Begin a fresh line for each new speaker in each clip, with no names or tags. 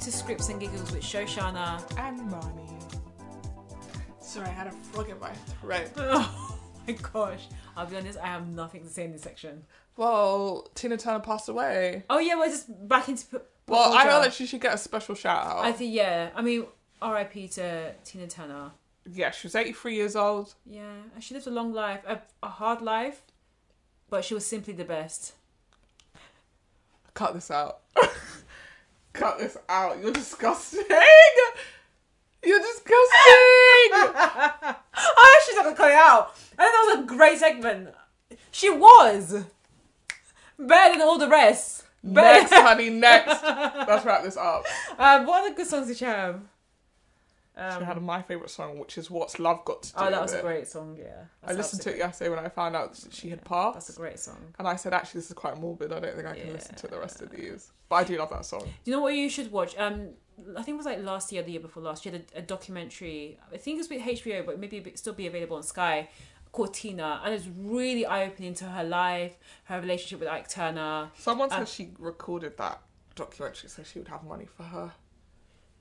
to Scripts and Giggles with Shoshana.
And Ronnie. Sorry, I had a frog in my throat.
Oh my gosh. I'll be honest, I have nothing to say in this section.
Well, Tina Turner passed away.
Oh yeah, we're just back into. p- pop
Well, I
culture.
feel like she should get a special shout out.
I think yeah. I mean, R.I.P. to Tina Turner.
yeah, she was 83 years old.
Yeah, and she lived a long life, a, a hard life, but she was simply the best.
Cut this out. Cut this out. You're disgusting. You're disgusting.
I actually Ah, not gonna cut it out. I think that was a great segment. She was better than all the rest. Better.
next, honey, next. Let's wrap this up.
Um, what other good songs did she have?
She
Um,
had my favourite song, which is What's Love Got to Do
oh, that
With
was a
It.
great song. Yeah,
I
That's
listened to
absolutely-
it yesterday when I found out that she had
That's
passed.
a great song.
And I said, actually, this is quite morbid. I don't think I can listen to the rest of these. But I do love that song.
Do you know what you should watch? Um, I think it was like last year, the year before last. She had a, a documentary. I think it was with HBO, but maybe it'd still be available on Sky. Called Tina, and it's really eye opening to her life, her relationship with Ike Turner.
Someone
Uh,
said she recorded that documentary so she would have money for her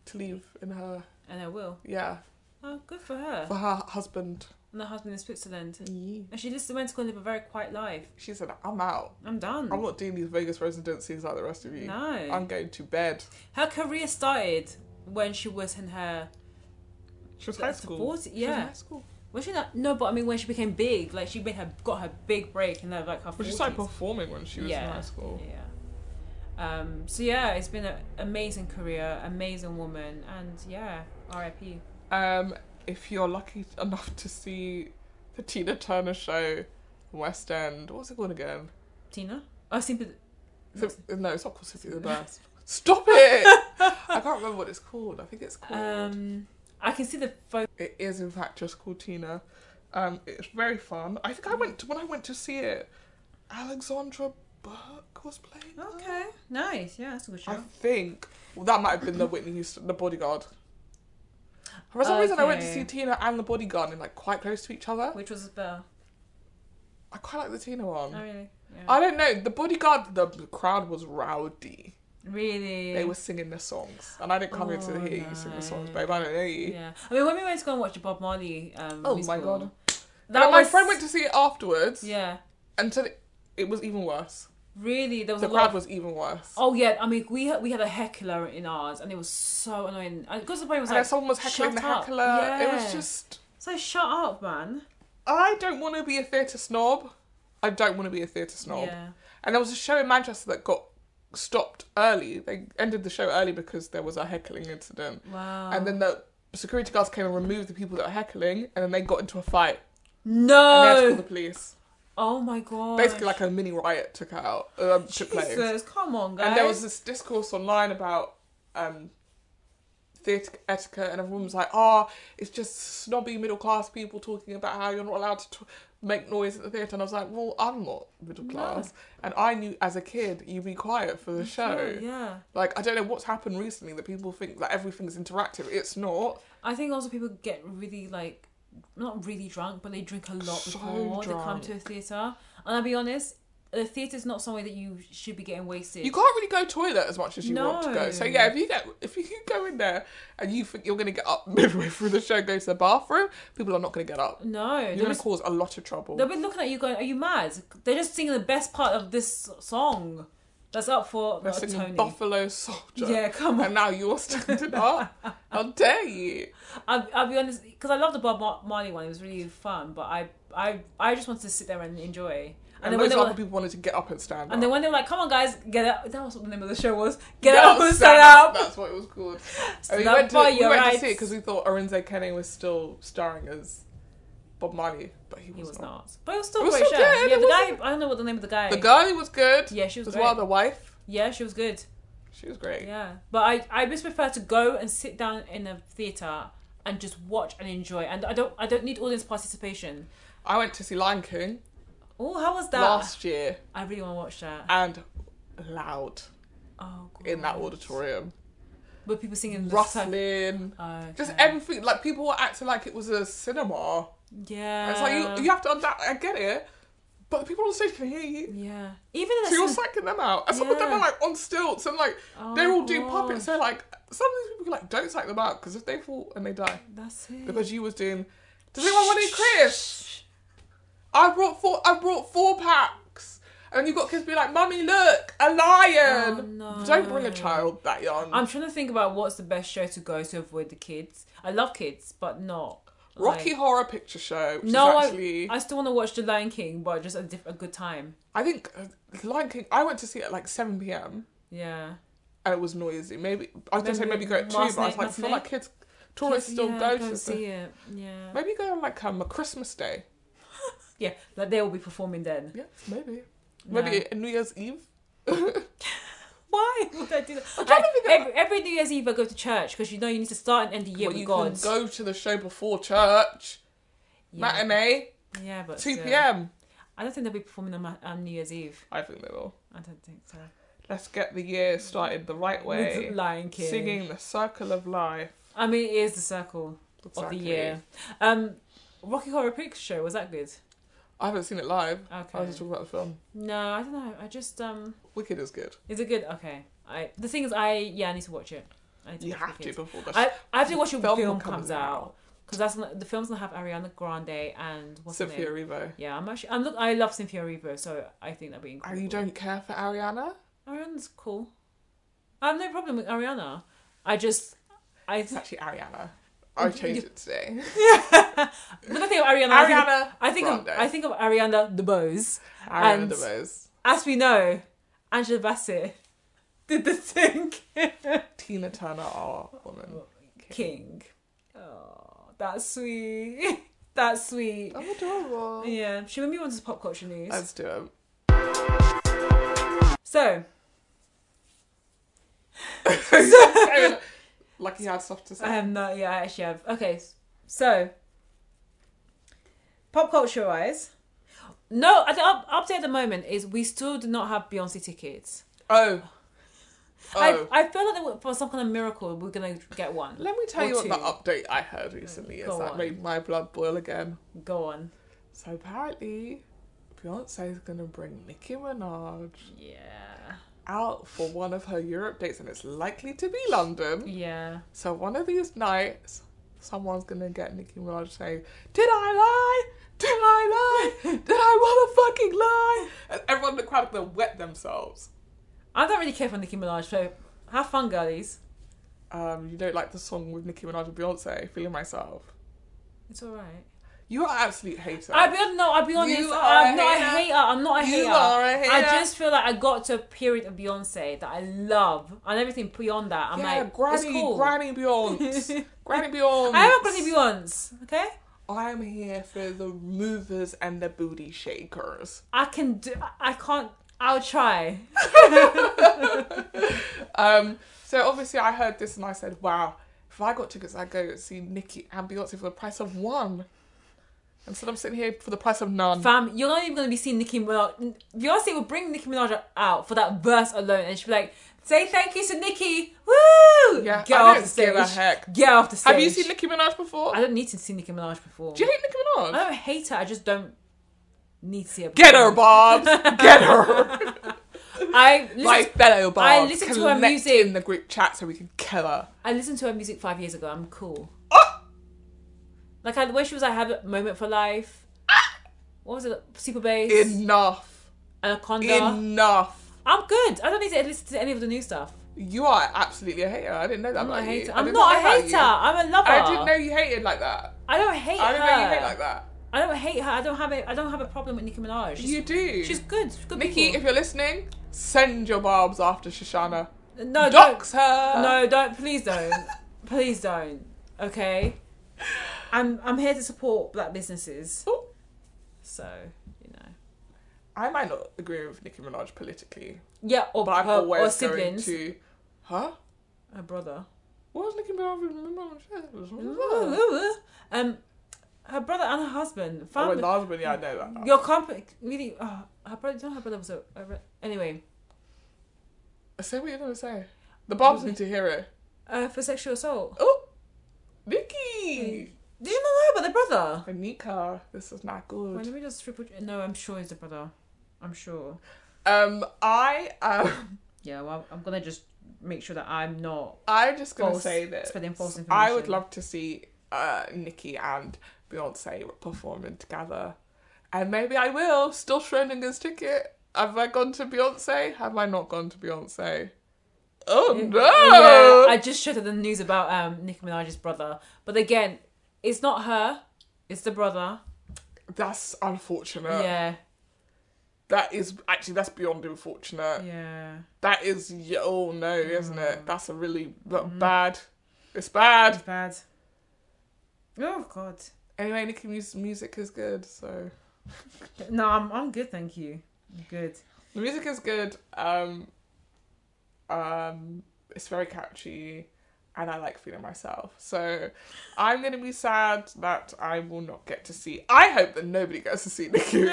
to leave in her,
And I will.
yeah,
Oh, good for her.
for her husband.
And her husband in Switzerland.
Yeah.
And she just went to go and live a very quiet life.
She said, I'm out.
I'm done.
I'm not doing these Vegas residencies like the rest of
Hmm.
you.
No.
I'm going to bed.
Her career started when she was in her.
She was high
That's
school.
divorced,
She was in
yeah.
high school.
Was she not? No, but I mean, when she became big, like she made her got her big break in her like her.
Well, she
40s.
started performing when she was in
Yeah,
high school.
Yeah. Um, so yeah, it's been an amazing career, amazing woman, and yeah, R.I.P.
Um, if you're lucky enough to see the Tina Turner show in West End, what's it called again?
Tina. Oh, simply.
Is it- no, it's not called City of the Birds. Stop it! I can't remember what it's called. I think it's called.
Um, I can see the photo.
It is in fact just called Tina. Um, it's very fun. I think I went to, when I went to see it. Alexandra Burke was playing. her.
Okay, nice. Yeah, that's a good
I
show.
think well, that might have been the Whitney Houston, the Bodyguard. For some reason, I went to
Okay.
see Tina and the Bodyguard and like quite close to each other.
Which was better?
I quite like the Tina one.
Oh, really? Yeah.
I don't know. The Bodyguard, the crowd was rowdy.
really.
They were singing the songs, and I didn't come here to
Oh,
hear you sing the songs,
no.
babe. I don't know you.
Yeah, I mean, when we went to go and watch the Bob Marley. Um,
Oh my
musical,
God.
That
And my
was-
friend went to see it afterwards,
Yeah,
and said it, it was even worse.
really, there was
The
a lot.
crowd was even worse.
Oh yeah, I mean, we had, we had a heckler in ours, and it was so annoying. And it got to the point, it was
and then
like,
someone was heckling
shut
the
up.
heckler. It
Yeah.
was just.
so shut up, man.
I don't want to be a theatre snob. I don't want to be a theatre snob.
Yeah,
And there was a show in Manchester that got stopped early. They ended the show early because there was a heckling incident.
wow.
And then the security guards came and removed the people that were heckling, and then they got into a fight. And they had to call the
no,
police.
oh my god.
Basically, like a mini riot took out, um, took place.
Jesus, come on, guys.
And there was this discourse online about um, theatre etiquette, and everyone was like, "Ah, it's just snobby middle class people talking about how you're not allowed to t- make noise at the theatre." And I was like, "Well, I'm not middle
No.
class, and I knew as a kid you be quiet for the show."
Yeah,
Like, I don't know what's happened recently that people think that everything's interactive. It's not.
I think also people get really like not really drunk, but they drink a lot
So
before they come
drunk.
to a theater. And I'll be honest, the theater's not somewhere that you should be getting wasted.
You can't really go toilet as much as you want to go. So
No.
yeah, if you get if you go in there and you think you're gonna get up midway through the show, go to the bathroom, people are not gonna get up.
no, they're
You're gonna
just-
cause a lot of trouble.
They'll be looking at you going, "Are you mad?" They're just singing the best part of this song that's up for
They're
not
singing
Tony.
Buffalo Soldier.
Yeah, come on.
And now you're standing up. How dare you?
I'll, I'll be honest, because I love the Bob Mar- Marley one. It was really fun, but I, I, I just wanted to sit there and enjoy. And,
And,
then when
those
they
other
were,
people wanted to get up and stand
and
up.
then when they were like, "Come on, guys, get up!" That was what the name of the show was. Get, up and stand up.
That's what it was called. And we
Stand
went, to,
by
we
your
went to
rights.
see it because we thought Orenze Kenne was still starring as Bob Marley, but he was,
He was
not.
not, but it was still a
It was
great
so
show.
good,
Yeah,
it
the guy.
wasn't-
I don't know what the name of the guy.
The girl who was good.
Yeah, she was
As
great.
well, the wife.
Yeah, she was good.
She was great.
Yeah, but I I just prefer to go and sit down in a theater and just watch and enjoy. And I don't I don't need audience participation.
I went to see Lion King
Oh, how was that?
last year
I really want to watch that.
and loud
Oh, God.
in that auditorium.
With people singing the song.
Rustling.
Okay.
Just everything. Like, people were acting like it was a cinema.
Yeah.
It's like you, you have to. Under- I get it, but the people on stage can hear you.
Yeah. Even in a
So you're
cin-
psyching them out. And some of them
Yeah.
are like on stilts and like
Oh
they're
my
all doing puppets.
gosh.
They're like, some of these people you're like don't psych them out because if they fall and they die
That's it.
because you was doing. Does anyone want any crisps? I brought four. I brought four packs, and you got kids be like, "Mummy, look, a lion."
Oh, no.
Don't bring a child that young.
I'm trying to think about what's the best show to go to avoid the kids. I love kids, but not
Rocky
like-
Horror Picture Show. Which
no,
is actually,
I,
I,
I still want to watch The Lion King, but just a, diff- a good time.
think uh, Lion King. I went to see it at like seven p.m.
Yeah.
and it was noisy. Maybe I was gonna say
Maybe
maybe go at two,
last
but I was
night,
like, I
last
feel
night?
like kids, tourists still
yeah,
go
go
to.
see
The,
it. Yeah.
maybe go on like um, a Christmas day.
Yeah, like they will be performing then.
Yeah, maybe. Maybe a New Year's Eve.
Why would I do that?
trying to
Like,
think of-
every, every New Year's Eve I go to church because you know you need to start and end the year
Well,
with
you
God.
can go to the show before church.
yeah.
Matinee,
Yeah, but
two
still.
p.m.
I don't think they'll be performing on, my, on New Year's Eve.
I think they will.
I don't think so.
Let's get the year started the right way.
With Lion King.
Singing the circle of life.
I mean, it is the circle
Exactly.
of the year. Um, Rocky Horror Picture Show was that good?
I haven't seen it live. I
Okay.
was just talking about the film.
No, I don't know. I just um,
Wicked is good.
is it good? Okay. I the thing is, I yeah, I need to watch it. I need to
You
watch the
have to
kids.
before the
I, I have to watch it when the
film
film
comes
comes
out.
out because that's not, the film's gonna have Ariana Grande and what's her name?
Sophia Revo.
Yeah, I'm actually. I'm look. I love Cynthia Erivo, so I think that'd be
And
incredible.
you don't care for Ariana?
Ariana's cool. I have no problem with Ariana. I just, I.
It's actually Ariana. I changed it today.
When I think of Ariana,
Ariana.
I think of, I think of
Grande.
I think of Ariana DeBose.
Ariana
and-
DeBose.
As we know, Angela Bassett did the thing.
Tina Turner, our woman.
King. Oh, that's sweet. that's sweet.
I'm adorable.
Yeah. Should we move on to pop culture news?
Let's do it.
so,
Lucky you had stuff to
I
say.
have not. Yeah, I actually have. Okay, s- so pop culture wise, no. I think up, update at the moment is we still do not have Beyonce tickets.
Oh. Oh.
I I feel like there were- for some kind of miracle we're gonna get one.
Let me tell
Or
you what
two.
the update I heard recently is
Go
that
on.
made my blood boil again.
Go on.
So apparently, Beyonce is gonna bring Nicki Minaj
Yeah.
out for one of her Europe dates, and it's likely to be London.
Yeah.
So one of these nights, someone's gonna get Nicki Minaj saying, "Did I lie? Did I lie? Did I want to fucking lie?" And everyone in the crowd gonna wet themselves.
I don't really care for Nicki Minaj, so have fun, girlies.
Um, you don't like the song with Nicki Minaj and Beyonce, "Feeling Myself."
It's alright.
You are an absolute hater.
I'll be on, no, I'll be honest.
You are
I'm
a
not a
hater.
hater. I'm not a
You
hater.
are a hater.
I just feel like I got to a period of Beyonce that I love, and everything beyond that, I'm
yeah,
like,
Granny,
it's cool.
Granny Beyonce, Granny Beyonce.
I am a Granny Beyonce, okay?
I am here for the movers and the booty shakers.
I can do. I- I can't. I'll try.
Um, so obviously I heard this and I said, wow, if I got tickets, I'd go see Nicki and Beyonce for the price of one. Instead, I'm sitting here for the price of none.
Fam, you're not even going to be seeing Nicki Minaj. Beyonce will bring Nicki Minaj out for that verse alone, and she'll be like, say thank you to Nicki. Woo!
Yeah,
Get
I
off
don't
the stage.
give a heck.
Get off the stage.
Have you seen Nicki Minaj before?
I Oh. don't need to see Nicki Minaj before.
Do you hate Nicki Minaj?
I don't hate her. I just don't need to see her.
Get
perform.
her, Bob. Get her.
I listen,
My fellow Bob.
I listen to her music.
in the group chat so we can kill her.
I listened to her music five years ago. I'm cool.
Oh!
Like I, when she was, I have a moment for life.
Ah!
What was it? Super bass.
Enough.
Anaconda.
Enough.
I'm good. I don't need to listen to any of the new stuff.
You are absolutely a hater. I didn't know that
I'm
about
not a
you.
hater.
I
I'm
did
not a
know about
hater. I'm a lover.
you. I didn't know you hated like that.
I don't hate
I
her.
didn't know you hate like that.
I don't hate her. I don't have a. I don't have a problem with Nicki Minaj. She's,
you do.
she's good. She's good.
Nikki, if
people.
you're listening, send your barbs after Shoshana.
no, don't.
Dox her.
No, don't. Please don't. please don't. Okay. I'm. I'm here to support black businesses.
Oh,
So you know.
I might not agree with Nicki Minaj politically,
Yeah, or
but I'm
her, or
always going
siblings.
to. Huh?
Her brother.
What was Nicki
Mm-hmm.
Minaj?
Um, her brother and her husband.
Oh,
Family.
wait, the husband, yeah, I know that.
Your company really. Oh, her brother. Don't her brother was a. a re- anyway,
Say what you're going to say. The barbs need to hear it.
uh, for sexual assault.
Oh, Nikki.
Did you not know about the brother?
Anika, this is not good.
Wait, let me just triple. No, I'm sure it's the brother. I'm sure.
Um, I um,
Yeah, well, I'm gonna just make sure that I'm not
I'm just gonna
false-
say this.
spreading false
I would
information.
love to see uh, Nikki and Beyonce performing together, and maybe I will. Still Schrodinger's ticket. Have I gone to Beyonce? Have I not gone to Beyonce? Oh no!
Yeah, I just showed her the news about um, Nicki Minaj's brother. But again, it's not her, it's the brother.
That's unfortunate.
Yeah,
That is actually that's beyond unfortunate.
yeah. Mm.
That is y- oh no, isn't it? That's a really that
Mm-hmm.
bad. It's bad.
It's bad. Oh, God.
Anyway, Nicki Mus- music is good, so
No, I'm, I'm good, thank you. I'm good.
the music is good. Um, um, it's very catchy, and I like feeling myself. So I'm gonna be sad that I will not get to see. I hope that nobody gets to see Nicki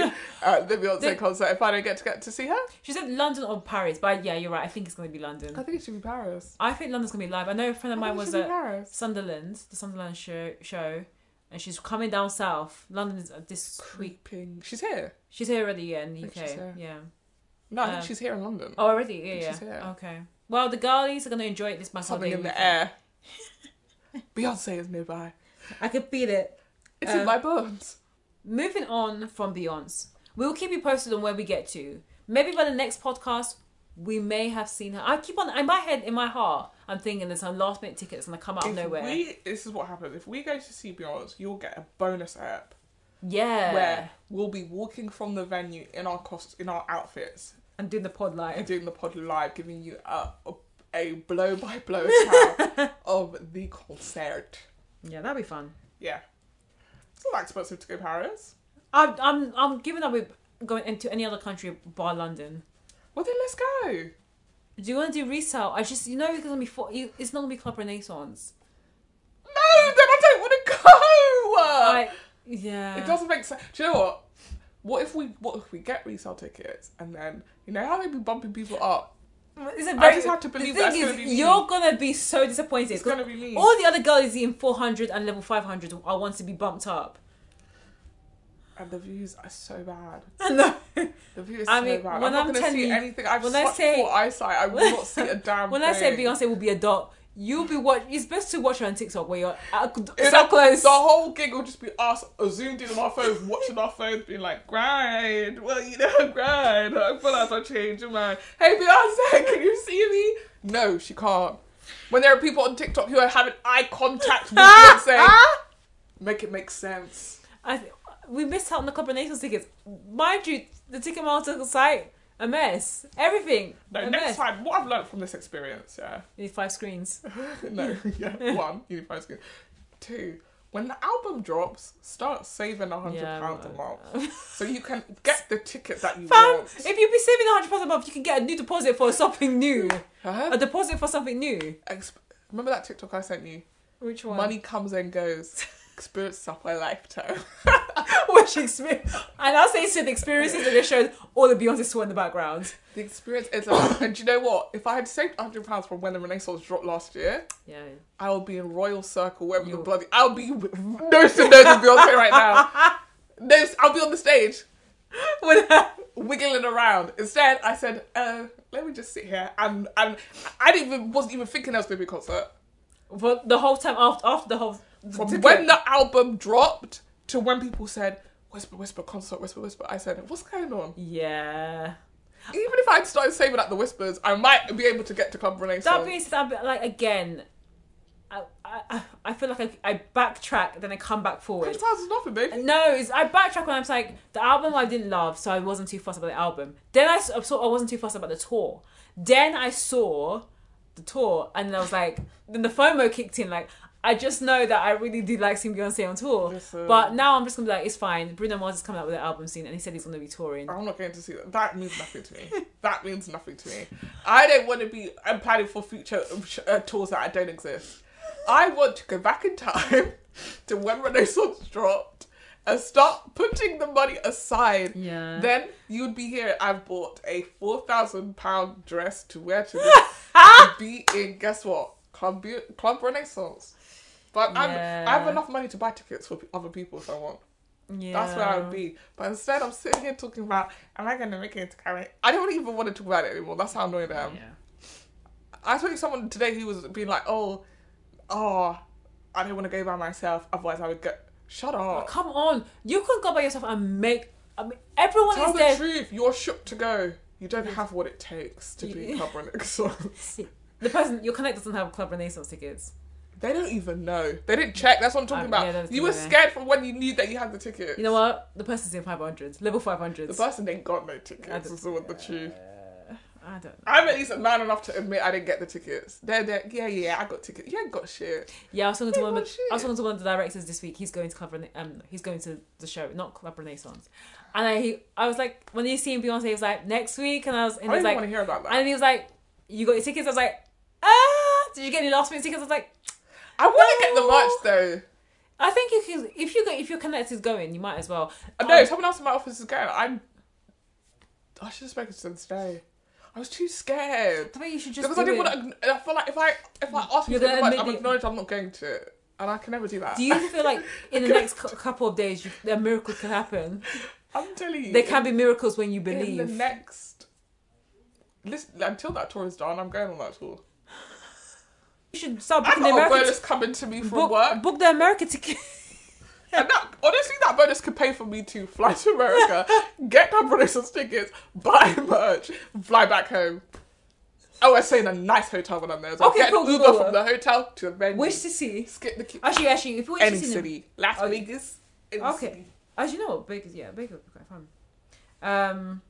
at the Beyonce
They-
concert if I don't get to get to see her.
She said London or Paris, but yeah, you're right. I think it's going to be
I
London.
think it should be Paris.
I think London's going to be live. I know a friend of
I
mine
think it
was
should be
at
Paris.
Sunderland, the Sunderland show, show, and she's coming down south. London is uh, this week.
Creeping. She's here.
She's here already, yeah, in the
I
UK.
think she's here.
Yeah.
No, I think
Um,
she's here in London.
Oh, already? Yeah,
think
yeah.
she's here.
Okay. Well, the girlies are going to enjoy it this my
Something
holiday
in the
weekend.
air. Beyonce is nearby.
I could feel it.
It's in
Um,
my bones.
Moving on from Beyonce, we'll keep you posted on where we get to. Maybe by the next podcast, we may have seen her. I keep on in my head, in my heart, I'm thinking there's some last minute tickets and I come out of
If
nowhere.
we, this is what happens. If we go to see Beyonce, you'll get a bonus app
yeah,
where we'll be walking from the venue in our cost, in our outfits,
and doing the pod
and
live.
doing the pod live, giving you a a blow by blow account of the concert.
Yeah, that'd be fun.
Yeah, it's not that expensive to go Paris.
I'm, I'm, I'm giving up with going into any other country bar London.
Well then, let's go.
Do you want to do resale? I just, you know, it's gonna be for, you, it's not gonna be Club Renaissance.
No, then I don't want to go.
I, uh, yeah.
Uh, It doesn't make sense. Do you know what? What if we what if we get resale tickets and then you know how they be bumping people up?
It's a very,
just have to believe
the
that's
thing
gonna be
is,
me.
you're gonna be so disappointed.
It's gonna be me.
All the other girls in 400 and level 500 are wants to be bumped up.
And the views are so bad.
I know.
The views is
I
so
mean,
bad.
when
I'm not
I'm
gonna
telling
see
you-
anything. I have
when I
such
say-
poor eyesight. I will not see a damn
When I say
thing.
Beyonce will be a dot, you'll be what it's best to watch her on TikTok where you're uh,
It'll-
so close.
The whole gig will just be us zoomed in on our phones, watching our phones, being like, grind. Well, you know, grind. I feel like I changed your mind. Hey, Beyonce, can you see me? No, she can't. When there are people on TikTok who are having eye contact with Beyonce, make it make sense.
I th- we missed out on the Club Renaissance tickets. Mind you, the Ticketmaster site, a mess. Everything.
No,
a
next
mess.
time, what I've learned from this experience, yeah.
You need five screens.
no, yeah. One, unified skin. Two, when the album drops, start saving a hundred
Yeah,
pounds a
no.
month so you can get the ticket that you
Fam,
want.
if you be saving £100 a month, you can get a new deposit for something new.
Huh?
A deposit for something new.
Exp- Remember that TikTok I sent you?
Which one?
Money comes and goes. Experience stuff I lifetime.
Which experience? And I'll say so the experiences that they showed all the Beyonce swore in the background.
the experience is, a- and do you know what? If I had saved a hundred pounds from when the Renaissance dropped last year,
Yeah.
I will be in royal circle wherever the
You-
bloody. I'll be nursing those with Beyonce right now. Nose, I'll be on the stage. wiggling around. Instead, I said, uh, "Let me just sit here," and and I didn't even wasn't even thinking there was gonna be a concert.
For the whole time after, after the whole.
From when the album dropped to when people said "Whisper, Whisper concert, Whisper, Whisper," I said, "What's going on?"
Yeah.
Even if I'd started saving up the whispers, I might be able to get to Club
That
Renaissance.
being said, I'm like again. I, I I- I feel like I, I backtrack then I come back forward.
Hundred pounds is nothing, baby.
No, it's, I backtrack when I'm like the album I didn't love, so I wasn't too fussed about the album. Then I s- saw I wasn't too fussed about the tour. Then I saw the tour, and I was like, then the FOMO kicked in. Like I just know that I really did like seeing Beyonce on tour,
Listen.
but now I'm just gonna be like, it's fine. Bruno Mars is coming out with an album soon, and he said he's gonna be touring.
I'm not going to see that. That means nothing to me. that means nothing to me. I don't want to be. I'm planning for future um, sh- uh, tours that I don't exist. I want to go back in time to when Renaissance dropped and start putting the money aside.
Yeah.
Then you'd be here. I've bought a four thousand pound dress to wear to, this, to be in. Guess what? Club Be- Club Renaissance. But I'm, I have
Yeah.
enough money to buy tickets for other people if I want.
Yeah,
That's where I would be. But instead, I'm sitting here talking um, about, am I going to make it to Karen? I don't even want to talk about it anymore. That's how annoyed I am.
Yeah.
I spoke to someone today who was being like, oh, oh, I don't want to go by myself, otherwise I would go. Shut up.
Come on, you could go by yourself and make. I mean, everyone
Tell
is
the
there.
truth. You're shook to go. You don't have what it takes to be
Yeah.
club renaissance.
The person your connect doesn't have Club Renaissance tickets.
They don't even know. They didn't check. That's what I'm talking
Um,
about.
yeah, that's
you were
the way.
scared from when you knew that you had the ticket.
You know what? The person's in five hundreds, level five
The
hundreds.
person ain't got no
I
tickets.
don't-
Is what the truth.
I don't. know.
I'm at least man enough to admit I didn't get the tickets. They're there. Yeah, yeah, I got tickets. You ain't got shit.
Yeah, I was talking to
Hey,
one. Of,
well,
the- I was
shit.
talking to one of the directors this week. He's going to Club. Rena- Um, he's going to the show, not Club Renaissance. And I, he, I was like, when you see Beyonce, he was like next week, and I was, and
I
he
don't
was
even
like,
want to hear about that.
and he was like, you got your tickets. I was like, ah, did you get any last minute tickets? I was like,
I want to get the merch
I think you can if you go if your connect is going, you might as well.
though.
Um,
no, someone else in my office is going. I'm. I should have spoken to them today. I was too scared
I think you should just
because
do
I didn't
it.
want to. I feel like if I if I ask
You're
people,
gonna
to
admit
I'm
that-
acknowledged I'm not going to it, and I can never do that.
Do you feel like in the next cou- couple of days you, a miracle could happen?
I'm telling you,
There can be miracles when you
in, in
believe.
the next. Listen, until that tour is done, I'm going on that tour.
you should start
I
booking the
got a
American
bonus coming to me from
book,
work.
book the American ticket.
And that, honestly, that bonus could pay for me to fly to America, get Club Renaissance tickets, buy merch, fly back home. Oh, I stay in a nice hotel when I'm there. So
Okay,
get
cool,
Uber
cool.
from the hotel to the venue.
Which city?
skip the queue.
Actually, actually, if you
Any
in
city, Las
Okay.
Vegas. any
Okay.
city.
As you know, Baker's yeah, Baker would be quite fun. Um,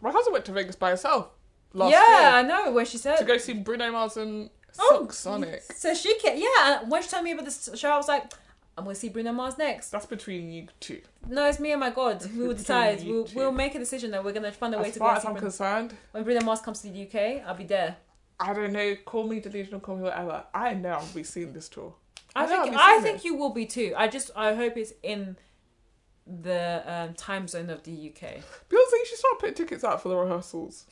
My cousin went to Vegas by herself last
yeah,
year
I know where she said
to go see Bruno Mars and
Oh,
Silk Sonic.
So she can yeah. And when she told me about this show, I was like, I'm gonna see Bruno Mars next.
That's between you two.
No, it's me and my God. We will decide.
You
We'll,
too.
we'll make a decision that we're gonna find a way
As
to
far
go
as
see
I'm
Bruno.
concerned,
When Bruno Mars comes to the UK, I'll be there.
I don't know. Call me delusional, call me whatever. I know I'll be seeing this tour.
I
I know, I'll
think
be
I
seeing
think
it.
you will be too. I just I hope it's in the um, time zone of the UK.
Beyonce, you should start putting tickets out for the rehearsals.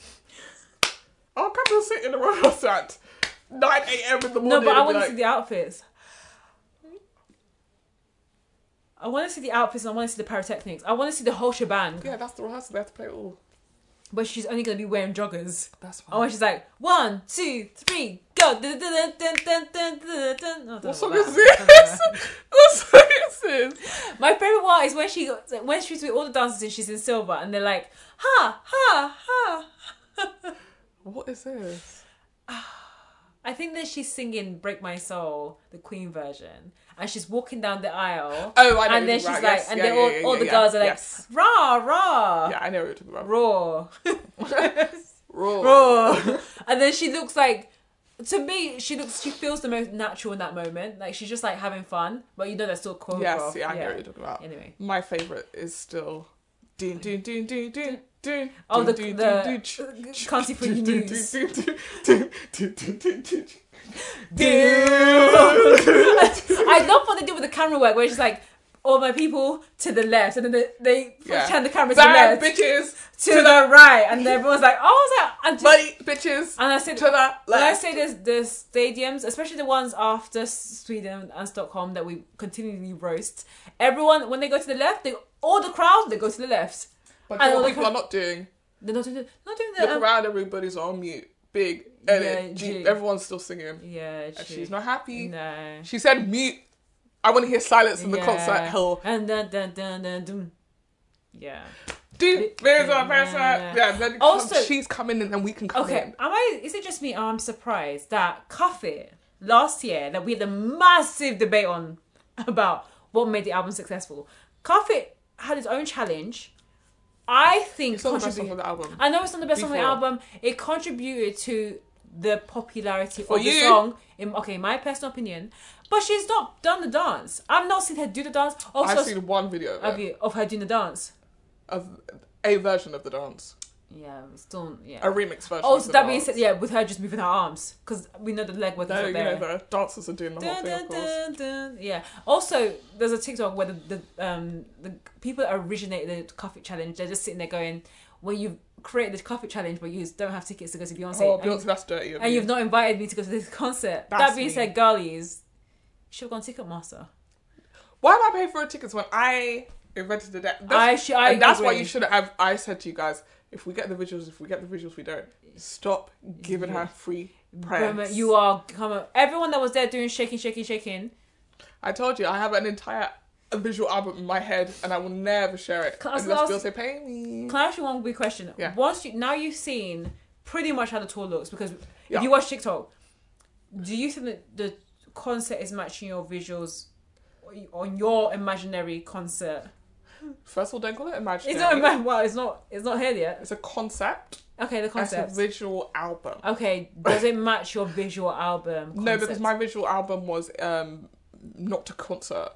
I'll come and sit in the rehearsal at 9 a.m. in the morning.
No, but I
and be
want
like,
to see the outfits. I want to see the outfits and I want to see the pyrotechnics. I want to see the whole shebang.
Yeah, that's the rehearsal. They have to play it all.
But she's only going to be wearing joggers.
That's fine.
Oh, and she's like, one, two, three, go. Dun, dun, dun, dun, dun, dun, dun. Oh, I don't know
what song
about
is
that.
this? what song is this?
My favorite one is when she when she's with all the dancers and she's in silver and they're like, ha, ha, ha.
What is this?
I think that she's singing "Break My Soul," the Queen version, and she's walking down the aisle.
Oh, I know.
and then she's
right,
like,
yes,
and
yeah,
then
yeah,
all,
yeah,
all
yeah,
the
yeah,
girls are like,
yes.
rah, rah,
Yeah, I know what you're talking about.
raw,
Raw.
raw. and then she looks like, to me, she looks, she feels the most natural in that moment. Like she's just like having fun, but you know that's still cool.
Yes, yeah, I know what you're talking about.
Anyway.
My favourite is still. Dun, dun, dun, dun, dun, dun,
Oh, the,
dun, dun, dun, dun, ch-
the can't see for you
dun, dun,
news.
dun, dun, dun, dun, dun, dun, dun, dun.
I love what they do with the camera work, where it's just like, all my people to the left, and then they, they
Yeah.
turn the camera to the
Bad
left.
bitches
to the right, and everyone's like, "Oh, I was like, I just,
money bitches
and I said,
to the
when I
left.
say this, the stadiums, especially the ones after Sweden and Stockholm that we continually roast, everyone when they go to the left, they all the crowd they go to the left.
But
I
you know
look
what people
at-
are not doing?
They're not doing the, not doing
Look
the um,
around, everybody's on mute. Big,
Yeah,
edit,
G.
deep. Everyone's still singing.
yeah.
And
true.
she's not happy.
no.
She said mute. I want to hear silence in the
Yeah.
concert hall.
And dun, dun, dun, dun, dun. Yeah.
Do there's
Yeah.
a person. Yeah, then
Also-
come- she's coming and then we can come
Okay,
in.
am I? Is it just me? I'm surprised that Cuffit last year that we had a massive debate on about what made the album successful. Cuffit had his own challenge. I think
It's not the best song
contribu-
on the album.
I know it's not the best song on the
Before.
album. It contributed to the popularity
For
of the
you.
song. In okay, my personal opinion, but she's not done the dance. I've not seen her do the dance. Also,
I've seen one video
of,
of, it,
you, of her doing the dance.
of a version of the dance,
Yeah, it's still yeah.
a remix version.
Oh,
of
so
the
that being
dance.
said, yeah, with her just moving her arms because we know the leg work is
no,
not
you
there.
know the dancers are doing the whole
Dun,
thing,
dun,
of course.
dun, dun. Yeah. Also, there's a TikTok where the, the um the people that originated the coffee challenge, they're just sitting there going, "Well, you've created the coffee challenge, but you don't have tickets to go to Beyonce,
Oh,
and,
Beyonce, that's dirty. of
and
you.
you've not invited me to go to this concert." that
That's
being
me.
said, girlies, you should have gone Ticketmaster.
Why am I paying for a ticket when I invented the deck? That's-
I should. I
and that's why
agree.
you should have. I said to you guys, If we get the visuals, if we get the visuals, we don't. Stop giving her free press.
Roma, you are come on. Everyone that was there doing shaking, shaking, shaking.
I told you, I have an entire visual album in my head, and I will never share it
'Cause
unless
last-
Beyonce pay me.
Can I ask you one weird question?
Yeah.
Once you now you've seen pretty much how the tour looks because
Yeah.
if you watch TikTok, do you think that the concert is matching your visuals on your imaginary concert?
First of all, don't call it imaginary.
It's not ima- well, it's not it's not here yet.
It's a concept.
Okay, the
It's a
concept.
visual album.
Okay, does it match your visual album?
No,
concept?
because my visual album was um not a concert.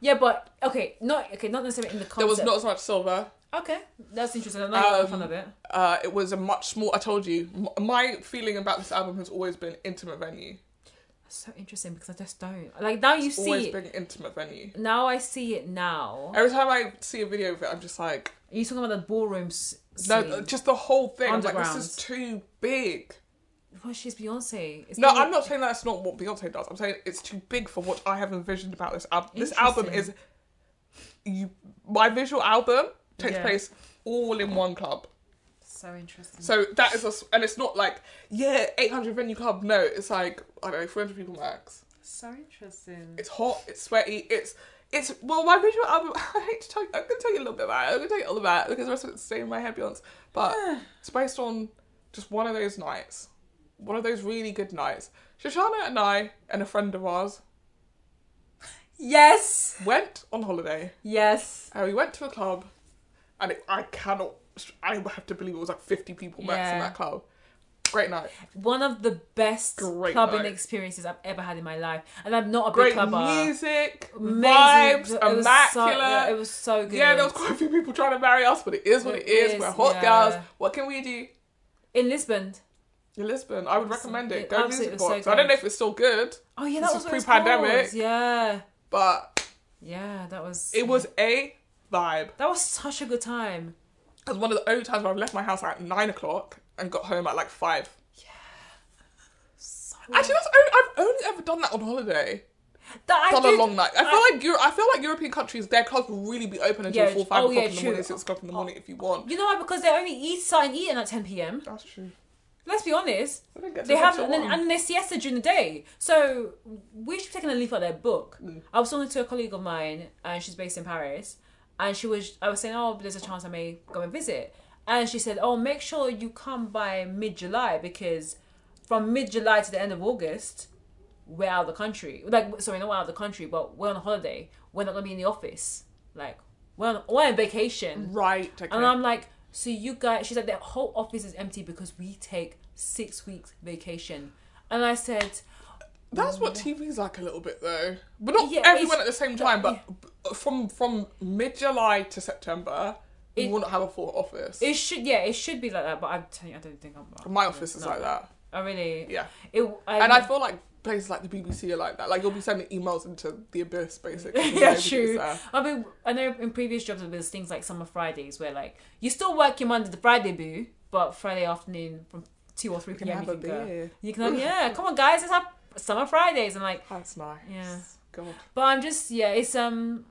yeah, but okay, not okay, not necessarily in the concept.
There was not as much silver.
Okay, that's interesting. I'm not
Um,
a fan of it.
Uh, it was a much small. I told you, m- my feeling about this album has always been intimate venue.
That's so interesting because I just don't like now. You
Always
see it
been intimate venue.
now. I see it now.
Every time I see a video of it, I'm just like,
Are you talking about the ballroom s- scene?
no, uh, just the whole thing. I'm like, this
Underground.
is too big.
well, she's Beyonce. It's
No,
gonna-
I'm not saying that's not what Beyonce does. I'm saying it's too big for what I have envisioned about this album. This album is
Interesting.
you. My visual album takes
Yeah.
place all in one club.
So interesting.
So that is us, and it's not like yeah, 800 venue club. No, it's like I don't know, 300 people max.
so interesting.
It's hot, it's sweaty, it's it's well, my visual album. um, I hate to tell you, I'm gonna tell you a little bit about it. I'm gonna tell you all about it because the rest of it's staying in my head, Beyonce. But it's based on just one of those nights, one of those really good nights. Shoshana and I and a friend of ours
Yes,
went on holiday,
yes.
and we went to a club, and it, I cannot. I have to believe it was like 50 people max
Yeah.
in that club. Great night.
One of the best
Great
clubbing
night.
experiences I've ever had in my life, and I'm not a big
great
clubber.
music,
Amazing.
vibes,
It
immaculate.
was so- yeah, it was so good.
Yeah, there was quite a few people trying to marry us, but it is what
It
it is.
is,
We're hot
yeah.
girls. What can we do?
in Lisbon.
In Lisbon, I would recommend it.
It
Go
absolutely
music
was so
box. I don't
good.
know if it's still good,
Oh yeah,
This
that
was
was what it
pre-pandemic.
called. Yeah,
but
yeah, that was.
it was a vibe.
That was such a good time.
It was one of the only times where I've left my house at nine o'clock and got home at like five.
So
Actually, that's only, I've only ever done that on holiday.
that I
Done a
did-
long night. I feel
I-
like Euro- I feel like European countries, their clubs will really be open until
Yeah,
four, five
oh,
o'clock
yeah,
in the
true. Oh.
morning, six o'clock in the morning if you want.
You know why? Because they only eat starting eating at ten p.m.
That's true.
Let's be honest.
I don't get to
They have
six or
and then,
one.
and they siesta during the day. So we should be taking a leaf out of their book.
Mm.
I was talking to a colleague of mine, and she's based in Paris, and she was. I was saying, oh, there's a chance I may go and visit, and she said, oh, make sure you come by mid July because from mid July to the end of August, we're out of the country. Like, sorry, not we're out of the country, but we're on holiday. We're not gonna be in the office. Like, we're on, we're on vacation.
Right. Okay.
And I'm like, so you guys, she's like, the whole office is empty because we take six weeks vacation. And I said,
That's what TV's like a little bit though, but not
Yeah, it's-
everyone
e-
at the same time. But b- from from mid July to September, you
It-
will not have a full office.
it should, yeah, it should be like that, but I'm telling you, I don't think I'm.
My office is
No.
like that.
I really,
Yeah,
it, I,
and I feel like places like the BBC are like that. Like you'll be sending emails into the abyss, basically.
yeah,
Nobody's
true.
there.
I mean, I know in previous jobs there was things like summer Fridays where like you still work your Monday to Friday boo, but Friday afternoon from two or three
You can
p.m.
have
you
a
can go.
beer.
You can, have, yeah, come on guys, let's have summer Fridays and like.
That's nice.
Yeah.
God.
But I'm just yeah, it's um.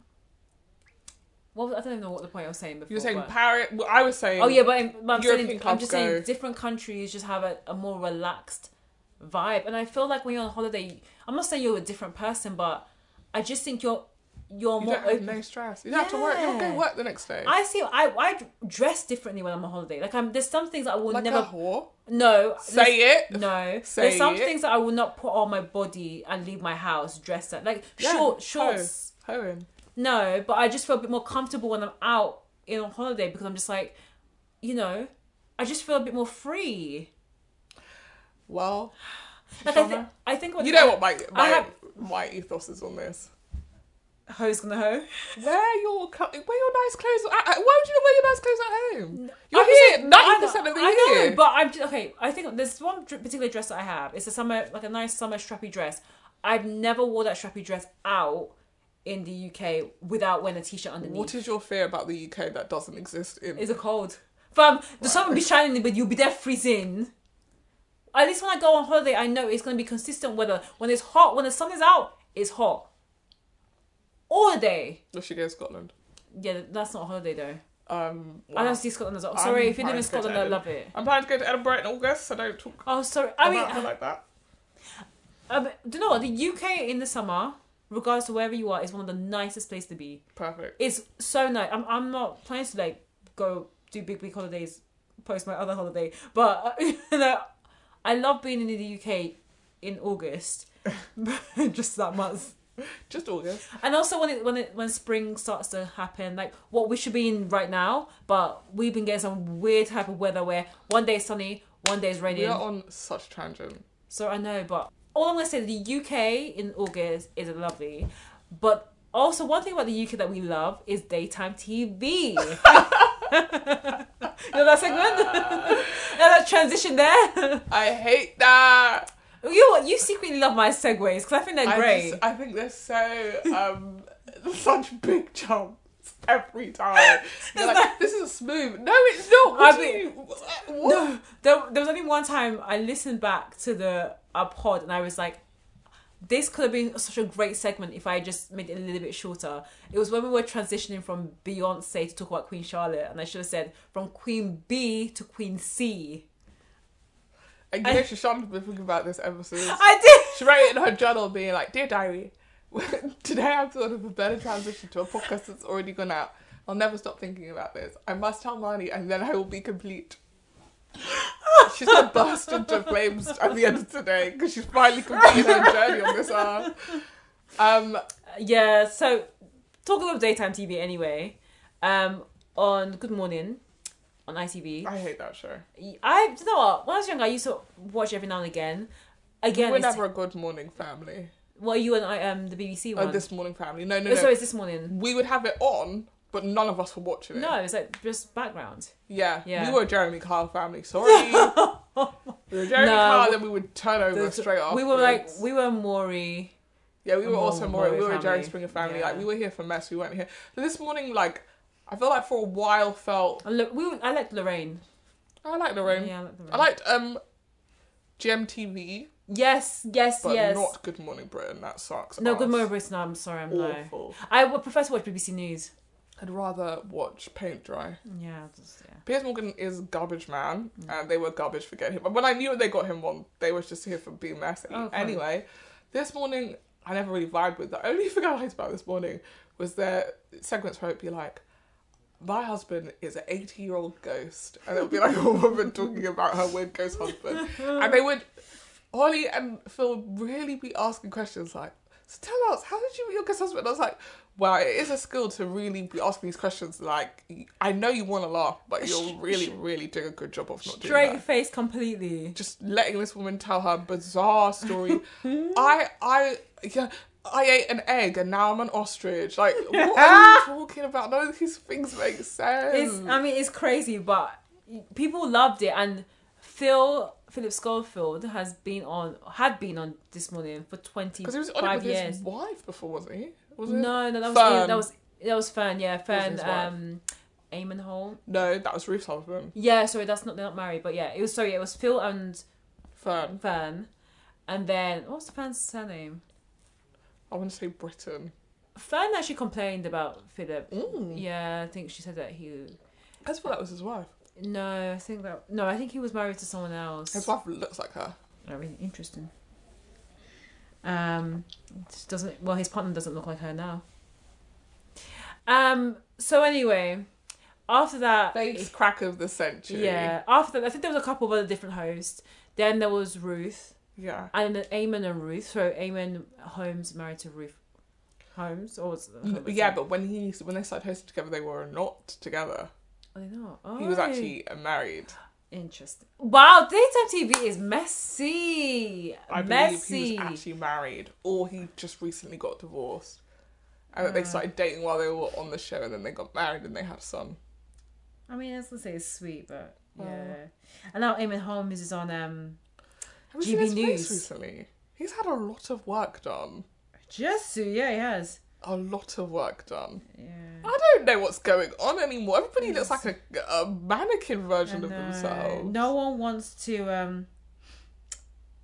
Well, I don't even know what the point I was saying before.
You were saying
but-
Paris. Well, I was saying.
oh yeah, but I'm, but I'm
European
saying I'm
clubs
just
go.
saying different countries just have a, a more relaxed vibe, and I feel like when you're on holiday, I'm not saying you're a different person, but I just think you're you're
You
more
don't have
open.
no stress. You don't have to work. You don't go
Yeah.
work the next day.
I see. I I dress differently when I'm on holiday. Like I'm there's some things that I will
like a
never
whore.
no
Say it.
No,
Say
there's some
it.
things that I will not put on my body and leave my house dressed up like
Yeah,
short
hoe.
shorts.
Hoeing.
No, but I just feel a bit more comfortable when I'm out in on holiday because I'm just like, you know, I just feel a bit more free.
Well,
Like I, th-
Shoshana?
I think what
you know what my my,
I have-
my ethos is on this.
hoe's gonna hoe.
Wear your co- wear your nice clothes. At, at- why would you not wear your nice clothes at home? You're
Obviously,
here ninety percent of the
I know,
year.
but I'm just, okay. I think there's one dr- particular dress that I have. It's a summer, like a nice summer strappy dress. I've never wore that strappy dress out in the UK without wearing a t-shirt underneath.
what is your fear about the UK that doesn't exist in?
It's a cold. Fam, the sun will be shining, but you'll be there freezing. At least when I go on holiday, I know it's going to be consistent weather. When it's hot, when the sun is out, it's hot. All day.
Unless you go to Scotland.
Yeah, that's not a holiday though.
Um,
I
wow.
don't see Scotland as well. Sorry,
I'm
if you live in
trying to
Scotland,
get
I love it.
I'm planning to go to Edinburgh in August, so don't talk
Oh, sorry. I
about
mean,
her like that.
um, do you know what? The UK in the summer, regardless of wherever you are, is one of the nicest places to be.
Perfect.
It's so nice. I'm, I'm not planning to like go do big big holidays post my other holiday, but uh, you know, I love being in the UK in August, just that month.
Just August.
And also when it, when it, when spring starts to happen, like what we should be in right now, but we've been getting some weird type of weather where one day it's sunny, one day it's
We
raining.
are on such tangent.
So I know, but all I'm gonna say the UK in August is lovely, but also one thing about the UK that we love is daytime TV. you know that segment, and that transition there.
I hate that.
you know what? You secretly love my segues because I think they're
I,
great.
just, I think they're so um such big jumps every time. You're like, this is smooth. No, it's not. What
I
do
mean-
you, what?
No, there, there was only one time I listened back to the uh, pod and I was like, this could have been such a great segment if I just made it a little bit shorter. It was when we were transitioning from Beyonce to talk about Queen Charlotte, and I should have said from Queen B to Queen C.
And you know, Shoshan's been thinking about this ever since.
I did.
She wrote it in her journal, being like, "Dear diary, today I've thought of a better transition to a podcast that's already gone out. I'll never stop thinking about this. I must tell Marnie, and then I will be complete." She's gonna burst into flames at the end of today because she's finally completed her journey on this hour. Um,
Uh, Yeah, so talking of daytime TV anyway, um, on Good Morning on ITV.
I hate that show.
I, do you know what? When I was younger, I used to watch every now and again. Again,
We're
it's-
never a good morning family.
what you and I, um, the BBC
Oh,
one.
this morning family. No, no,
Oh,
no.
sorry, it's this morning.
We would have it on, but none of us were watching it.
No, it's like just background.
Yeah,
Yeah.
we were a Jeremy Kyle family. Sorry, we were Jeremy
No.
Kyle. Then we would turn over
There's-
straight off.
We were like, we were Maury.
yeah, we were
more
also more.
Maury
We were a Jerry
family.
Springer family.
Yeah.
Like we were here for mess. We weren't here. But this morning, like I feel like for a while felt
I Look, we were, I liked Lorraine.
I like Lorraine.
Yeah, I liked Lorraine.
I liked um GMTV,
yes, yes,
but
yes.
not Good Morning Britain. That sucks.
no,
ass.
Good Morning Britain. I'm sorry, I'm no.
Awful.
I would prefer to watch BBC News.
I'd rather watch Paint Dry.
Yeah, just, yeah.
Piers Morgan is garbage man, and they were garbage for getting him. But when I knew they got him on, they was just here for being messy.
Oh, fine.
anyway, this morning I never really vibed with. The only thing I liked about this morning was their segments where it'd be like, "My husband is an eighty-year-old ghost," and it would be like a woman talking about her weird ghost husband, and they would Holly and Phil would really be asking questions like, "So tell us, how did you meet your ghost husband?" And I was like. Wow, it is a skill to really be asking these questions. Like, I know you want to laugh, but you're really, really doing a good job of not doing that
Straight face completely.
just letting this woman tell her bizarre story. I I yeah. I ate an egg and now I'm an ostrich. Like, what are you talking about? None of these things make sense.
It's, I mean, it's crazy, but people loved it. And Phil, Philip Schofield has been on, had been on this morning for
Because he was on it
25
with
years.
his wife before, wasn't he? Was it?
No, no, that was
Fern.
that was that was Fern. Yeah, Fern.
his wife.
Um, Eamon Hall.
No, that was Ruth's husband,
Yeah, sorry, that's not they're not married, but yeah, it was sorry, it was Phil and
Fern.
Fern, and then what's the Fern's surname?
I want to say Britain.
Fern actually complained about Philip.
Mm.
Yeah, I think she said that he.
I thought that was his wife.
No, I think that no, I think he was married to someone else.
His wife looks like her.
Oh, really interesting. Um, just doesn't well, his partner doesn't look like her now. Um. So anyway, after that,
Face crack of the century.
Yeah. After that, I think there was a couple of other different hosts. Then there was Ruth,
Yeah.
and then Eamon and Ruth. So Eamon Holmes married to Ruth Holmes, or was
N- Mm, Yeah, but when he when they started hosting together, they were not together.
Are they not? Oh,
He was actually uh, married.
interesting. Wow, daytime TV is messy.
I believe he
messy.
was actually married, or he just recently got divorced, and that they
Ah.
started dating while they were on the show, and then they got married and they had a son.
I mean, I was gonna say it's sweet, but yeah.
Well.
And now Eamon Holmes is on um
Have you seen
GB
his
News.
face recently? He's had a lot of work done.
Jesu. Yeah, he has.
A lot of work done.
Yeah.
I don't know what's going on anymore. Everybody looks like a, a mannequin version of
I know.
themselves.
uh, No one wants to. um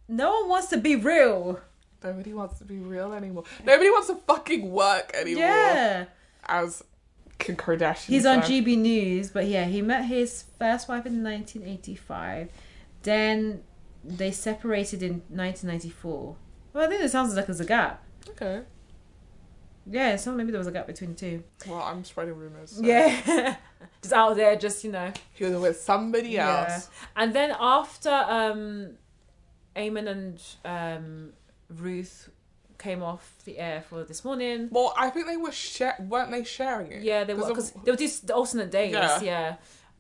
No one wants to be real.
Nobody wants to be real anymore. Nobody wants to fucking work anymore.
Yeah.
As Kim Kardashian.
He's on
so-
GB News, but yeah, he met his first wife in 1985. Then they separated in 1994. Well, I think it sounds like there's a gap.
Okay.
Yeah, so maybe there was a gap between the two.
Well, I'm spreading rumors. so.
Yeah. just out there, just, you know.
He was with somebody
Yeah.
else.
And then after um, Eamon and um, Ruth came off the air for this morning,
Well, I think they were share- weren't they sharing it?
yeah, they were because
Because
they were just the alternate days,
Yeah.
yeah.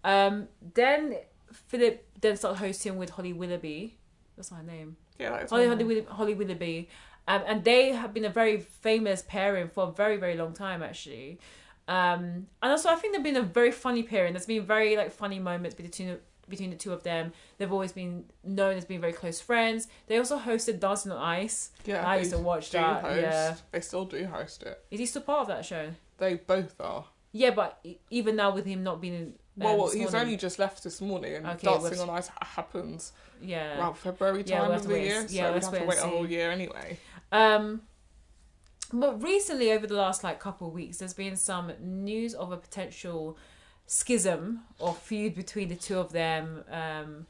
Um, then Philip then started hosting with Holly Willoughby. That's my name,
yeah, that is
Holly
one.
Holly, Will- Holly Willoughby, um, and they have been a very famous pairing for a very very long time actually. Um, and also, I think they've been a very funny pairing. There's been very like funny moments between between the two of them. They've always been known as being very close friends. They also hosted Dancing on Ice.
Yeah,
I
they
used to watch
do
that.
Host.
Yeah,
They still do host it.
is he still part of that show?
They both are.
Yeah, but e- even now with him not being in, um,
Well, well
this
he's
morning-
only just left this morning, and
Okay,
dancing
we've-
on ice ha- happens
yeah.
around February
Yeah,
time
we'll have
of
to
the
wait and
year,
s- yeah,
so we'd
let's
have to
wait
wait,
and
a whole
see.
year anyway.
Um, but recently, over the last like couple of weeks, there's been some news of a potential schism or feud between the two of them. Um,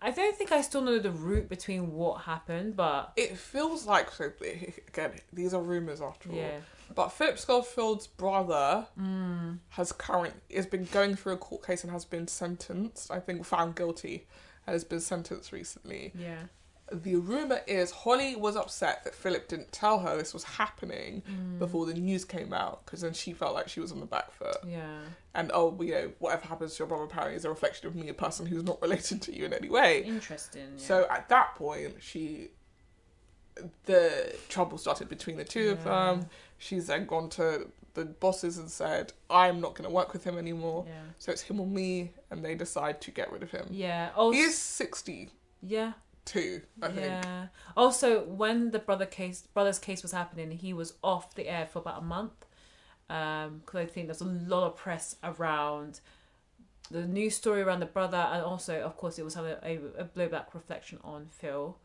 I don't think I still know the root between what happened, but
It feels like so. Again, these are rumors after all.
yeah, Hmm.
But Philip Schofield's brother has current has been going through a court case and has been sentenced. I think found guilty and has been sentenced recently.
yeah,
The rumor is Holly was upset that Philip didn't tell her this was happening
Hmm.
before the news came out because then she felt like she was on the back foot.
yeah,
And oh, well, you know, whatever happens to your brother apparently is a reflection of me, a person who's not related to you in any way.
interesting. Yeah.
So at that point, she, the trouble started between the two of
Yeah.
them. She's then gone to the bosses and said, "I'm not going to work with him anymore."
yeah,
So it's him or me, and they decide to get rid of him.
yeah, also,
He is sixty-two,
yeah,
I think.
yeah. Also, when the brother case brother's case was happening, he was off the air for about a month. Um, because I think there's a lot of press around the news story around the brother, and also, of course, it was having a, a blowback reflection on Phil.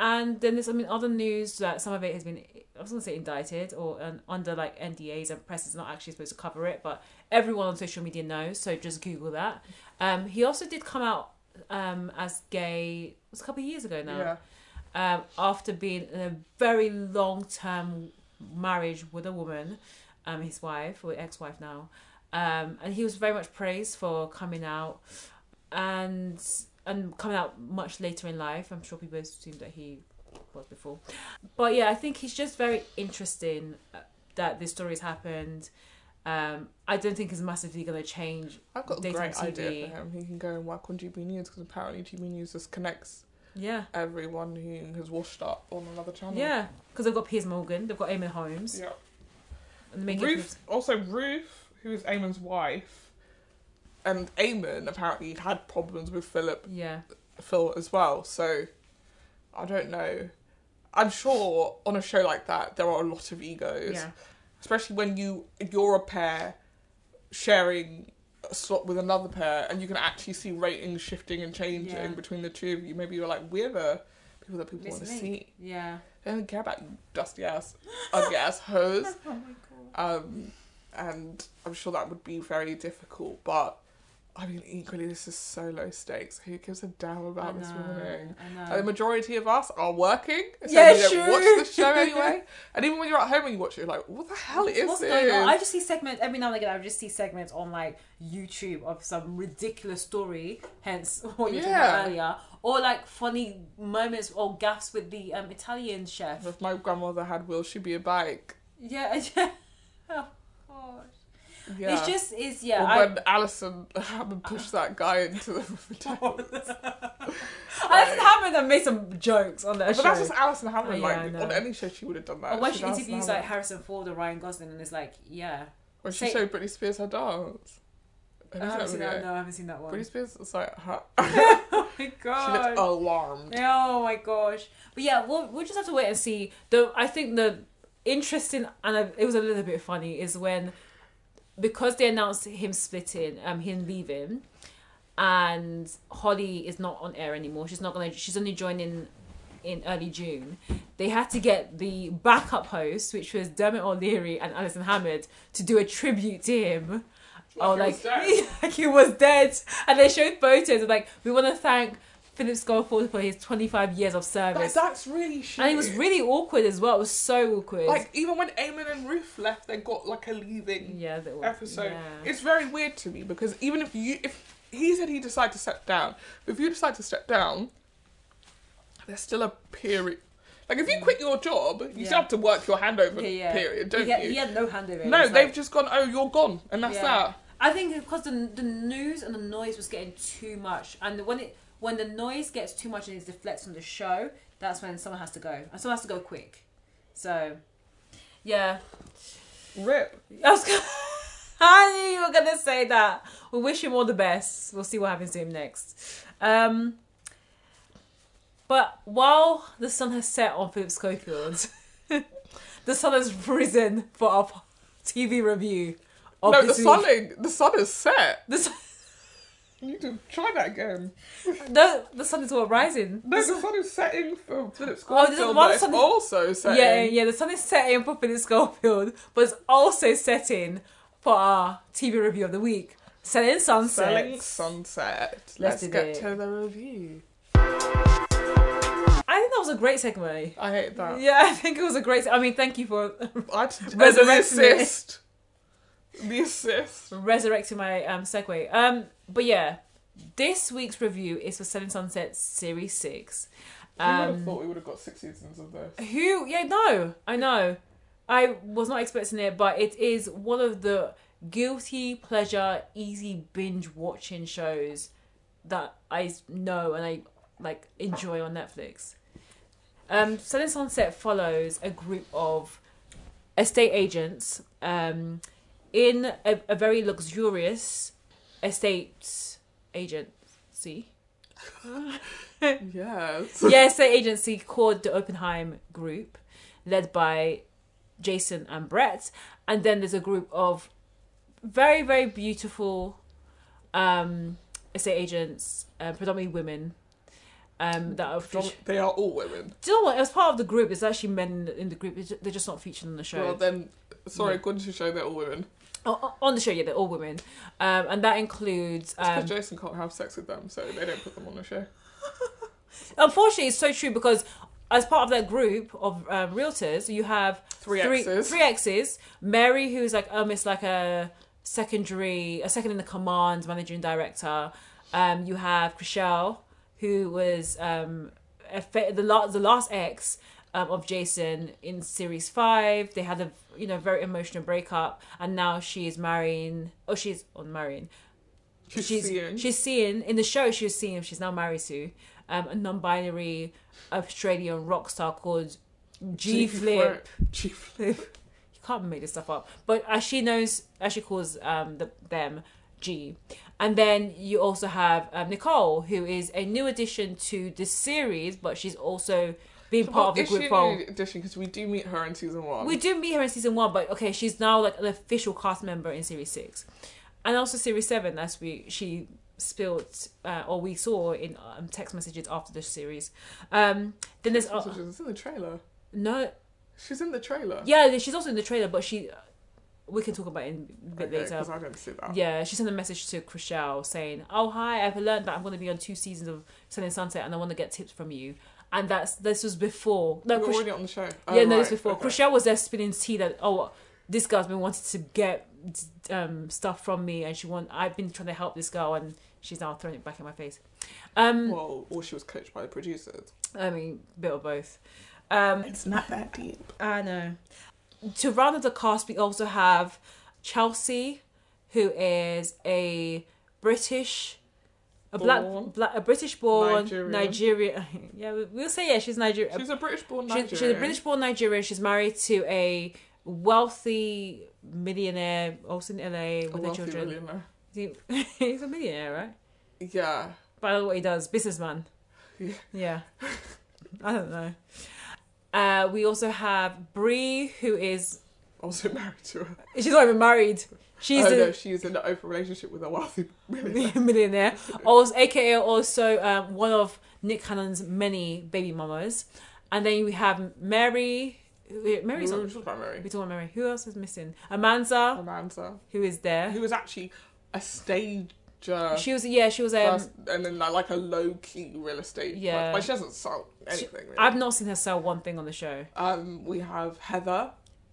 And then there's, I mean, other news that some of it has been, I was gonna say indicted or um, under like NDAs, and press is not actually supposed to cover it, but everyone on social media knows, so just Google that. Um, he also did come out um, as gay, it was a couple of years ago now
Yeah.
um, after being in a very long term marriage with a woman, um, his wife or ex wife now, um, and he was very much praised for coming out and and coming out much later in life. I'm sure people assumed that he was before, but yeah, I think he's just very interesting uh, that this story has happened. Um, I don't think it's massively going to change.
I've got a
Dating
great idea
TV.
for him. He can go and work on GB News because apparently GB News just connects
Yeah,
everyone who has washed up on another channel.
yeah, because they've got Piers Morgan, they've got Eamon Holmes,
Yeah.
and they make it
Ruth, also Ruth, who is Eamon's wife, and Eamon apparently had problems with Philip,
yeah.
Phil as well. So I don't know. I'm sure on a show like that there are a lot of egos,
Yeah.
especially when you you're a pair sharing a slot with another pair, and you can actually see ratings shifting and changing
Yeah.
between the two of you. Maybe you're like we're the people that people want to
Missing
see.
link. Yeah.
They don't care about you dusty ass, ugly ass hose.
Oh my god.
Um, and I'm sure that would be very difficult, but I mean, equally, this is so low stakes. Who gives a damn about this morning?
I
And the majority of us are working, so
Yeah,
we don't
sure.
watch the show anyway. and even when you're at home and you watch it, you're like, what the hell is
What's
this?
going on? I just see segments every now and again. I just see segments on like YouTube of some ridiculous story, hence what you were
Yeah.
talking about earlier, or like funny moments or gaffes with the um, Italian chef.
if my grandmother had will she be a bike?
Yeah, yeah. Oh gosh,
Yeah.
it's just it's
or
yeah. I,
when Alison Hammond pushed that guy into the
I just happened and made some jokes on that
But
show.
that's just Alison Hammond.
Oh, yeah, I
like
know.
on any show, she would have done that.
or when she
She's Alison
interviews like
Hammond.
Harrison Ford or Ryan Gosling, and it's like, yeah,
when she
say-
showed Britney Spears her dance. Have
I
you
haven't
seen
seen
that
that.
video?
No, I haven't seen that one.
Britney Spears was like, huh?
Oh my
she
god,
looked alarmed.
Oh my gosh! But yeah, we'll we'll just have to wait and see. Though I think the interesting and I- it was a little bit funny is when because they announced him splitting, um, him leaving, and Holly is not on air anymore. She's not gonna. She's only joining in early June, they had to get the backup host, which was Dermot O'Leary and Alison Hammond, to do a tribute to him. Oh,
he
like,
was dead.
like he was dead, and they showed photos of like we want to thank Philip Schofield for his 25 years of
Like,
service,
that's really shit.
and it was really awkward as well. It was so awkward.
like even when Eamon and Ruth left, they got like a leaving
yeah, that was,
episode.
yeah.
It's very weird to me because even if you if he said he decided to step down, but if you decide to step down, there's still a period. Like if you quit your job, you
Yeah.
still have to work your handover
Yeah, yeah.
period, don't
he, had,
you?
he had no handover. It
No,
was
they've
like-
just gone. Oh, you're gone, and that's
Yeah.
that.
I think because the the news and the noise was getting too much, and when it when the noise gets too much and it deflects on the show, that's when someone has to go, and someone has to go quick. So, yeah,
Rip.
I was. Gonna, I knew you were gonna say that. We wish him all the best. We'll see what happens to him next. Um, but while the sun has set on Philip Schofield, the sun has risen for our TV review. Of
No, the
this
sun.
week.
ain't- The sun is set.
The sun-
You need to try that again.
No, the sun is all rising.
No, the sun is setting for Philip
Oh,
Schofield,
there's one
but it's
sun-
also
Yeah,
setting.
yeah, yeah, the sun is setting for Philip Schofield, but it's also setting for our TV review of the week. Selling Sunset.
Selling sunset.
Let's
Let's,
do
get
it.
to the review.
I think that was a great segment.
I hate that.
Yeah, I think it was a great. I mean, thank you for
I just, and
Resurrecting
the assist. The assist.
resurrecting my um, segue. Um, but yeah, this week's review is for Selling Sunset Series Six.
Who would
Um,
have thought we would have got six seasons of this?
Who? Yeah, no, I know. I was not expecting it, but it is one of the guilty pleasure, easy binge watching shows that I know and I like enjoy on Netflix. Um, Selling Sunset follows a group of estate agents um, in a, a very luxurious estate agency.
Yes.
yeah, estate agency called the Oppenheim Group, led by Jason and Brett, and then there's a group of very very beautiful um, estate agents, uh, predominantly women. Um, that are featured.
Dom- They are all women.
Do you know what? As part of the group, it's actually men in the- in the group. It's- They're just not featured on the show.
Well, then, sorry,
Yeah.
according to the show, they're all women.
Oh, on the show, yeah, they're all women, um, and that includes. Um,
Because Jason can't have sex with them, so they don't put them on the show.
unfortunately, it's so true because as part of that group of um, realtors, you have
Three exes.
three exes. Mary, who's like almost like a secondary, a second in the command, managing director. Um, you have Chriselle, who was um, a fa- the last the last ex um, of Jason in series five. They had a you know very emotional breakup, and now she is marrying. Oh, she's on marrying
She's,
she's
seeing.
she's seeing in the show she was seeing him she's now married to um, a non-binary Australian rock star called G Flip.
G Flip.
you can't make this stuff up, but as she knows, as she calls um, the, them G. And then you also have um, Nicole, who is a new addition to the series, but she's also being part of the
Is she
group
in
role.
addition? Because we do meet her in season one.
We do meet her in season one, but okay, she's now like an official cast member in series six, and also series seven. As we she spilt uh, or we saw in um, text messages after the series. Um, then there's
Also,
uh,
she's in the trailer.
no,
She's in the trailer.
yeah, she's also in the trailer, but she we can talk about it in a bit later.
Because I don't see that.
uh, Yeah, she sent a message to Chriselle saying, "Oh hi, I've learned that I'm going to be on two seasons of Selling Sunset, and I want to get tips from you." And that's this was before no,
We're
Chris-
already on the show. Oh,
yeah, no, this
right,
before.
okay.
Chriselle was there spinning tea that oh, this girl's been wanting to get um, stuff from me, and she want. I've been trying to help this girl, and she's now throwing it back in my face. Um,
Well, or she was coached by the producers.
I mean, bit of both. Um,
It's not that deep.
I know.
to round up the cast, we also have Chelsea, who is a British, a black,
Born.
black a British-born Nigerian.
Nigerian.
yeah, we- we'll say yeah, she's Nigerian.
She's a British-born
She-
Nigerian.
she's a British born Nigerian. She's married to a wealthy millionaire, also in LA,
A
with their
wealthy
children.
millionaire.
He- He's a millionaire, right?
Yeah.
But I don't know what he does. Businessman.
Yeah.
Yeah. I don't know. Uh, we also have Brie, who is.
Also married to her.
She's not even married. She's
oh
the
no, she's in an open relationship with a wealthy millionaire.
millionaire. Also, aka also um, one of Nick Cannon's many baby mamas. And then we have Mary. who- Mary's
Ooh,
on.
she's not Mary.
We talking about Mary. Who else is missing? Amanza,
Romanza,
who is there?
who uh, was actually a stager.
She was yeah. She was um.
first, and then like, like a low key real estate. like-
Yeah.
but she doesn't sell anything. really.
I've not seen her sell one thing on the show.
Um, we have Heather.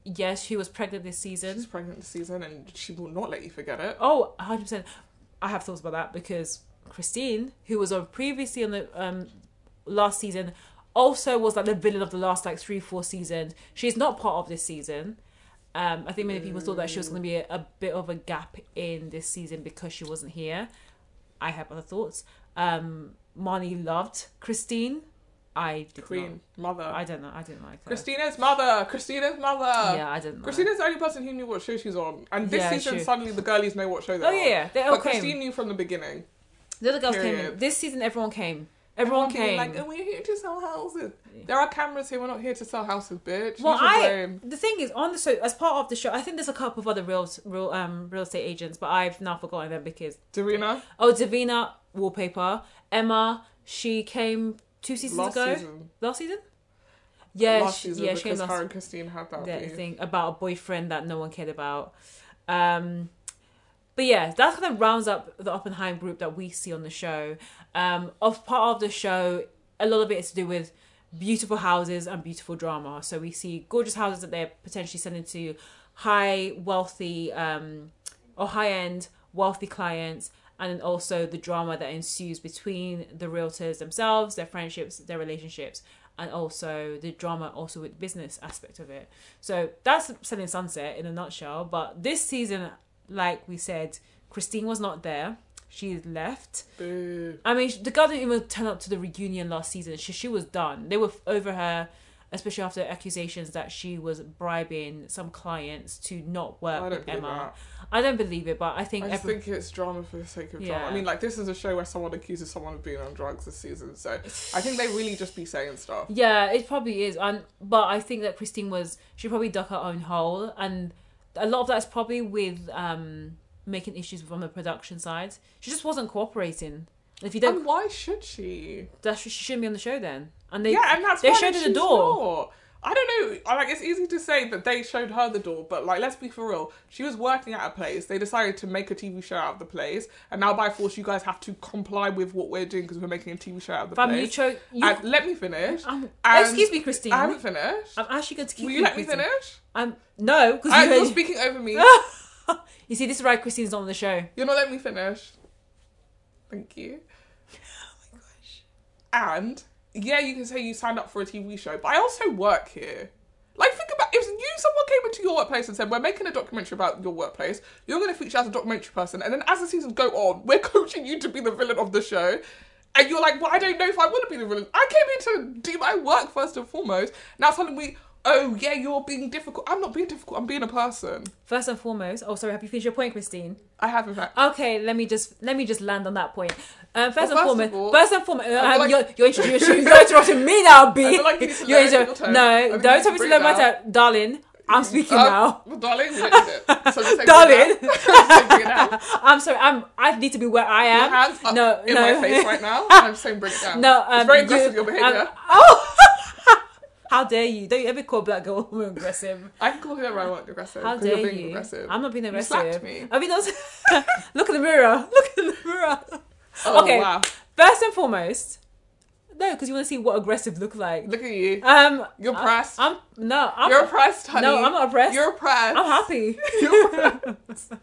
Yes, she was pregnant this
She's
season.
pregnant this season, and she will not let you forget it.
Oh, 100 percent. I have thoughts about that because Christine, who was on previously on the um last season, also was like the villain of the last like three, four seasons. She's not part of this season. Um, I think many people thought that she was going to be a, a bit of a gap in this season because she wasn't here. I have other thoughts. Um, Marnie loved Christine. I did
Queen, mother,
Not. I don't know. I didn't like her.
Christina's mother, Christina's mother.
yeah, I didn't. Like.
Christina's the only person who knew what show she's on, and this
Yeah,
season
true.
suddenly the girlies know what show they're
Oh yeah,
on.
yeah. They all
But
came.
Christine knew from the beginning.
the other girls came. in.
Period.
This season, everyone came. Everyone, came.
Like, and we're here to sell houses. There are cameras here. We're not here to sell houses, bitch.
well,
Use your
I
brain.
the thing is on the show as part of the show. I think there's a couple of other real, real, um, real estate agents, but I've now forgotten them because
Dorina
oh, Davina Wallpaper, Emma, she came two seasons
last
ago.
season.
Last season. Yeah,
last
she,
season
yeah, she came
because
last
her and Christine had that.
that
beef.
thing about a boyfriend that no one cared about. Um, but yeah, that kind of rounds up the Oppenheim group that we see on the show. Um, of part of the show, a lot of it is to do with beautiful houses and beautiful drama. So we see gorgeous houses that they're potentially sending to high wealthy um, or high end wealthy clients. And then also the drama that ensues between the realtors themselves, their friendships, their relationships, and also the drama also with business aspect of it. So that's Selling Sunset in a nutshell. But this season, like we said, Christine was not there. She left.
Boo.
I mean, the girl didn't even turn up to the reunion last season. She, she was done. They were f- over her, especially after accusations that she was bribing some clients to not work
I don't
with
believe
Emma.
that.
I don't believe it, but I think
I just
every-
think it's drama for the sake of drama.
Yeah.
I mean, like this is a show where someone accuses someone of being on drugs this season, so I think they really just be saying stuff.
Yeah, it probably is. And but I think that Christine was she probably dug her own hole, and a lot of that's probably with um making issues from the production side. She just wasn't cooperating. If you don't,
And why should she?
that's, she shouldn't be on the show then. And they
yeah, and that's
they
why
showed her the
she's
door.
not. I don't know. I Like it's easy to say that they showed her the door, but like let's be for real. She was working at a place. They decided to make a TV show out of the place, and now by force you guys have to comply with what we're doing because we're making a TV show out of the
Fam, you
place.
chose. You,
and let me finish.
I'm-
and-
excuse me, Christine.
I
I'm,
haven't finished.
actually going to keep.
Will you let me
Christine.
finish?
I'm no because
I,
you,
you're
heard-
speaking over me.
you see this is why Christine's not on the show.
You're not letting me finish. Thank you. Oh my gosh. And yeah, you can say you signed up for a TV show, but I also work here. Like, think about if you someone came into your workplace and said, "We're making a documentary about your workplace. You're going to feature as a documentary person, and then as the seasons go on, we're coaching you to be the villain of the show." And you're like, "Well, I don't know if I want to be the villain. I came here to do my work first and foremost. Now suddenly we, oh yeah, you're being difficult. I'm not being difficult. I'm being a person.
First and foremost, oh sorry, have you finished your point, Christine?
I have in fact."
Okay, let me just let me just land on that point. Um, first, and
Well, first of all-
foremost, first and foremost, um,
like-
you're, you're introducing you're interrupting me now, B.
feel like you need to
you're
lower your
interrupting.
tone. I
No,
think you
don't tell
need to
me to
bring
lower my
it down.
tone, darling. I'm speaking
Um,
now.
well, darling, we don't need it. So just take
Darling.
it out. Take it out.
I'm sorry. I'm. I need to be where I
Your
am.
hands up
no,
in
no.
my face right now. and I'm saying bring it down.
No, um,
it's very
you-
aggressive your
um,
behaviour.
oh, how dare you? Don't you ever call black girl woman aggressive?
I can call whoever I want aggressive.
How
'cause you're
dare
being
you? Uh,
aggressive.
I'm not being
You
aggressive.
slapped me.
I mean, I was, look in the mirror. Look in the mirror.
Oh,
okay.
wow.
First and foremost, no, because you want to see what aggressive look like.
Look at you.
Um,
You're
I-
oppressed.
I'm no. I'm,
You're oppressed, honey.
Uh, No, I'm not oppressed.
You're oppressed.
I'm happy.
You're oppressed.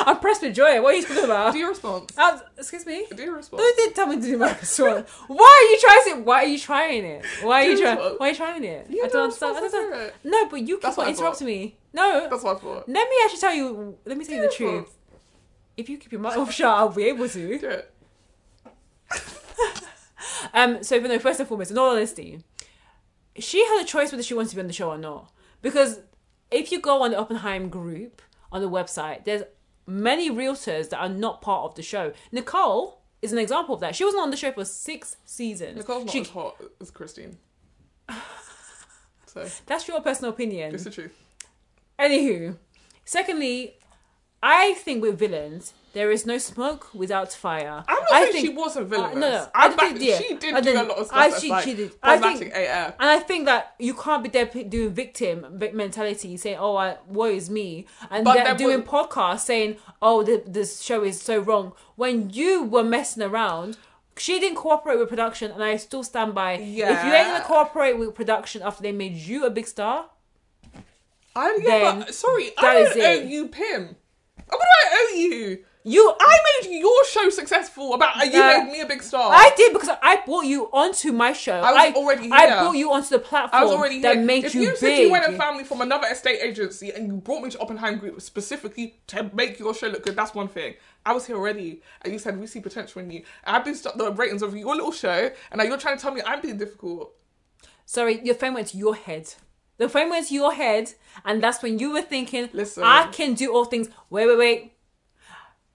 I'm pressed with joy. What are you talking about?
Do your response.
Uh, excuse me.
Do your response.
Don't tell me to do my response. Why are you trying it? Why are you trying it? Why are you
Do
trying?
what?
Why are you trying it?
You
I
had
don't
no
understand. I
response
don't
to
understand. No, but you
That's
keep on
what I thought.
interrupting me. No,
That's what I thought.
let me actually tell you. Let me tell you the
Beautiful.
truth. If you keep your mouth shut, I'll be able to.
Do it.
Um, so but no, first and foremost, in all honesty, she had a choice whether she wanted to be on the show or not. Because if you go on the Oppenheim group on the website, there's many realtors that are not part of the show. Nicole is an example of that. She wasn't on the show for six seasons.
Nicole's not
She-
as hot as Christine. So,
that's your personal opinion.
it's the truth.
Anywho, secondly, I think with villains, there is no smoke without fire.
I'm not
I
saying
think,
she wasn't
uh,
villainous.
no, no,
I,
I don't
back-
think- yeah.
she did
I
do a
don't-
lot of stuff.
I-
that's
she-
like
she did. I think-
problematic AF.
And I think that you can't be there p- doing victim v- mentality, saying, "Oh, I, woe is me," and
But
then
then
doing
we-
podcasts saying, "Oh, the, this show is so wrong." When you were messing around, she didn't cooperate with production, and I still stand by. If you ain't
Yeah.
gonna cooperate with production after they made you a big star,
I, yeah,
then
but sorry,
that
I
is
don't
it.
owe you, Pim. What do I owe you?
you,
I made your show successful. About you
That-
made me a big star.
I did because I brought you onto my show. I
Oh. was already
I
here.
brought you onto the platform
I was already
that
here.
made
if
you,
you,
big.
said you went and found me from another estate agency and you brought me to Oppenheim Group specifically to make your show look good, that's one thing. I was here already, and you said we see potential in you. And I boosted up the ratings of your little show, and now you're trying to tell me I'm being difficult.
Sorry, your phone went to your head. The phone went to your head, and that's when you were thinking,
Listen.
I can do all things. Wait, wait, wait.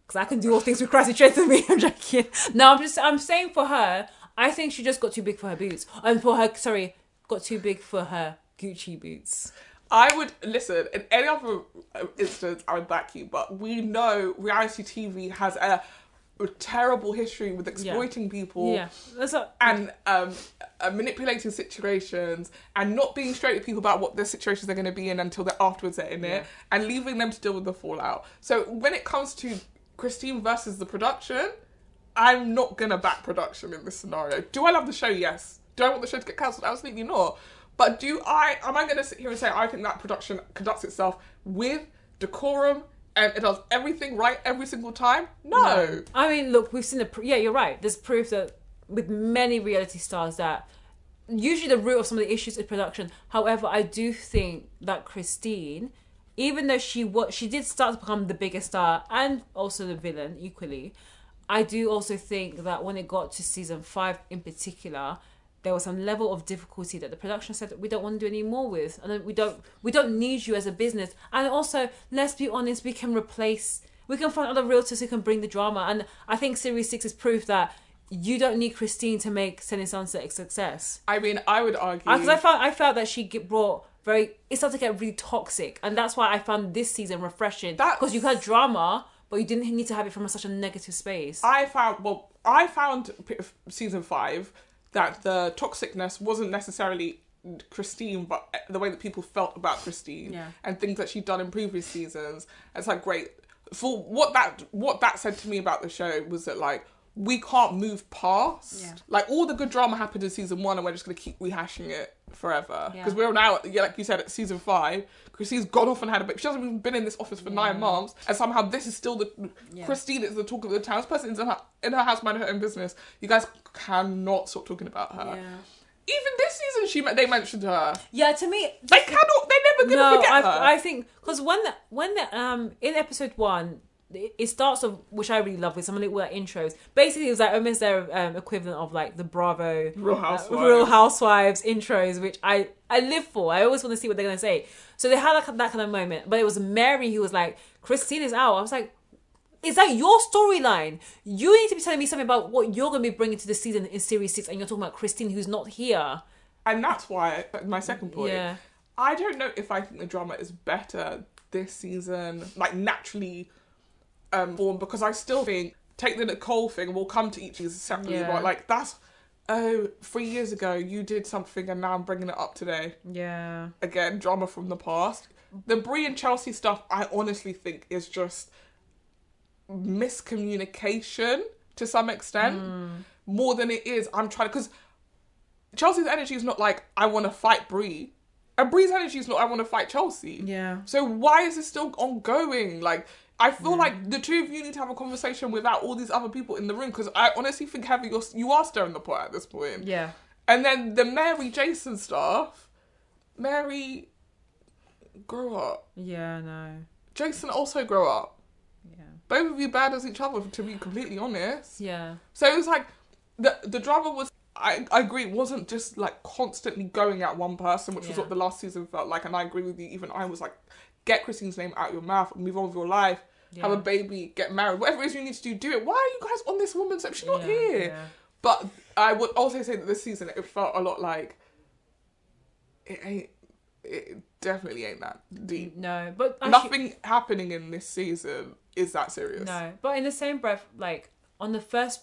Because I can do all things with Christ who strengthens me. I'm joking. No, I'm just, I'm saying for her, I think she just got too big for her boots. And for her, sorry, got too big for her Gucci boots.
I would listen in any other uh, instance, I would back you, but we know reality TV has a, a terrible history with exploiting people.
Yeah. That's not,
and um, uh, manipulating situations and not being straight with people about what their situations they're going to be in until they're afterwards they're in it and leaving them to deal with the fallout. So when it comes to Christine versus the production, I'm not going to back production in this scenario. Do I love the show? Yes. Do I want the show to get cancelled? Absolutely not. But do I, am I going to sit here and say I think that production conducts itself with decorum and it does everything right every single time? no.
I mean, look, we've seen the. Pr- yeah, you're right. There's proof that with many reality stars that usually the root of some of the issues is production. However, I do think that Christine, even though she was, she did start to become the biggest star and also the villain equally. I do also think that when it got to season five in particular, there was some level of difficulty that the production said we don't want to do any more with, and then we don't we don't need you as a business. And also, let's be honest, we can replace we can find other realtors who can bring the drama. And I think Series Six is proof that you don't need Christine to make Sunny Sunset a success
I mean, I would argue.
because Ah, Uh, I felt I felt that she get brought very. It started to get really toxic, and that's why I found this season refreshing.
That's-
Because you had drama, but you didn't need to have it from such a negative space.
I found well, I found p- f- season five that the toxicness wasn't necessarily Christine, but eh, the way that people felt about Christine
Yeah.
and things that she'd done in previous seasons. It's like great for what that what that said to me about the show was that like we can't move past
Yeah.
like all the good drama happened in season one and we're just gonna keep rehashing it forever
Yeah.
because we're now yeah, like you said at season five christine's gone off and had a baby she hasn't even been in this office for nine months and somehow this is still the
Yeah.
Christine is the talk of the town. This person is in her, in her house minding her own business. You guys cannot stop talking about her.
Yeah.
Even this season, she men- they mentioned her.
yeah, to me,
They cannot. They're never gonna
no,
forget her.
I, I think because when the, when the, um in episode one it it starts off which I really love with some of the little intros. Basically, it was like almost their um, equivalent of like the Bravo
Real
uh,
Housewives.
Real Housewives intros, which I I live for. I always want to see what they're gonna say. So they had like, that kind of moment, but it was Mary who was like, "Christine is out." I was like. Is that your storyline? You need to be telling me something about what you're going to be bringing to the season in series six, and you're talking about Christine, who's not here.
and that's why my second point.
Yeah.
I don't know if I think the drama is better this season, like naturally um formed, because I still think take the Nicole thing. We'll come to each season separately,
Yeah.
but like that's oh three years ago you did something and now I'm bringing it up today.
Yeah.
again, drama from the past. The Brie and Chelsea stuff, I honestly think is just miscommunication to some extent, more than it is. I'm trying because Chelsea's energy is not like I want to fight Brie, and Brie's energy is not I want to fight Chelsea.
Yeah.
So why is this still ongoing? Like, I feel like the two of you need to have a conversation without all these other people in the room because I honestly think Heather, you're you are stirring the pot at this point.
Yeah.
And then the Mary Jason stuff. Mary grow up.
Yeah. No.
Jason also grow up.
Yeah.
Both of you bad as each other, to be completely honest.
Yeah.
So it was like the the drama was. I, I agree. It wasn't just like constantly going at one person, which was
Yeah.
what the last season felt like. And I agree with you. Even I was like, get Christine's name out your mouth, move on with your life, have a
Yeah.
baby, get married, whatever it is you need to do, do it. Why are you guys on this woman's? She's not
Yeah,
here.
Yeah.
But I would also say that this season it felt a lot like it ain't it definitely ain't that deep.
No, but actually,
Nothing happening in this season is that serious.
No, but in the same breath, like on the first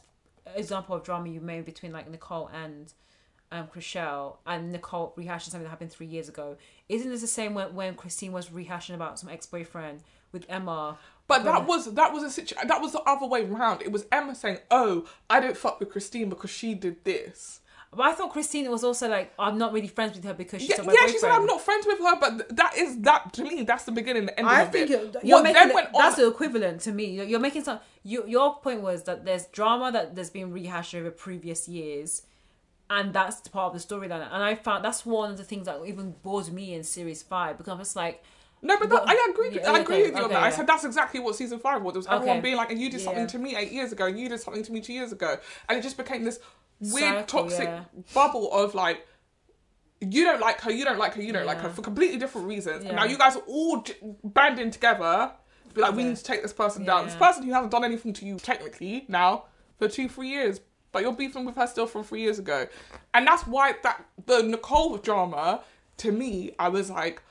example of drama you made between like Nicole and um Chriselle, and Nicole rehashing something that happened three years ago, isn't this the same when, when Christine was rehashing about some ex boyfriend with Emma?
But
Go
that
on.
was that was a situ- that was the other way round. It was Emma saying, "Oh, I don't fuck with Christine because she did this."
But I thought Christine was also like, I'm not really friends with her because she's
Yeah,
not my
yeah
boyfriend.
she said, "I'm not friends with her," but th- that is that to me. That's the beginning, and the end
I
of
think
it.
it- you're
What
making
then
it-
went on
That's the equivalent to me. You're, you're making some. You, your point was that there's drama that there's been rehashed over previous years, and that's the part of the storyline. And I found that's one of the things that even bores me in series five because I'm just like,
No, but
Well,
that, I agree.
yeah,
I
okay,
agree with you on
okay,
that. I
yeah.
said that's exactly what season five was. It was everyone
Okay.
being like, "And you did something
Yeah.
to me eight years ago, and you did something to me two years ago," and it just became this weird
Circle,
toxic
yeah.
bubble of like, "You don't like her, you don't like her, you don't like
Yeah.
her" for completely different reasons. And
Yeah.
now you guys are all j- banding together, to be like, "We
Yeah.
need to take this person down. This
Yeah.
person who hasn't done anything to you technically now for two, three years." But you're beefing with her still from three years ago, and that's why that the Nicole drama to me, I was like,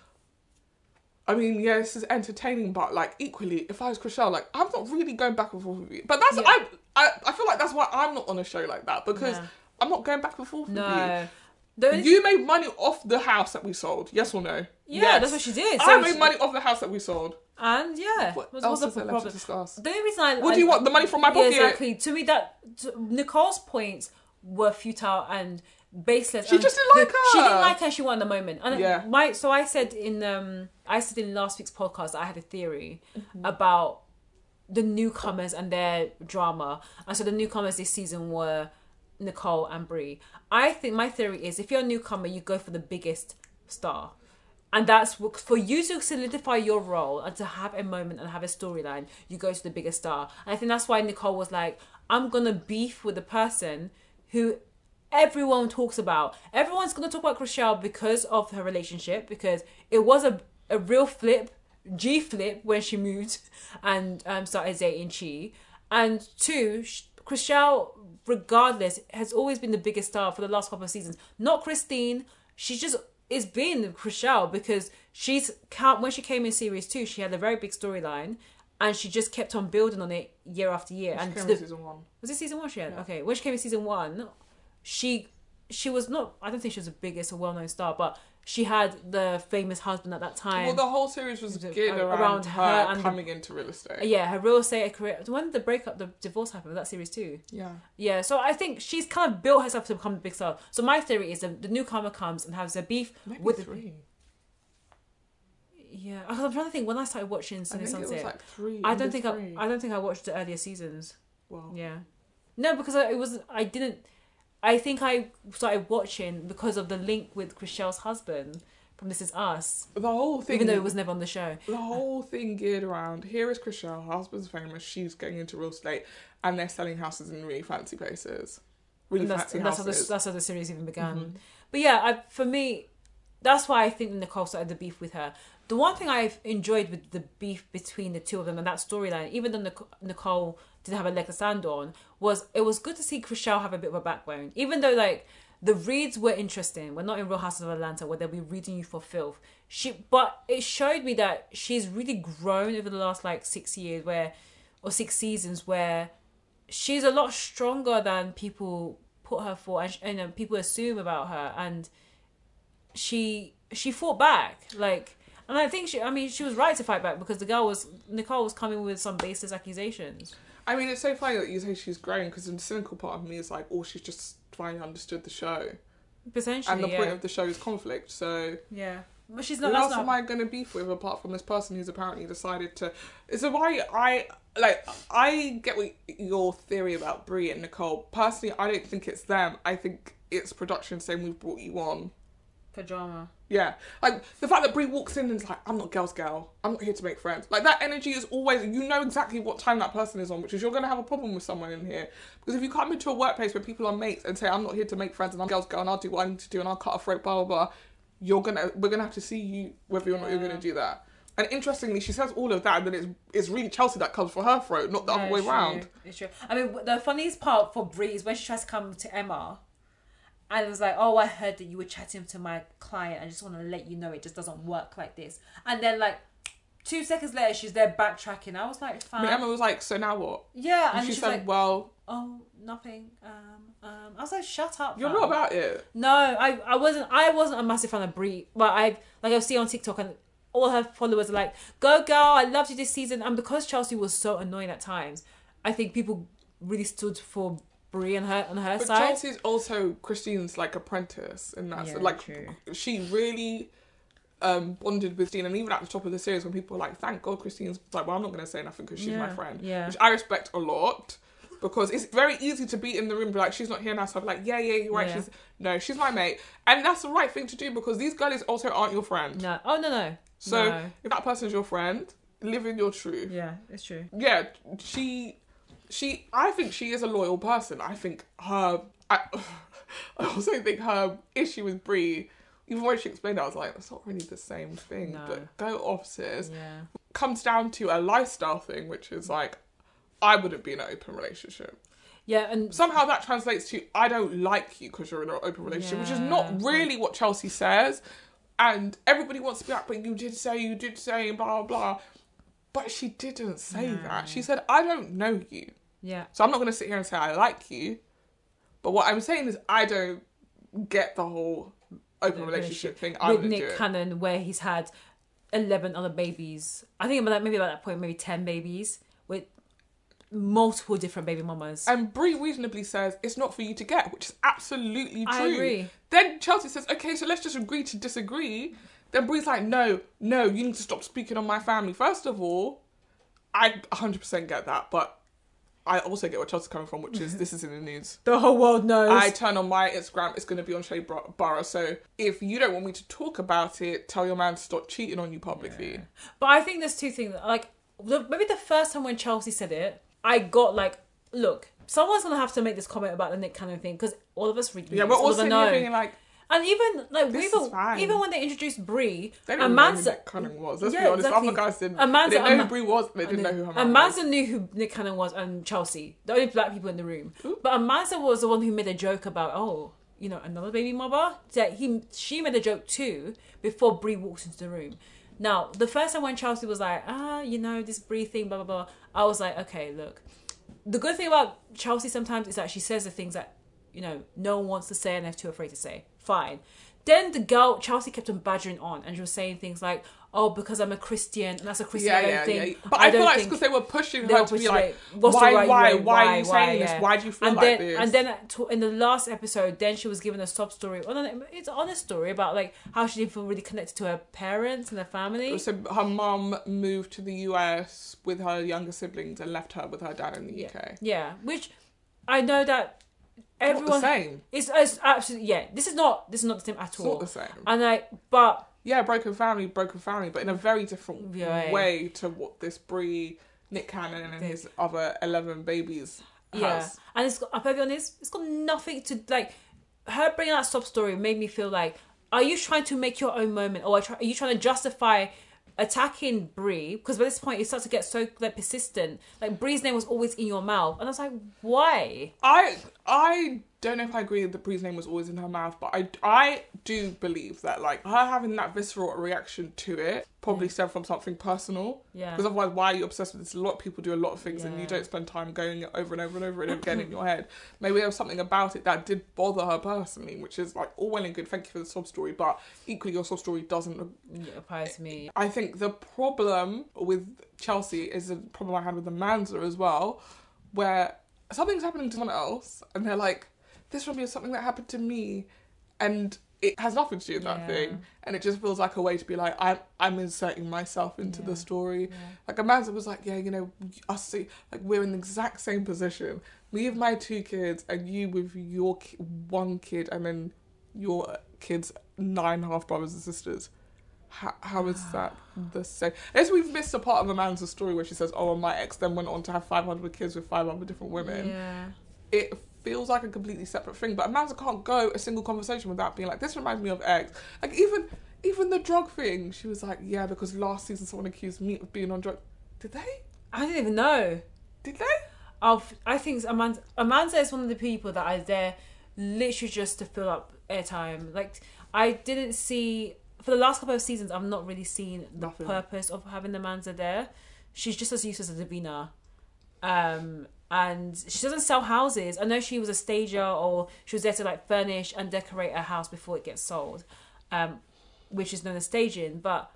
I mean, yeah, this is entertaining, but like equally, if I was Chriselle, like I'm not really going back and forth with you. But that's
Yeah.
I, I I feel like that's why I'm not on a show like that because
No.
I'm not going back and forth with
no. The
you.
only-
You made money off the house that we sold, yes or no?
yeah,
Yes.
that's what she did.
I
So
made
she-
money off the house that we sold.
and yeah,
What
what's-
else
what's
is
the
there left to
problem?
discuss?
The only reason I
What do you
I-
want? The money from my
Yeah,
pocket?
exactly. To me, that to, Nicole's points were futile and baseless.
She
and
just didn't
the-
like her.
She didn't like her. She wanted the moment. And
Yeah.
My so I said in um I said in last week's podcast that I had a theory about the newcomers and their drama. And so the newcomers this season were Nicole and Brie. I think my theory is if you're a newcomer, you go for the biggest star. And that's what- for you to solidify your role and to have a moment and have a storyline, you go to the biggest star. And I think that's why Nicole was like, I'm gonna beef with the person who everyone talks about. Everyone's gonna talk about Chriselle because of her relationship, because it was a, a real flip, G flip when she moved and um, started dating Chi. And two, sh- Chriselle, regardless, has always been the biggest star for the last couple of seasons. Not Christine. She just is being Chriselle because she's count when she came in series two, she had a very big storyline. And she just kept on building on it year after year. and
Came
to
in
the-
season one.
was it season one she had? Okay, when she came in season one, she she was not. I don't think she was the biggest or well known star, but she had the famous husband at that time.
Well, the whole series was
it
geared
around
around,
her
her,
and the-
coming into real estate.
Uh, yeah, her real estate career. When did the breakup, the divorce happened? Was that series two?
Yeah.
Yeah, so I think she's kind of built herself to become the big star. So my theory is that the newcomer comes and has a beef
Maybe
with the,
three.
yeah. I'm trying to think when I started watching
I
Sunny
think it
Sunset.
was like three.
I
and
don't
the
think I,
three.
I don't think I watched the earlier seasons.
Well,
Yeah. No, because I, it was I didn't. I think I started watching because of the link with Chriselle's husband from This Is Us,
the whole thing.
even though it was never on the show.
The whole thing geared around here is Chriselle, her husband's famous, she's getting into real estate, and they're selling houses in really fancy places. Really
And that's,
fancy
and that's, how the,
houses.
that's how the series even began. But yeah, I, for me, that's why I think Nicole started the beef with her. The one thing I've enjoyed with the beef between the two of them and that storyline, even though Nic- Nicole did have a leg to stand on, was it was good to see Chriselle have a bit of a backbone. Even though like the reads were interesting, we're not in Real Houses of Atlanta where they'll be reading you for filth. She, but it showed me that she's really grown over the last like six years, where or six seasons, where she's a lot stronger than people put her for and, and um, people assume about her and she she fought back like and i think she i mean she was right to fight back because the girl was nicole was coming with some baseless accusations
I mean, it's so funny that you say she's grown because the cynical part of me is like, oh, she's just finally understood the show.
potentially
And the
yeah.
point of the show is conflict, so
yeah but she's
who
not
else
that's
am
not
I going to beef with apart from this person who's apparently decided to? So why I like I get what your theory about Brie and Nicole. Personally, I don't think it's them. I think it's production saying we've brought you on.
for drama
Yeah, like the fact that Brie walks in and is like, "I'm not girl's girl. I'm not here to make friends." Like that energy is always. You know exactly what time that person is on, which is you're going to have a problem with someone in here because if you come into a workplace where people are mates and say, "I'm not here to make friends and I'm girl's girl and I'll do what I need to do and I'll cut a throat," blah blah blah, you're gonna we're gonna have to see you whether or not you're gonna do that. And interestingly, she says all of that, and then it's it's really Chelsea that comes for her throat, not the
Yeah,
other way
it's true.
round.
It's true. I mean, the funniest part for Bree is when she tries to come to Emma, I was like, oh, I heard that you were chatting to my client. I just want to let you know it just doesn't work like this. And then like two seconds later, she's there backtracking. I was like,
I
fine.
mean, Emma was like, "So now what?"
yeah,
And
Uh-huh. and
she
she's
said,
like,
"Well,
oh, nothing. Um, um. I was like, shut up.
you're
fam."
not about it."
No, I, I wasn't. I wasn't a massive fan of Brie, but I like I see on TikTok and all her followers are like, "Go girl, I loved you this season." And because Chelsea was so annoying at times, I think people really stood for Brie and her on her
But
side.
Chelsea's also Christine's like apprentice, and that's
Yeah,
like
true.
she really um bonded with Christine. And even at the top of the series, when people were like, "Thank God Christine's like," well, I'm not going to say nothing because she's my
Yeah,
friend,
yeah.
which I respect a lot. Because it's very easy to be in the room, be like, she's not here now, so I'm like, yeah, yeah, you're right.
Yeah.
She's no, she's my mate, and that's the right thing to do because these girlies also aren't your friend.
No, oh no, no.
So
No.
if that person's your friend, live in your truth.
Yeah, it's true.
Yeah, she, she. I think she is a loyal person. I think her. I, I also think her issue with Brie, even when she explained it, I was like, that's not really the same thing.
No.
But go off, sis.
Yeah,
Comes down to a lifestyle thing, which is like, I wouldn't be in an open relationship.
yeah, and
Somehow that translates to I don't like you because you're in an open relationship, which is
Yeah,
not
it's
really what Chelsea says. And everybody wants to be like, but you did say, you did say, and blah, blah, blah. But she didn't say that. She said, I don't know you.
yeah,
So I'm not going to sit here and say I like you. But what I'm saying is, I don't get the whole open relationship thing. I
with
wouldn't do
Nick
it.
Cannon, where he's had eleven other babies. I think about that. Maybe about that point, maybe ten babies with multiple different baby mamas.
And Brie reasonably says it's not for you to get, which is absolutely true.
I agree.
Then Chelsea says, okay, so let's just agree to disagree. Then Brie's like, no, no, you need to stop speaking on my family. First of all, I 100% get that, but I also get where Chelsea's coming from, which is this is in the news.
the whole world knows.
I turn on my Instagram, it's going to be on Shea Bar- Barra. So if you don't want me to talk about it, tell your man to stop cheating on you publicly.
But I think there's two things. Like the, maybe the first time when Chelsea said it, I got like, look, someone's gonna have to make this comment about the Nick Cannon thing because all of us read.
Yeah,
news,
we're
all
also
of us
being like,
and even like
This
even,
is fine.
even when they introduced Brie,
they
and
didn't know who
Mansa.
Nick Cannon was. Let's be
Yeah,
honest,
exactly.
other guys didn't,
Amanda-
they didn't know
Ama-
who Brie was, they didn't know who her man
And
was.
Mansa knew who Nick Cannon was and Chelsea, the only black people in the room. But Amanda was the one who made a joke about, oh, you know, another baby mama. That he, she made a joke too before Brie walked into the room. Now, the first time when Chelsea was like, ah, you know, this Brie thing, blah blah blah, I was like, okay, look. The good thing about Chelsea sometimes is that she says the things that you know no one wants to say and they're too afraid to say. Fine. Then the girl Chelsea kept on badgering on, and she was saying things like, "Oh, because I'm a Christian, and that's a Christian
yeah,
I don't
yeah,
think."
yeah. But I, feel
don't
like
think-
because they were pushing
they
her
were
to be
pushing
like,
it. What's the
why,
right
why,
way?
why, are
Why,
you saying
why, yeah.
this? Why do you feel
and
like
then,
this?
And then at- to- in the last episode, then she was given a sob story. Well, no, it's an honest story about like how she didn't feel really connected to her parents and her family.
so her mum moved to the US with her younger siblings and left her with her dad in the
Yeah.
UK.
Yeah, which I know that
not
everyone.
the same.
It's, it's absolutely yeah. This is not this is not the same at
It's not
all.
the same.
And I but
Yeah, broken family, broken family, but in a very different
Yeah.
way to what this Brie, Nick Cannon, and his other eleven babies has.
yeah, and it's got, I'm perfectly honest. It's got nothing to like. Her bringing that sob story made me feel like, are you trying to make your own moment, or are try- are you trying to justify attacking Bree? Because by this point, it starts to get so like persistent. Like Bree's name was always in your mouth, and I was like, why?
I I don't know if I agree that Bree's name was always in her mouth, but I I do believe that like her having that visceral reaction to it probably stemmed from something personal.
Yeah.
Because otherwise, why are you obsessed with this? A lot of people do a lot of things, and you
Yeah.
don't spend time going it over and over and over and over again in your head. Maybe there was something about it that did bother her personally, which is like all well and good. Thank you for the sob story, but equally your sob story doesn't
It applies to me.
I think the problem with Chelsea is the problem I had with the Manza as well, where something's happening to someone else and they're like, this reminds me of something that happened to me, and it has nothing to do with that
Yeah.
thing, and it just feels like a way to be like, I'm I'm inserting myself into the story. Like Amanda was like, yeah, you know, us see, like we're in the exact same position. Me with my two kids, and you with your ki- one kid, and then your kids nine half brothers and sisters. How, how is that the same? Unless we've missed a part of Amanda's story where she says, "Oh, and my ex then went on to have 500 kids with 500 different women."
Yeah,
It feels like a completely separate thing. But Amanda can't go a single conversation without being like, "This reminds me of ex." Like even even the drug thing, she was like, "Yeah, because last season someone accused me of being on drugs." Did they?
I didn't even know.
Did they?
I'll, I think Amanda, Amanda is one of the people that I dare literally just to fill up airtime. Like I didn't see for the last couple of seasons, I've not really seen the
Nothing.
purpose of having Amanda there. She's just as useless as Davina. Um, and she doesn't sell houses. I know she was a stager or she was there to like furnish and decorate a house before it gets sold, um, which is known as staging. But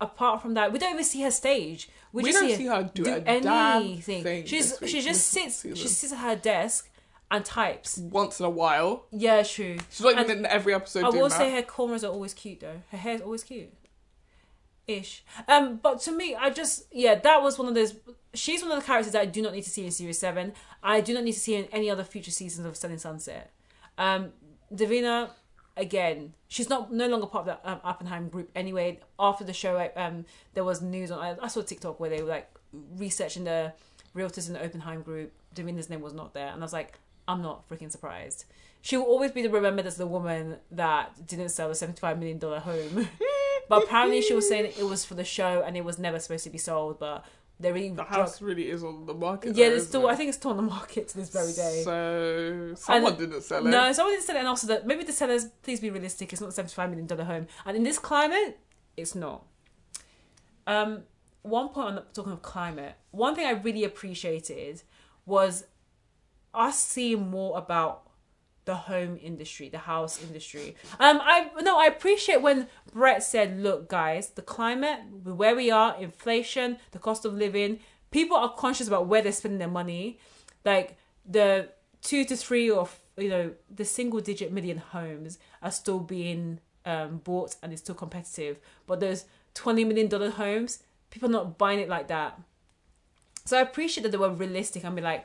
apart from that, we don't even see her stage. We,
we
just
don't
see her,
see her do, a damn
anything.
thing.
She's
this week
she
this
just sits she
season.
sits at her desk and types.
once in a while.
Yeah, true.
She's not
And-
even in every episode.
I
doing
will
that.
say her cornrows are always cute though. Her hair's always cute. Ish. Um, but to me, I just yeah, that was one of those. She's one of the characters that I do not need to see in series seven. I do not need to see in any other future seasons of Selling Sunset. Um, Davina, again, she's not no longer part of the um, Oppenheim group anyway. After the show, I, um, there was news on. I, I saw TikTok where they were like researching the realtors in the Oppenheim group. Davina's name was not there, and I was like, I'm not freaking surprised. She will always be remembered as the woman that didn't sell a $75 million home. but apparently she was saying it was for the show and it was never supposed to be sold, but they really
the
drug-
house really is on the market.
Yeah,
though,
it's
isn't
still,
it?
I think it's still on the market to this very day.
So someone didn't sell it.
No, someone didn't sell it, and also that maybe the sellers, please be realistic. It's not a seventy-five million dollar home, and in this climate, it's not. Um, one point on talking of climate, one thing I really appreciated was us seeing more about the home industry, the house industry. Um, I no, I appreciate when Brett said, "Look, guys, the climate, where we are, inflation, the cost of living, people are conscious about where they're spending their money, like the two to three or you know the single digit million homes are still being um, bought and it's still competitive, but those twenty million dollar homes, people are not buying it like that. So I appreciate that they were realistic and be like,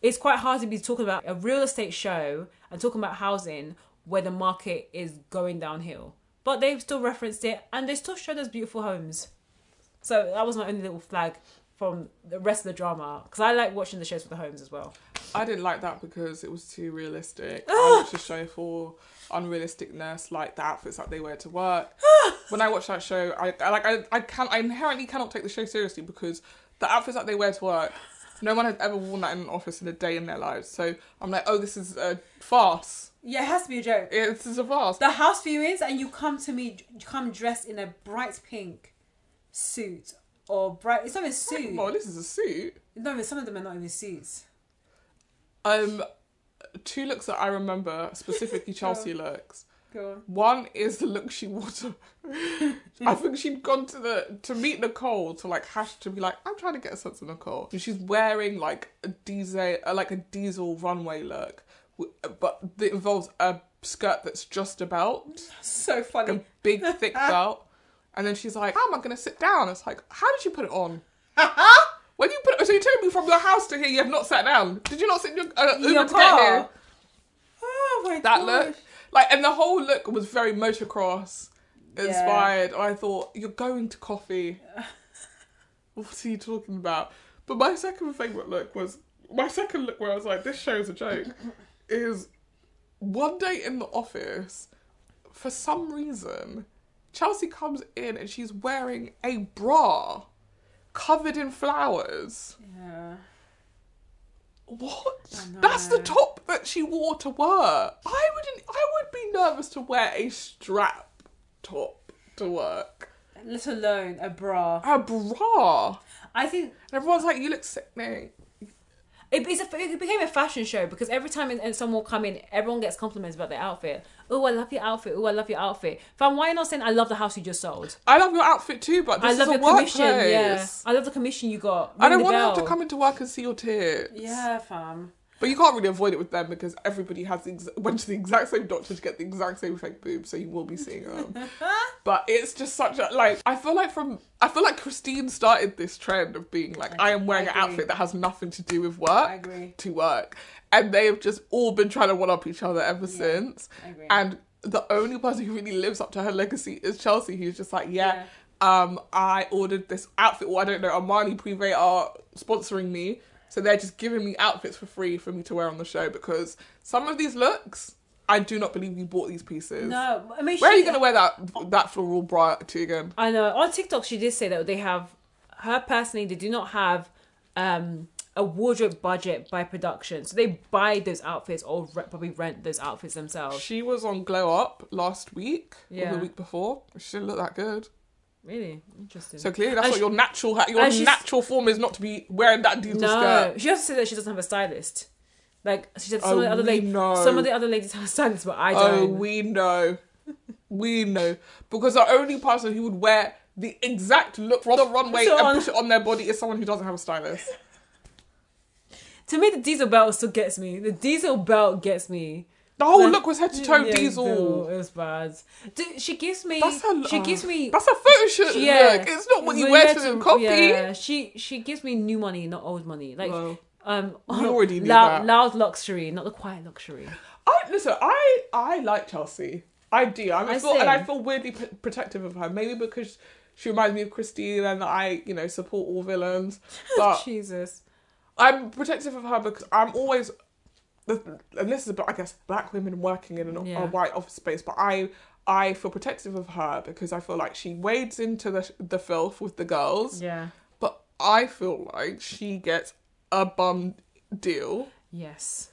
it's quite hard to be talking about a real estate show and talking about housing where the market is going downhill. But they've still referenced it and they still showed us beautiful homes. So that was my only little flag from the rest of the drama because I like watching the shows for the homes as well.
I didn't like that because it was too realistic. I watched a show for unrealisticness, like the outfits that they wear to work. when I watch that show, I, I like I, I can I inherently cannot take the show seriously because the outfits that they wear to work, no one has ever worn that in an office in a day in their lives. So I'm like, oh, this is a farce.
Yeah, it has to be a joke.
It- This is a farce.
The house viewings, and you come to me, you come dressed in a bright pink suit or bright. It's not even suit.
Well, this is a suit.
No, but some of them are not even suits.
Um, two looks that I remember specifically Chelsea looks.
Go on.
One is the look she wore to. I think she'd gone to the to meet Nicole to like hash to be like I'm trying to get a sense of Nicole. And she's wearing like a diesel uh, like a diesel runway look, w- but that involves a skirt that's just a belt,
So
like
funny.
a big thick belt. And then she's like, "How am I gonna sit down?" It's like, "How did you put it on?" When you put it, so you told me from your house to here you have not sat down. Did you not sit in your, uh, Uber
Your
to get here?
car. Oh my
that
gosh.
look. Like, and the whole look was very motocross inspired. I thought, you're going to coffee. what are you talking about? But my second favourite look was my second look where I was like, this show's a joke. is one day in the office, for some reason, Chelsea comes in and she's wearing a bra covered in flowers.
Yeah.
What?
I
That's the
know.
top that she wore to work. I wouldn't. I would be nervous to wear a strap top to work.
Let alone a bra.
A bra.
I think
And everyone's like, "You look sickening."
It, it's a, it became a fashion show because every time and- and someone will come in, everyone gets compliments about their outfit. Oh, I love your outfit. Oh, I love your outfit. Fam, why are you not saying I love the house you just sold?
I love your outfit too, but this
I love
is
your
a workplace.
commission. Yeah, I love the commission you got.
I
Ring
don't
the
want to have to
bell.
come into work and see your tits.
yeah, fam.
But you can't really avoid it with them because everybody has the ex- went to the exact same doctor to get the exact same fake boobs, so you will be seeing them. but it's just such a like. I feel like from I feel like Christine started this trend of being like, I, am wearing
I
an
agree.
outfit that has nothing to do
I
with work
agree.
to work, and they have just all been trying to one up each other ever since.
I agree.
And the only person who really lives up to her legacy is Chelsea, who's just like, yeah.
Yeah.
Um, I ordered this outfit. Well, I don't know. Armani Privé are sponsoring me, so they're just giving me outfits for free for me to wear on the show because some of these looks, I do not believe you bought these pieces.
No, I mean,
Where are you
she-
gonna wear that that floral bra to again?
I know on TikTok she did say that they have her personally. They do not have um a wardrobe budget by production. So they buy those outfits or re- probably rent those outfits themselves.
She was on Glow Up last week or
Yeah.
the week before. She didn't look that good.
Really interesting.
So clearly, that's
And
what
she-
your natural ha- your
and she's-
natural form is not to be wearing that diesel
no,
skirt.
she also said that she doesn't have a stylist. Like she said, some
Oh,
of the other
we
ladies,
know.
some of the other ladies have stylists, but I
Oh,
don't.
we know, we know, because the only person who would wear the exact look from the runway
So
and
on-
push it on their body is someone who doesn't have a stylist.
To me, the diesel belt still gets me. The diesel belt gets me.
The whole
Like,
look was head to toe
yeah,
diesel.
It was bad. Dude, she gives me.
That's her.
she
oh,
gives me.
That's a photo shoot
yeah.
look. It's not what you
When
wear
get
to the coffee.
Yeah, she she gives me new money, not old money. Like
Well,
um,
we already knew
loud,
that.
loud luxury, not the quiet luxury.
I listen. I I like Chelsea. I do. I'm
I
feel, and I
see.
feel weirdly p- protective of her. Maybe because she reminds me of Christine, and I you know support all villains. But
Jesus,
I'm protective of her because I'm always. And this is about I guess black women working in an,
Yeah.
a white office space, but I I feel protective of her because I feel like she wades into the the filth with the girls,
Yeah.
but I feel like she gets a bum deal
yes,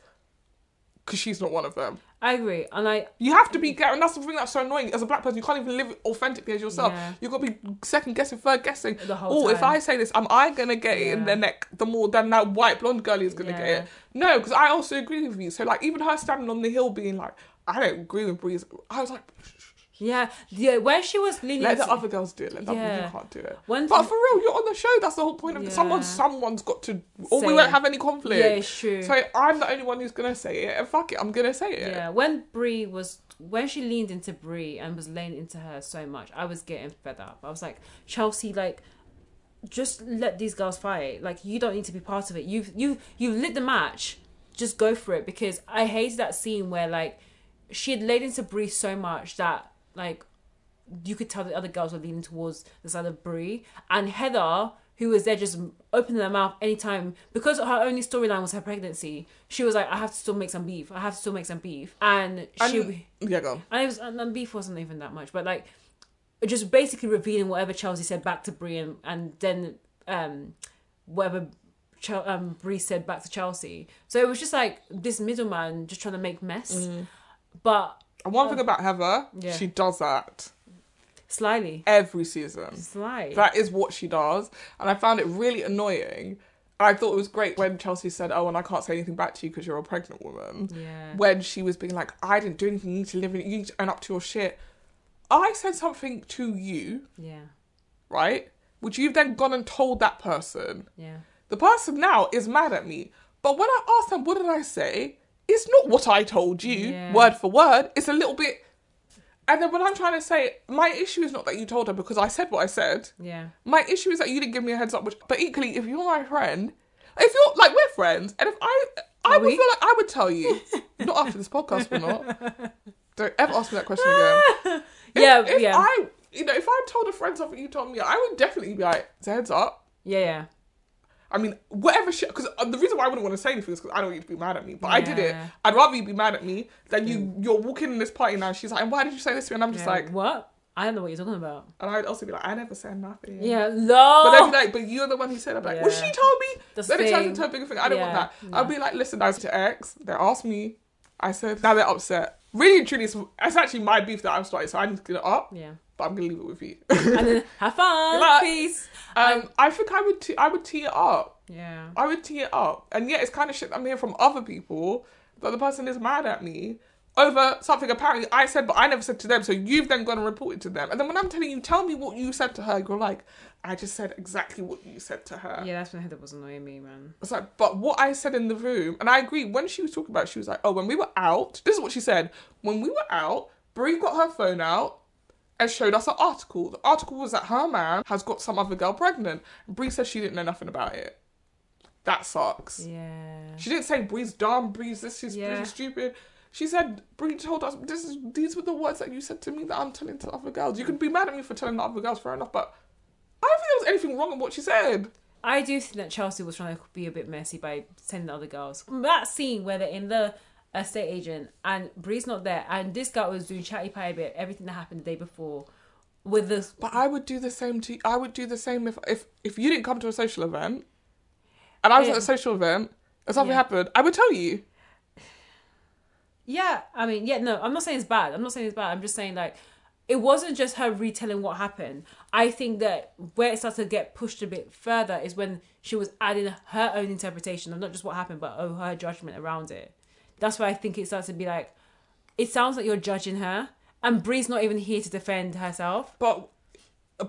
because she's not one of them.
I agree, and I
You have to be careful, and that's the thing that's so annoying. As a black person, you can't even live authentically as yourself.
Yeah.
You've got to be second guessing, third guessing.
The whole
Oh, if
time.
I say this, am I gonna get it in
Yeah.
the neck the more than that white blonde girlie is gonna get
Yeah.
it? No, because I also agree with you. So like, even her standing on the hill, being like, I don't agree with Breeze. I was like,
yeah yeah where she was leaning.
let the
to-
other girls do it. Let the other
Yeah.
you can't do it.
One
But
thing-
for real, you're on the show. That's the whole point of it. Someone,
Yeah.
someone's got to. Or we
Say
won't
it.
have any
yeah,
conflict.
it's true.
So I'm the only one who's gonna say it, and fuck it, I'm gonna say it.
yeah, when Brie was when she leaned into Brie and was leaning into her so much, I was getting fed up. I was like, Chelsea, like, just let these girls fight. Like, you don't need to be part of it. You've you you've lit the match. Just go for it because I hated that scene where like she had laid into Brie so much that like you could tell the other girls were leaning towards the side of Brie and Heather, who was there just opening her mouth anytime because her only storyline was her pregnancy. She was like, I have to still make some beef. I have to still make some beef, and
And,
she
yeah, go. on.
and it was and, and beef wasn't even that much, but like just basically revealing whatever Chelsea said back to Brie and, and then um whatever. Chel- Um, Bree said back to Chelsea, so it was just like this middleman just trying to make mess, but
And one thing about Heather,
Oh. Yeah.
she does that
slyly,
every season.
sly.
That is what she does. And I found it really annoying. I thought it was great when Chelsea said, Oh, and I can't say anything back to you because you're a pregnant woman.
yeah,
When she was being like, I didn't do anything, you need to live in it, you need to own up to your shit. I said something to you,
yeah,
right? Which you've then gone and told that person.
yeah.
The person now is mad at me. But when I asked them, what did I say? It's not what I told you,
Yeah.
word for word. It's a little bit. And then when I'm trying to say, my issue is not that you told her because I said what I said.
Yeah.
My issue is that you didn't give me a heads up. Which, but equally, if you're my friend, if you're like we're friends, and if I, I would
we?
feel like I would tell you, not after this podcast or not. Don't ever ask me that question again. If-
yeah,
if
yeah.
I, you know, if I told a friend something you told me, I would definitely be like, "It's a heads up.
yeah, yeah.
I mean, whatever shit. Because the reason why I wouldn't want to say anything is because I don't want you to be mad at me. But I did it.
Yeah. Mm.
I'd rather you be mad at me than you. You're walking in this party now. And she's like, and "Why did you say this to me?" And I'm just
Yeah.
like,
what? I don't know what you're talking about.
and I'd also be like, "I never said nothing."
Yeah,
But
no.
they'd be like, "But you're the one who said." I'm like, "Well,
Oh. Yeah.
she told me."
That's
then it turns
thing.
into a bigger thing. I don't
Yeah.
want that. I'd be like, "Listen, I was to X. They asked me. I said now they're upset. Really and truly, it's, it's actually my beef that I'm starting. So I need to get it up.
yeah.
But I'm gonna leave it with you.
And then have fun.
Good luck.
Peace.
um, I think I would. T- I would tee it up.
Yeah.
I would tee it up. And yet it's kind of shit that I'm hearing from other people that the person is mad at me over something apparently I said but I never said to them. So you've then gone and reported to them. And then when I'm telling you, tell me what you said to her, you're like, I just said exactly what you said to her.
Yeah, that's when Heather was annoying me, man.
It's like, but what I said in the room, and I agree, when she was talking about it, she was like, oh, when we were out, this is what she said. When we were out, Brie got her phone out and showed us an article. The article was that her man has got some other girl pregnant. Brie says she didn't know nothing about it. That sucks.
Yeah.
She didn't say Bree's dumb, Bree's this, she's
Yeah.
Bree's stupid. She said Bree told us this is these were the words that you said to me that I'm telling to other girls. You could be mad at me for telling the other girls, fair enough, but I don't think there was anything wrong in what she said.
I do think that Chelsea was trying to be a bit messy by sending the other girls. That scene where they're in the estate agent and Bree's not there and this guy was doing chatty pie bit everything that happened the day before with this
But I would do the same to I would do the same if if if you didn't come to a social event and I was
Yeah.
at a social event and something
Yeah.
happened, I would tell you.
Yeah, I mean, yeah, no, I'm not saying it's bad. I'm not saying it's bad. I'm just saying like it wasn't just her retelling what happened. I think that where it started to get pushed a bit further is when she was adding her own interpretation of not just what happened, but oh, her judgment around it. That's where I think it starts to be like, it sounds like you're judging her, and Bree's not even here to defend herself.
But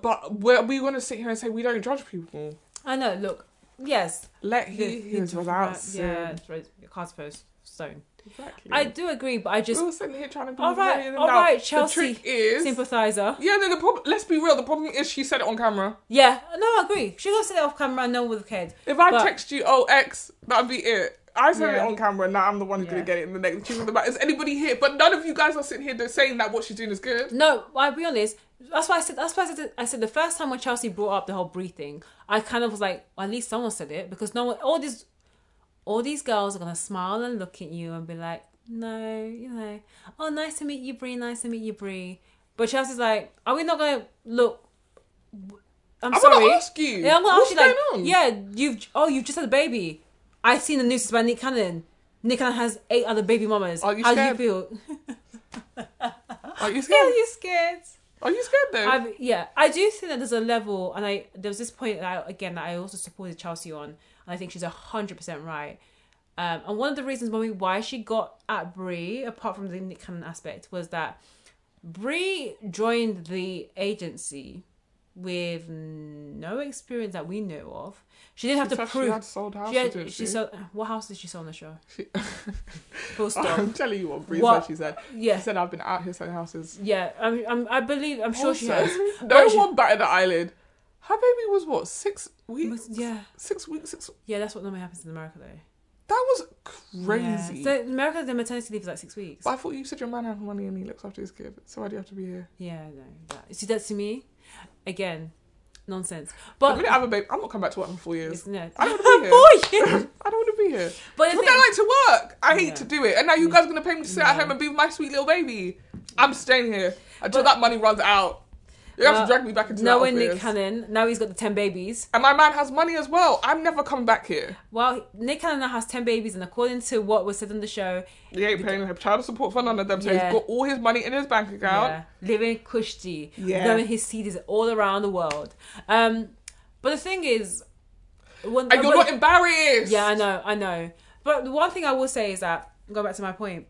but we're, we going to sit here and say we don't judge people.
I know. Look, yes,
Let he
the-
who is without sin.
yeah, throw- cast first stone.
Exactly.
I do agree, but I just
we were sitting here trying to be
All right,
very-
all
now,
right,
The
Chelsea.
trick is,
sympathizer.
yeah. No, the problem. Let's be real. The problem is she said it on camera.
Yeah, no, I agree. She got to it off camera and no one would have cared.
If I
But-
text you, oh X, that'd be it. I said
Yeah.
it on camera, now I'm the one who's
Yeah.
gonna get it in the next choosing the back. Is anybody here? But none of you guys are sitting here they're saying that what she's doing is good.
No, I'll be honest. That's why I said. That's why I said. I said the first time when Chelsea brought up the whole breathing, I kind of was like, well, at least someone said it because no one. All these, all these girls are gonna smile and look at you and be like, no, you know, oh, nice to meet you, Bree. Nice to meet you, Bree. But Chelsea's like, are we not gonna look? I'm,
I'm
sorry.
gonna ask you.
yeah, I'm gonna
what's
ask you
going
like,
on?
yeah, you've oh, you've just had a baby. I've seen the news by Nick Cannon. Nick Cannon has eight other baby mamas.
Are you
How
scared?
do you feel?
Are you
Are
scared?
you scared?
Are you scared though?
I've, yeah, I do think that there's a level, and I there was this point that I, again that I also supported Chelsea on, and I think she's hundred percent right. Um, and one of the reasons why, why she got at Brie, apart from the Nick Cannon aspect, was that Brie joined the agency with no experience that we know of. She didn't have to
She said she
prove.
had sold house.
She, had-
didn't
she
she?
sold, what house did she sell on the show?
She-
Full stop.
I'm telling you what Bree
What?
said. She said. She
yeah,
said I've been out here selling houses.
yeah. I'm, I'm, I believe. I'm sure she
Also,
has.
No
But she-
one batted an eyelid. Her baby was what six weeks?
Yeah,
Six weeks. Six.
yeah. That's what normally happens in America, though.
That was
Yeah.
crazy.
So in America, the maternity leave is like six weeks.
But I thought you said your man had money and he looks after his kid. So why do you have to be here?
Yeah, no. That, see, that to me, again, nonsense.
But, the
But
minute I have a baby, I'm not coming back to work in four years.
it's no.
I don't want to be here. I don't want to be here.
But the
Look,
thing-
I like to work. I hate
Yeah.
to do it. And now you
Yeah.
guys are going to pay me to sit at
Yeah.
home and be with my sweet little baby. I'm staying here until
But- Uh,
that money runs out. You're going to
Well,
have to drag me back into that
knowing
office.
Nick Cannon, now he's got the ten babies.
and my man has money as well. I'm never coming back here.
Well, Nick Cannon now has ten babies, and according to what was said on the show,
He ain't paying her child support for none of them. So
Yeah.
he's got all his money in his bank account.
yeah, living Kushti,
Yeah.
knowing his seed is all around the world. Um, but the thing is, when,
And you're
but-
not embarrassed.
Yeah, I know, I know. But the one thing I will say is that go back to my point.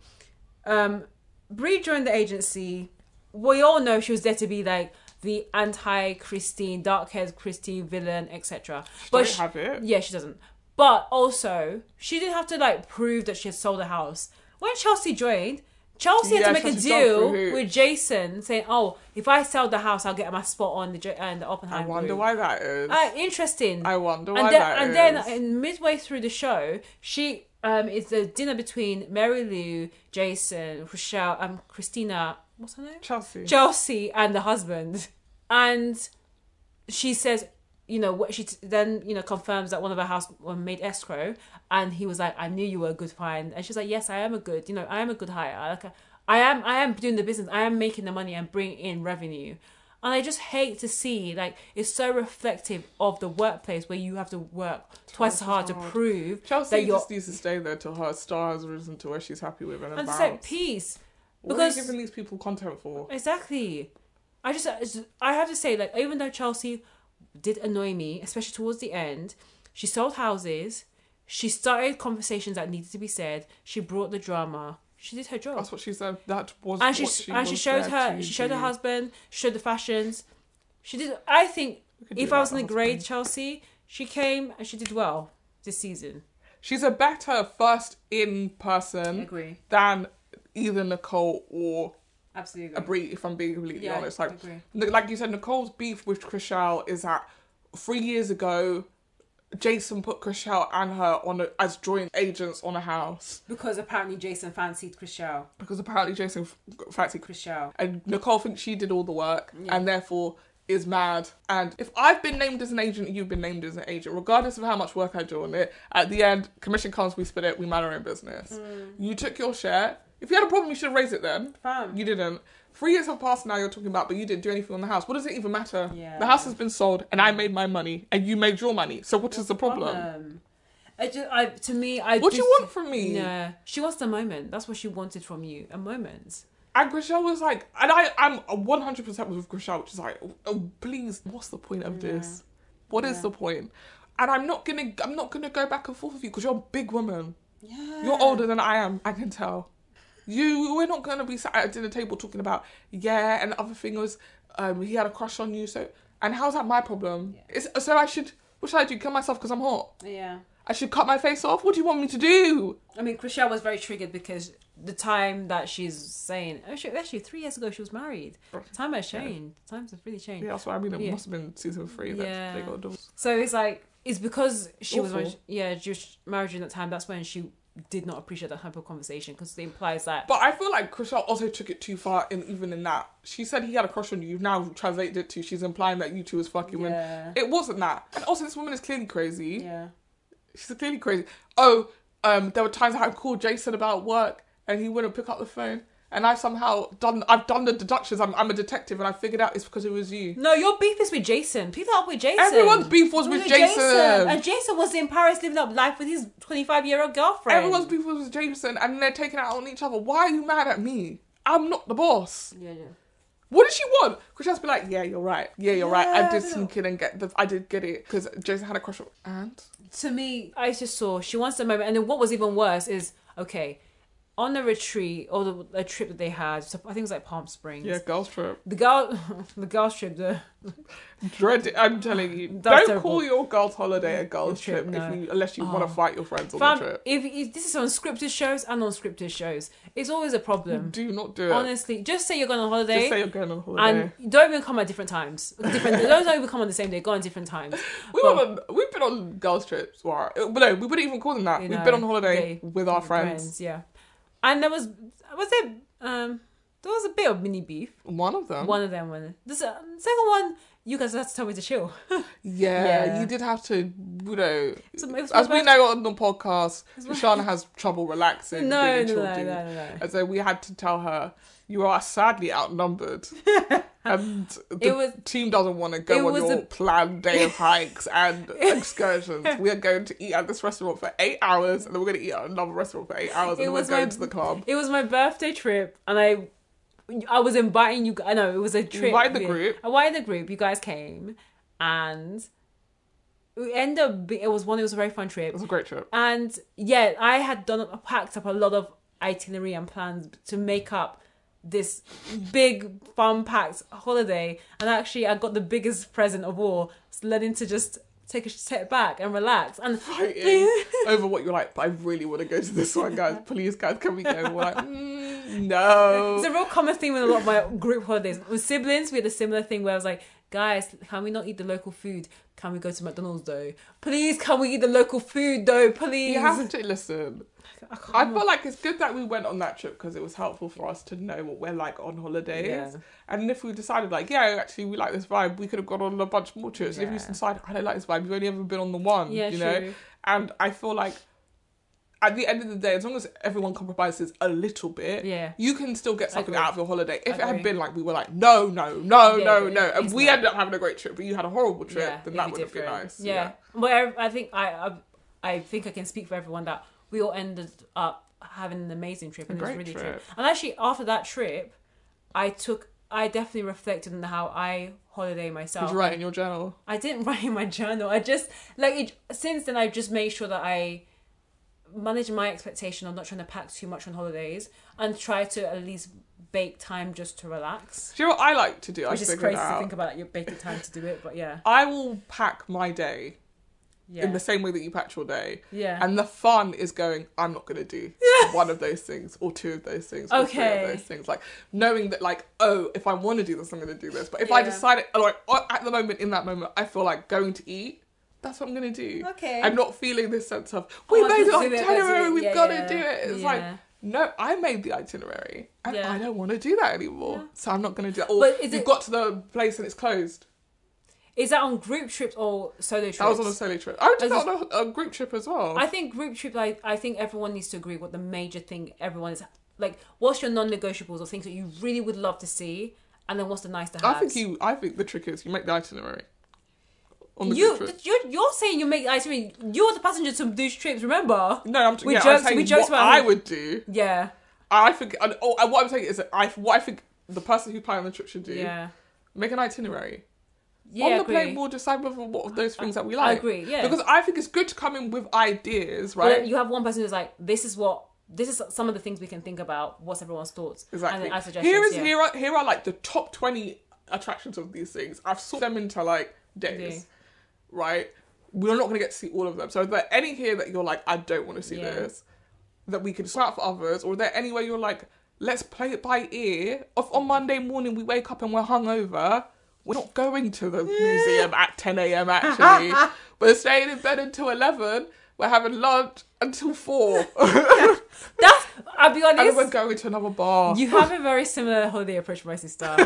Um, Bree joined the agency. We all know she was there to be like the anti Christine, dark haired Christine villain, etc. But
don't
she-
have it.
yeah, she doesn't. But also, she didn't have to like prove that she had sold a house. When Chelsea joined, Chelsea had
Yeah,
to make
Chelsea's
a
gone
deal
through hoops.
with Jason, saying, "Oh, if I sell the house, I'll get my spot on the J- uh, the
I
Oppenheimer."
wonder
group."
why that is.
Uh, interesting
I wonder why
and then,
that
and
is.
then in midway through the show, she um it's a dinner between Mary Lou, Jason, Rochelle, um Christina, what's her name?
Chelsea.
Chelsea and the husband, and she says, you know, what she t- then you know confirms that one of her house was made escrow, and he was like, I knew you were a good find, and she's like, yes, I am a good, you know, I am a good hire, like I- I am, I am doing the business, I am making the money and bringing in revenue. And I just hate to see like it's so reflective of the workplace where you have to work twice as hard to prove
Chelsea
that you're.
just needs to stay there till her star has risen to where she's happy with and
And
about.
it's like peace,
what are you
because
giving these people content for?
Exactly. I just, it's- I have to say, like, even though Chelsea did annoy me, especially towards the end, she sold houses, she started conversations that needed to be said, she brought the drama, she did her job,
That's what she said. That was
and she,
what she
and she
was
showed
there
her,
to
she showed her
do.
husband, she showed the fashions, she did. I think
We could do
if I
without
was
the
going to
husband.
grade Chelsea, she came and she did well this season.
she's a better first in person
Agree,
than either Nicole or
absolutely.
a Brie. If I'm being completely
Yeah,
honest, like
agree.
Look, like you said, Nicole's beef with Chriselle is that three years ago, Jason put Chriselle and her on a, as joint agents on a house
Because apparently Jason fancied Chriselle.
because apparently Jason f- fancied
Chriselle.
and Nicole thinks she did all the work
Yeah.
and therefore is mad. And if I've been named as an agent, you've been named as an agent, regardless of how much work I do on it. At the end, commission comes, we split it, we mind our own business.
Mm.
You took your share. If you had a problem, you should raise it then.
Fam.
You didn't. Three years have passed now. You're talking about, but you didn't do anything on the house. What does it even matter?
Yeah.
The house has been sold, and I made my money, and you made your money. So what is the problem?
Um, I just, I to me, I.
What do you
just-
want from me?
Nah, she wants a moment. That's what she wanted from you, a moment.
And Grishel was like, and I, I'm 100% with Grishel, which is like, oh, please, what's the point of this? What is
Yeah.
the point? And I'm not gonna, I'm not gonna go back and forth with you because you're a big woman.
Yeah.
You're older than I am. I can tell. You, we're not gonna be sat at a dinner table talking about yeah, and the other thing was, um, he had a crush on you. So, and how's that my problem? It's, so I should, what should I do? Kill myself because I'm hot?
Yeah.
I should cut my face off? What do you want me to do?
I mean, Chriselle was very triggered because the time that she's saying, oh, she, actually, three years ago she was married. Time has changed. Times have really changed.
Yeah, that's what I mean. It
Yeah.
must have been season three that
Yeah.
they got divorced.
So it's like it's because she was
Awful.
yeah Jewish marriage in that time. That's when she did not appreciate that type of conversation because it implies that
But I feel like Chriselle also took it too far, and even in that, she said he had a crush on you. You've now translated it to she's implying that you two is fucking. When
Yeah.
it wasn't that, and also this woman is clearly crazy.
Yeah.
She's clearly crazy. Oh, um, there were times I would call Jason about work and he wouldn't pick up the phone. And I've somehow done I've done the deductions. I'm, I'm a detective and I figured out it's because it was you.
no, your beef is with Jason. Pick that up with Jason.
Everyone's beef was with Jason.
and Jason was in Paris living up life with his twenty-five year old girlfriend.
Everyone's beef was with Jason and they're taking it out on each other. Why are you mad at me? I'm not the boss.
yeah, yeah.
What does she want? Because she's be like, yeah, you're right. Yeah, you're right.
Yeah,
I
I
did
don't
sneak in and get the, I did get it because Jason had a crush on and
to me, I just saw she wants a moment. And then what was even worse is okay, on the retreat or the, the trip that they had. So I think it was like Palm Springs.
yeah, girls trip.
The girl, the girl's trip. The
Dread. it, I'm telling you,
That's
don't
terrible.
call your girls' holiday a girls' trip,
Trip, no. Oh.
if you, unless you want to fight your friends on
fam,
the trip.
if, if this is on scripted shows and on scripted shows, it's always a problem.
Do not do it.
Honestly, just say you're going on holiday.
Just say you're going on holiday.
and don't even come at different times. Different, those don't even come on the same day. Go on different times.
we were on, we've been on girls' trips. Uh, Well, no, we wouldn't even call them that.
You
We've
know,
been on holiday
they-
with our friends.
yeah. And there was was there um there was a bit of mini beef.
One of them.
One of them won. The se- second one, you guys had to tell me to chill.
Yeah,
Yeah.
you did have to, you know.
So it was
as we
about-
know on the podcast, Shana has trouble relaxing.
No,
being a
no,
chill
no,
dude.
no, no, no.
And so we had to tell her, you are sadly outnumbered. and the
It was-
team doesn't want to
it
go on
was
your
a-
planned day of hikes and excursions. We are going to eat at this restaurant for eight hours, and then we're going to eat at another restaurant for eight hours, and
It
then we're
was
going
my-
to the club.
It was my birthday trip, and I, I was inviting you. gu- I know it was a trip.
invited the
yeah.
group.
I invited the group. You guys came, and we ended up. be- It was one. It was a very fun
It
trip,
was a great trip.
and yeah, I had done packed up a lot of itinerary and plans to make up this big fun packed holiday. And actually, I got the biggest present of all, learning to just take a step back and relax. And
Fighting over what you're like, but I really want to go to this one, guys. Please, guys, can we go? And We're like, mm, no.
It's a real common theme in a lot of my group holidays. With siblings, we had a similar thing where I was like, guys, can we not eat the local food? Can we go to McDonald's though? Please, can we eat the local food though? Please.
You have to listen.
I can't
I feel like it's good that we went on that trip because it was helpful for us to know what we're like on holidays.
Yeah.
And if we decided, like, yeah, actually, we like this vibe, we could have gone on a bunch more trips. If you
Yeah.
decide, I don't like this vibe, you've only ever been on the one,
Yeah,
you know?
true.
And I feel like at the end of the day, as long as everyone compromises a little bit,
Yeah.
you can still get something
Agree.
out of your holiday. If it had
Agree.
been like we were like, no, no, no,
Yeah,
no,
but
no, and
it's
we
not.
ended up having a great trip, but you had a horrible trip, then
it'd
that
be
would have been
different.
nice.
Yeah. But I, I think I, I I think I can speak for everyone that we all ended up having an amazing trip and it was
great
really trip.
trip.
And actually after that trip, I took I definitely reflected on how I holiday myself.
Did you write in your journal?
I didn't write in my journal. I just like it, since then I've just made sure that I manage my expectation of not trying to pack too much on holidays and try to at least bake time just to relax.
Do you know what I like to do? I
Which is
figured
crazy
out.
to think about. You're baking time to do it, but yeah,
I will pack my day
yeah,
in the same way that you packed your day.
yeah.
And the fun is going, I'm not going to do one of those things or two of those things or three
Okay.
of those things. Like knowing that, like, oh, if I want to do this, I'm going to do this. But if I
Yeah.
decide it, like, or at the moment, in that moment, I feel like going to eat. That's what I'm gonna do.
Okay.
I'm not feeling this sense of we
Oh,
made it
let's
on
do it, let's do
January.
it.
We've
Yeah,
gotta
yeah.
do it. It's
Yeah.
like no, I made the itinerary, and
Yeah.
I don't want to do that anymore. So I'm not gonna do that. Or
But is
you
it-
got to the place and it's closed.
Is that on group trips or solo trips?
I was on a solo trip. I did
I
that
was
on a, a group trip as well.
I think group trips. I, I think everyone needs to agree what the major thing everyone is like. What's your non-negotiables or things that you really would love to see, and then what's the nice to have?
I think you. I think the trick is you make the itinerary. on the
you,
good trip.
you're, you're saying you make ice cream. You're the passenger to these trips, remember?
No, I'm,
We
yeah,
joked-
I'm saying
we joked
what
about-
I would do.
Yeah.
I think. And, oh, and what I'm saying is that I what I think the person who planned the trip should do
Yeah.
make an itinerary.
Yeah,
on the
agree.
plane, we'll decide whether what of those things that we
I
like.
agree, yeah.
Because I think it's good to come in with ideas,
But
right?
then you have one person who's like, this is what, this is some of the things we can think about. What's everyone's thoughts?
Exactly.
And then I suggest
here is
yeah.
here are here are like the top twenty attractions of these things. I've sorted them into like days,
Yeah.
right? We're not going to get to see all of them. So, is there any here that you're like, I don't want to see
Yeah.
this, that we can swap for others, or is there anywhere you're like, let's play it by ear? If on Monday morning we wake up and we're hungover, we're not going to the museum at 10 a.m. Actually, we're staying in bed until 11. We're having lunch until four,
That's, I'll be
and then we're
honest,
going to another bar.
you have a very similar holiday approach, my sister.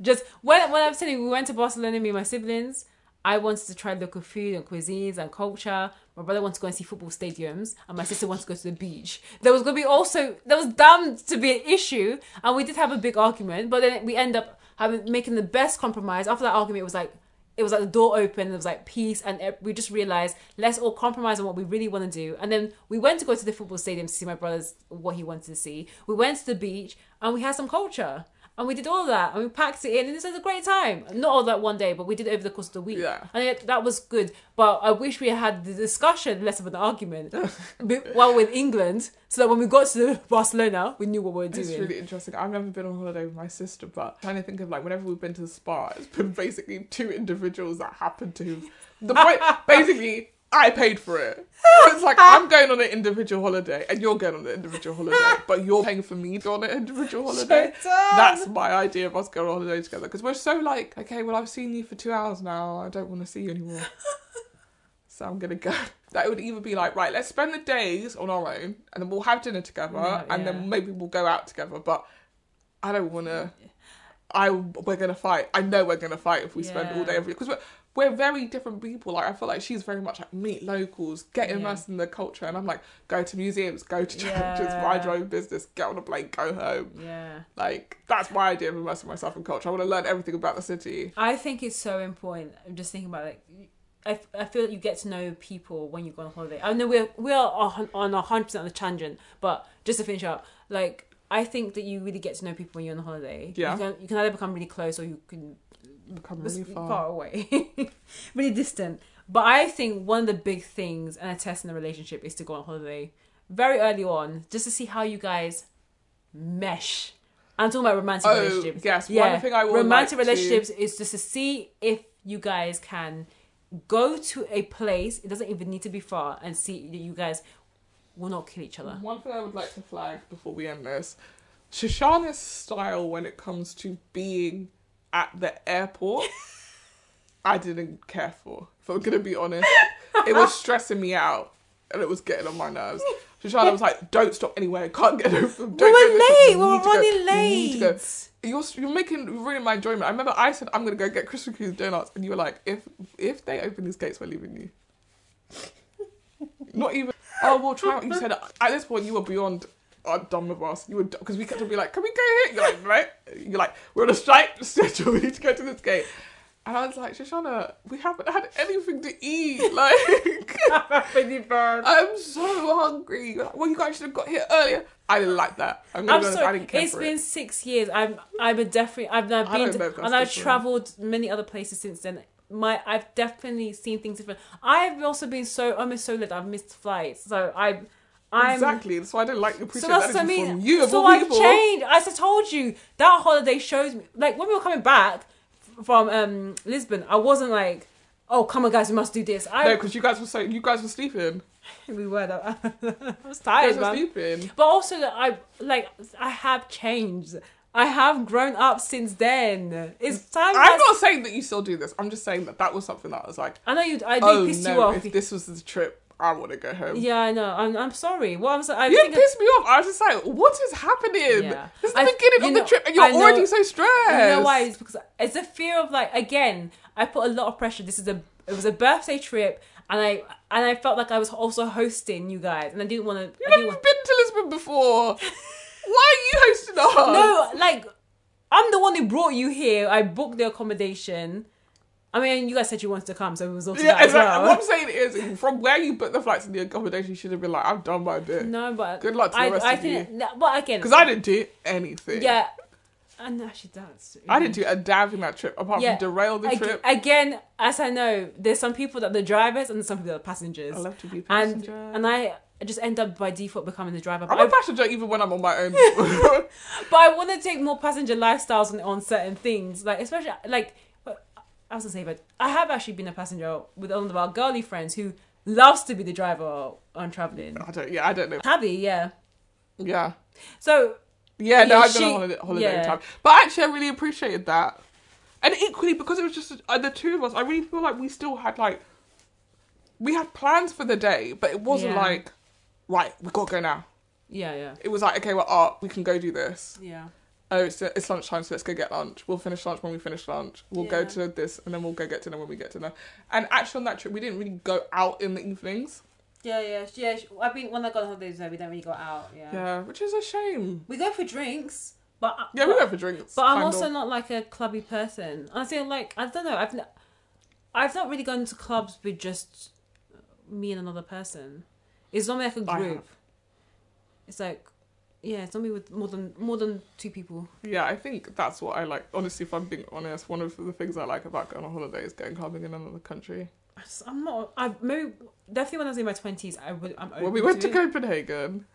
Just when, when I'm telling you, we went to Barcelona, me and my siblings. I wanted to try local food and cuisines and culture. My brother wanted to go and see football stadiums, and my sister wanted to go to the beach. There was going to be also there was damned to be an issue, and we did have a big argument. But then we end up having making the best compromise. After that argument, it was like it was like the door opened. It was like peace, and e- we just realized let's all compromise on what we really want to do. And then we went to go to the football stadium to see my brother's what he wanted to see. We went to the beach, and we had some culture. And we did all that, and we packed it in, and this was a great time. Not all that one day, but we did it over the course of the week.
Yeah.
And it, that was good. But I wish we had the discussion, less of an argument, be- while we're in England, so that when we got to Barcelona, we knew what we were doing.
It's really interesting. I've never been on holiday with my sister, but trying to think of like whenever we've been to the spa, it's been basically two individuals that happened to. The point, basically, I paid for it. So it's like I'm going on an individual holiday and you're going on an individual holiday, but you're paying for me to go on an individual holiday.
Shaitan.
That's my idea of us going on holiday together because we're so like, okay, well, I've seen you for two hours now. I don't want to see you anymore. So I'm gonna go. That would either be like, right, let's spend the days on our own, and then we'll have dinner together,
Yeah,
and
yeah.
then maybe we'll go out together. But I don't wanna. I we're gonna fight. I know we're gonna fight if we spend all
Yeah.
day every because we're we're very different people. Like I feel like she's very much like meet locals, get
Yeah.
immersed in the culture, and I'm like go to museums, go to churches,
Yeah.
mind your own business, get on a plane, go home.
Yeah.
Like that's my idea of immersing myself in culture. I want to learn everything about the city.
I think it's so important. I'm just thinking about like, I, I feel like you get to know people when you go on holiday. I know we're we're on on a hundred percent on a tangent, but just to finish up, like I think that you really get to know people when you're on holiday.
Yeah.
you can, you can either become really close or you can
Become
was
really far.
far away, really distant. But I think one of the big things and a test in a relationship is to go on holiday very early on, just to see how you guys mesh. I'm talking about romantic
Oh,
relationships.
yes. One thing I would
romantic
like to-
relationships is just to see if you guys can go to a place. It doesn't even need to be far, and see that you guys will not kill each other.
One thing I would like to flag before we end this Shoshana's style when it comes to being at the airport, I didn't care for. If I'm going to be honest, it was stressing me out and it was getting on my nerves. Shoshana was like, don't stop anywhere, can't get over. Don't
We were
do this.
late.
You
We were
need to go.
running
You need to go."
late.
You're, you're making you're ruining my enjoyment. I remember I said I'm gonna go get Krispy Kreme donuts, and you were like, if if they open these gates, we're leaving you. Not even. Oh, we'll try. You said at this point you were beyond uh, done with us. You were because we kept on being like, can we go here? You're like, right. You're like, we're on a strike schedule. We need to go to this gate. And I was like, Shoshana, we haven't had anything to eat. Like, I'm so hungry. You're like, well, you guys should have got here earlier. I didn't like that. I'm gonna
I'm
be honest, I
sorry.
didn't care
It's
for
been
it.
six years. I'm I'm a definitely I've now been
I don't know if
to,
that's
and I've
different.
travelled many other places since then. My I've definitely seen things different. I've also been so I'm so late. I've missed flights. So I I'm
exactly. So I didn't like appreciate
so
that
that's what I
energy
mean.
from you of
so
all
I've
people.
changed. As I told you, that holiday shows me. Like when we were coming back from um Lisbon, I wasn't like, oh come on guys, we must do this.
No,
I
because you guys were so you guys were sleeping.
we were. though. I was tired,
You guys were
man.
sleeping.
But also that I like I have changed. I have grown up since then. It's time.
I'm
has-
not saying that you still do this. I'm just saying that that was something that I was like,
I know you. I did
oh
piss
no,
you off.
if this was the trip, I want to go home.
yeah, I know. I'm. I'm sorry. What I'm. so- I
You
think
pissed me off. I was just like, what is happening?
Yeah.
This is the
I-
beginning
you
of
know-
the trip and you're
I know-
already so stressed.
I know why. It's because it's a fear of like again. I put a lot of pressure. This is a. It was a birthday trip, and I and I felt like I was also hosting you guys, and I didn't want to. I
You've
didn't
never
want,
been to Lisbon before. why are you hosting us?
no, like I'm the one who brought you here. I booked the accommodation. I mean, you guys said you wanted to come, so we was also
Yeah,
that as
exactly. What
well.
I'm saying is, from where you put the flights and the accommodation, you should have been like, I've done my bit.
No, but
Good luck to the
I,
rest
I
of
think, you. But again,
Because I didn't do anything.
yeah, and actually that's
I didn't do a damn in that trip, apart
Yeah.
from derail the
Ag-
trip.
again. As I know, there's some people that are the drivers and some people that are passengers,
I love to be a
and
passenger.
and I just end up by default becoming the driver. But
I'm
I,
a passenger even when I'm on my own.
but I want to take more passenger lifestyles on, on certain things, like especially like but I was gonna say, but I have actually been a passenger with one of our girly friends who loves to be the driver on traveling.
I don't. Yeah, I don't know.
Tabby, yeah.
Yeah,
So
yeah. No,
Yeah,
I've been
she-
on holiday, holiday
yeah.
time, but actually, I really appreciated that. And equally, because it was just uh, the two of us, I really feel like we still had like we had plans for the day, but it wasn't
Yeah.
like right. We gotta go now.
yeah, yeah,
It was like okay, we're up. We can go do this.
yeah.
Oh, it's, it's lunchtime, so let's go get lunch. We'll finish lunch when we finish lunch. We'll go
Yeah.
to this, and then we'll go get dinner when we get dinner. And actually, on that trip, we didn't really go out in the evenings.
Yeah, yeah, yeah. I think when I got on holidays, we don't really go out.
Yeah, which is a shame.
We go for drinks.
But
Yeah, we went for drinks.
But I'm
kind
also
of.
not like a clubby person. I feel like I don't know. I've n- I've not really gone to clubs with just me and another person. It's not like a
I have.
group. It's like yeah, it's not me with more than more than two people.
Yeah, I think that's what I like. Honestly, if I'm being honest, one of the things I like about going on holiday is going clubbing in another country.
I just, I'm not. I maybe definitely when I was in my twenties, I would. I'm open
when we went to
it.
Copenhagen,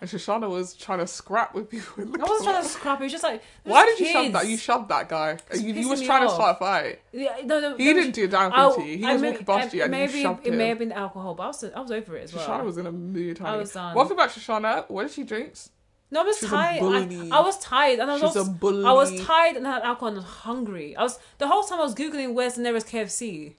and Shoshana was trying to scrap with people in the
I wasn't trying
club.
to scrap. It was just like it was
Why did
just
you shove that?
kids.
You shoved that guy.
It's
You, you was
pissing me
trying to
off.
start a fight.
yeah, no, no,
He
no,
didn't do down
I'll-
to you. He
Oh, I
was
may-
walking past
I-
you and
maybe
you shoved
it
him.
may have been alcohol, but I was, I was over it as well.
Shoshana was in a mood.
I
honey.
was done.
One thing about Shoshana, when she drinks,
No, I was
She's a
tired.
bully.
I, I was tired, and I was
she's a
also-
bully.
I was tired and I had alcohol and I was hungry. I was the whole time I was googling where's the nearest KFC.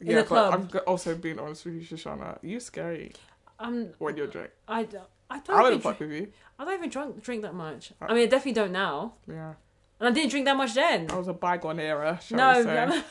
in
yeah,
the
but
club.
I'm go- also being honest with you, Shoshana. You're scary
Um,
when you're drunk.
I, d- I don't.
I wouldn't
even,
fuck
drink,
with you.
I don't even drink drink that much.
Uh,
I mean, I definitely don't now,
Yeah.
and I didn't drink that much then.
That was a bygone era, shall we say.
No,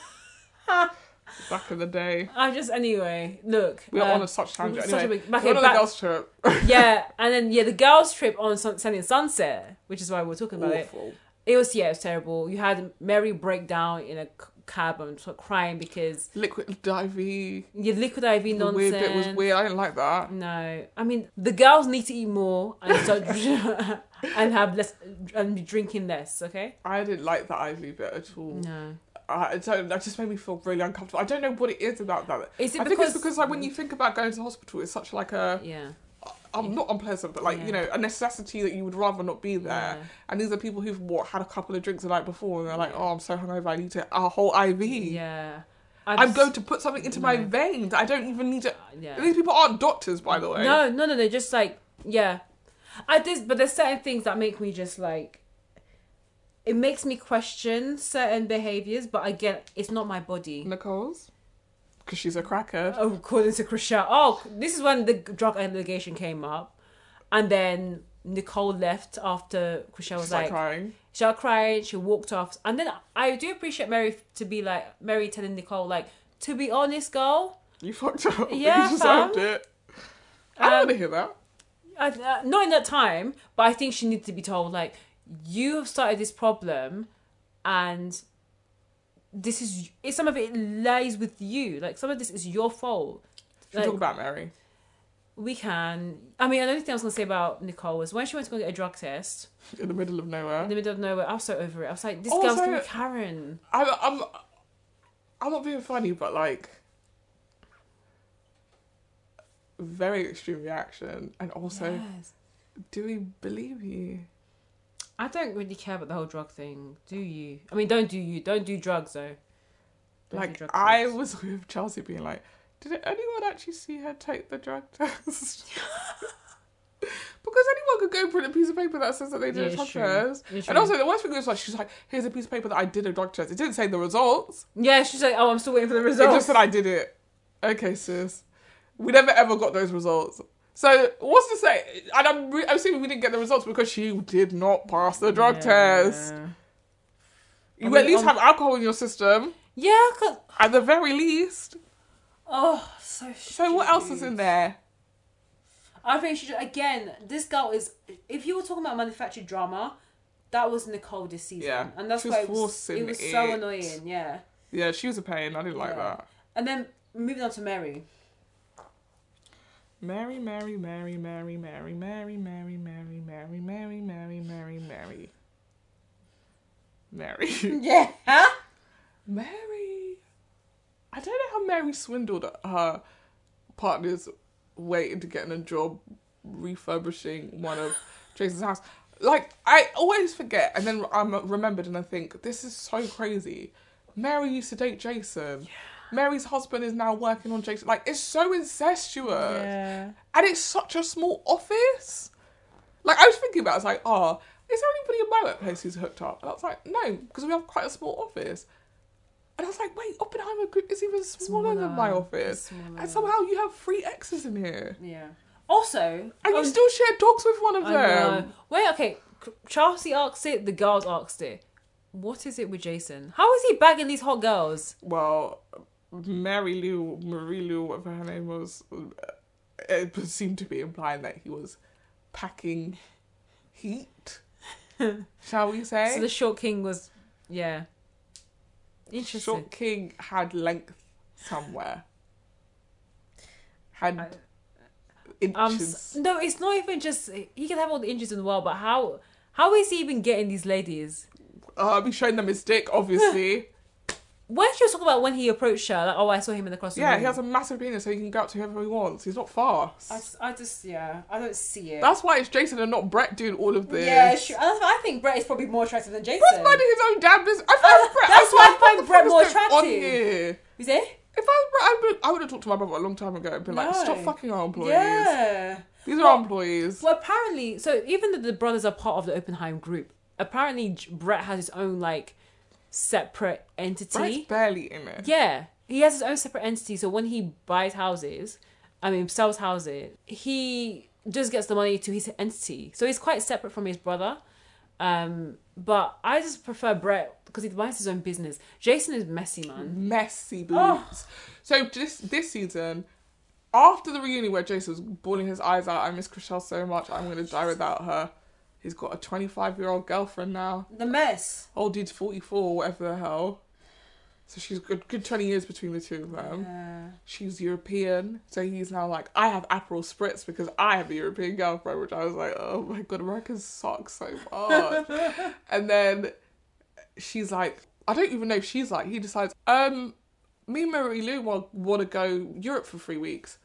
Back in the day.
I just anyway. Look,
We were
uh,
on a such tangent.
such a
Anyway,
big- back-
we're on
back-
the girls' trip.
yeah, and then yeah, the girls' trip on sun, Sunny Sunset, which is why we we're talking about it.
Awful.
It was yeah, it was terrible. You had Mary break down in a c- cab and sort of crying because
Liquid divey.
your liquid IV
The
nonsense.
weird bit was weird. I didn't like that.
No, I mean the girls need to eat more and start and have less and be drinking less. Okay.
I didn't like that Ivy bit at all.
No.
I I don't. That just made me feel really uncomfortable. I don't know what it is about that.
Is it
I
because?
think it's because like when you think about going to hospital, it's such like a
Yeah.
um, not unpleasant, but like
Yeah.
you know a necessity that you uh, would rather not be there.
Yeah.
And these are people who've what, had a couple of drinks the night before, and they're like, "Oh, I'm so hungover, I need to a whole IV.
Yeah.
I'm going to put something into my
No.
veins. I don't even need to."
Yeah.
These people aren't doctors, by the way.
No, no, no, no. Just like yeah, I did. But there's certain things that make me just like. It makes me question certain behaviors, but again, it's not my body.
Nicole's, because she's a cracker.
Oh, according to Chriselle. Oh, this is when the drug allegation came up, and then Nicole left after Chriselle was
she's
like,
like crying.
She cried, she walked off. And then I do appreciate Mary to be like, Mary telling Nicole, like, to be honest, girl,
You fucked up.
Yeah,
you deserved
fam.
it. I
Um,
want to hear that.
I, uh, not in that time, but I think she needed to be told, like, you have started this problem and this is, it's, some of it lies with you. Like, some of this is your fault.
Should we
Like,
talk about Mary?
we can. I mean, another thing I was going to say about Nicole was when she went to go get a drug test
in the middle of nowhere.
in the middle of nowhere, I was so over it. I was like, this
Also-
girl's going to Karen.
I'm, I'm, I'm not being funny, but like, very extreme reaction, and also,
Yes.
do we believe you?
I don't really care about the whole drug thing. Do you? I mean, don't do you. Don't do drugs though. Don't do
Like,
drug
I
tests.
was with Chelsea being like, did anyone actually see her take the drug test? because anyone could go print a piece of paper that says that they did
Yeah,
a drug
it's true.
test.
It's
And
true.
also, the worst thing was like, she's like, here's a piece of paper that I did a drug test. It didn't say the results.
yeah, she's like, oh, I'm still waiting for the
It
results.
just said I did it. Okay, sis. We never ever got those results. So what's to say? And I'm re- I'm assuming we didn't get the results because she did not pass the drug test.
Yeah.
You
I mean,
at least
um,
have alcohol in your system,
Yeah, 'cause-
at the very least.
oh, so.
So what else is in there?
I think she should, again. This girl is. If you were talking about manufactured drama, that was Nicole this season,
Yeah.
and that's
She was
why it was,
forcing
it was so
it.
annoying. Yeah,
Yeah, she was a pain. I didn't like
Yeah.
that.
And then moving on to Mary.
Mary, Mary, Mary, Mary, Mary, Mary, Mary, Mary, Mary, Mary, Mary, Mary, Mary. Mary.
Yeah.
Mary. I don't know how Mary swindled her partners way into getting a job refurbishing one of Jason's house. Like, I always forget, and then I'm remembered, and I think, this is so crazy. Mary used to date Jason. Mary's husband is now working on Jason. Like, it's so incestuous.
Yeah.
And it's such a small office. Like, I was thinking about it, I was like, oh, is there anybody in my workplace who's hooked up? And I was like, no, because we have quite a small office. And I was like, wait, Oppenheimer Group is even smaller, than my
Smaller,
office.
smaller.
And somehow you have three exes in here.
Yeah. Also,
And
Oh,
you still share dogs with one of
I
them.
know. Wait, okay. C- Chelsea asked it. The girls asked it. What is it with Jason? How is he bagging these hot girls?
Well, Mary Lou, Marie Lou, whatever her name was, uh, it seemed to be implying that he was packing heat, shall we say?
So the short king was, yeah. Interesting.
Short King had length somewhere. Had uh,
I- Um, s-
inches.
no, it's not even just he can have all the injuries in the world, but how how is he even getting these ladies?
Uh, I'll be showing them his dick, obviously.
When she was talking about when he approached her, like oh I saw him in the crossroom.
yeah, he has a massive penis, so he can go up to whoever he wants. He's not fast.
I, s- I just yeah, I don't see it.
That's why it's Jason and not Brett doing all of this.
yeah, sure. I, I think Brett is probably more attractive than Jason.
Brett's minding his own damn business. I found Brett.
Uh, that's
I was
why I
like,
find
what the
Brett
fuck is
more
going on
attractive.
here?
You see?
If I was Brett, I would, I would have talked to my brother a long time ago and been like,
No.
stop fucking our employees.
Yeah.
These are our employees.
Well, apparently, so even though the brothers are part of the Oppenheim group, apparently J- Brett has his own like separate
Brett's
entity.
barely in it.
Yeah, he has his own separate entity. So when he buys houses, I mean sells houses, he just gets the money to his entity. So he's quite separate from his brother. Um, but I just prefer Brett because he buys his own business. Jason is messy, man.
messy boobs. So this this season, after the reunion where Jason was bawling his eyes out, I miss Chriselle so much. I'm gonna die without her. He's got a 25 year old girlfriend now.
The mess.
Old dude's 44, whatever the hell. So she's good good 20 years between the two of them.
Yeah.
She's European, so he's now like, I have Aperol spritz because I have a European girlfriend, which I was like, oh my god, Americans suck so much. and then she's like, I don't even know if she's like, he decides, um, me and Mary Lou want, want to go Europe for three weeks.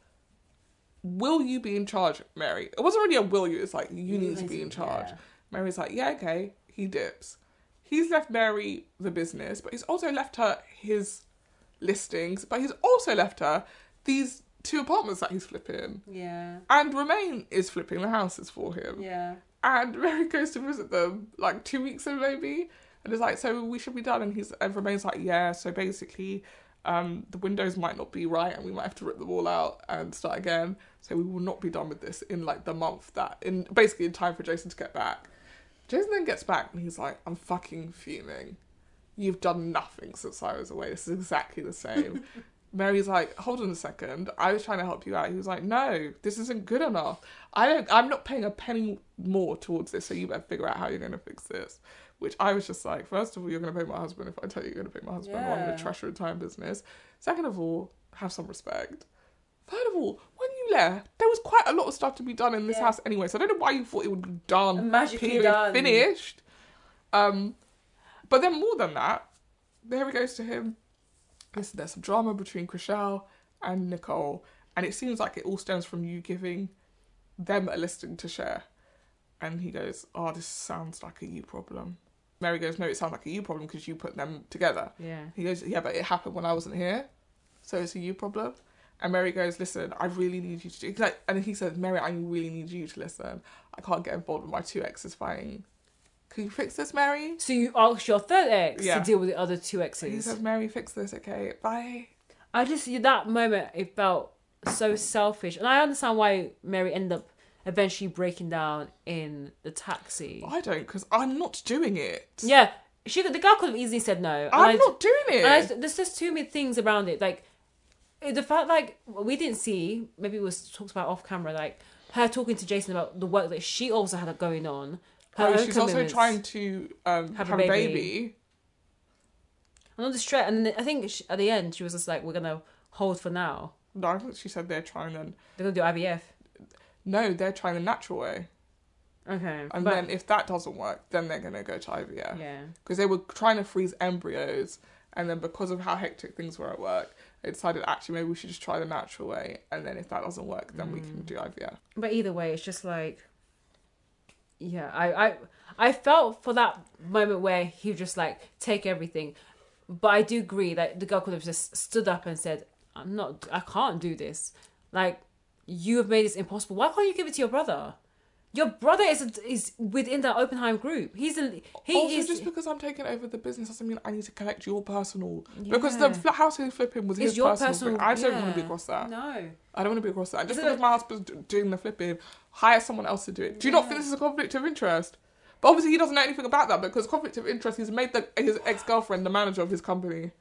Will you be in charge, Mary? It wasn't really a will you, it's like, you need to be in charge.
Yeah.
Mary's like, yeah, okay. He dips. He's left Mary the business, but he's also left her his listings, but he's also left her these two apartments that he's flipping.
Yeah.
And Romain is flipping the houses for him.
Yeah.
And Mary goes to visit them like two weeks in maybe. And it's like, so we should be done. And he's and Romain's like, yeah, so basically um, the windows might not be right and we might have to rip them all out and start again. So we will not be done with this in like the month that in basically in time for Jason to get back. Jason then gets back and he's like, I'm fucking fuming. You've done nothing since I was away. This is exactly the same. Mary's like, hold on a second. I was trying to help you out. He was like, no, this isn't good enough. I don't. I'm not paying a penny more towards this. So you better figure out how you're going to fix this. Which I was just like, first of all, you're going to pay my husband. If I tell you you're going to pay my husband, well, I'm going
Yeah.
to treasure and time business. Second of all, have some respect. Third of all, when you left, there was quite a lot of stuff to be done in this
Yeah.
house anyway. So I don't know why you thought it would be done,
Magically
period,
done.
finished. Um, but then more than that, there it goes to him. Listen, there's some drama between Chriselle and Nicole, and it seems like it all stems from you giving them a listing to share. And he goes, "Oh, this sounds like a you problem." Mary goes, "No, it sounds like a you problem because you put them together."
Yeah.
He goes, Yeah, but it happened when I wasn't here. So it's a you problem. And Mary goes, Listen, I really need you to do like and he says, Mary, I really need you to listen. I can't get involved with my two exes fighting. Can you fix this, Mary?
So you asked your third ex
Yeah.
to deal with the other two
He
exes.
says, Mary, fix this, okay. Bye.
I just that moment it felt so selfish, and I understand why Mary ended up eventually breaking down in the taxi.
I don't, because I'm not doing it.
Yeah, she could- the girl could have easily said no. and
I'm
I-
not doing it.
And I, there's just too many things around it. Like the fact, like we didn't see. Maybe it was talked about off camera. Like her talking to Jason about the work that she also had going on. Her
Oh,
own
she's also
commitments.
trying to um, have, a baby.
I'm not distressed. And I think she, at the end, she was just like, we're going to hold for now.
No, I think she said they're trying the
They're going to do IVF.
no, they're trying the natural way,
Okay.
and
but-
then if that doesn't work, then they're gonna go to IVF
yeah.
because they were trying to freeze embryos, and then because of how hectic things were at work, they decided actually maybe we should just try the natural way, and then if that doesn't work, then we
Mm.
can do IVF.
But either way, it's just like, yeah, I, I, I felt for that moment where he was just like take everything, but I do agree that the girl could have just stood up and said, "I'm not, I can't do this. Like, you have made this impossible. Why can't you give it to your brother? Your brother is is within that Oppenheim group. He's a, he
also,
is
just because I'm taking over the business doesn't mean I need to collect your personal. Because the
Yeah.
fl- house he was flipping was
It's
his
your
personal.
personal-
thing. I don't want
yeah.
to be across that.
no.
I don't want to be across that. Just
Is it
because
like-
my husband's d- doing the flipping, hire someone else to do it. Do you not think this is a conflict of interest? But obviously, he doesn't know anything about that because conflict of interest. He's made the, his ex girlfriend the manager of his company.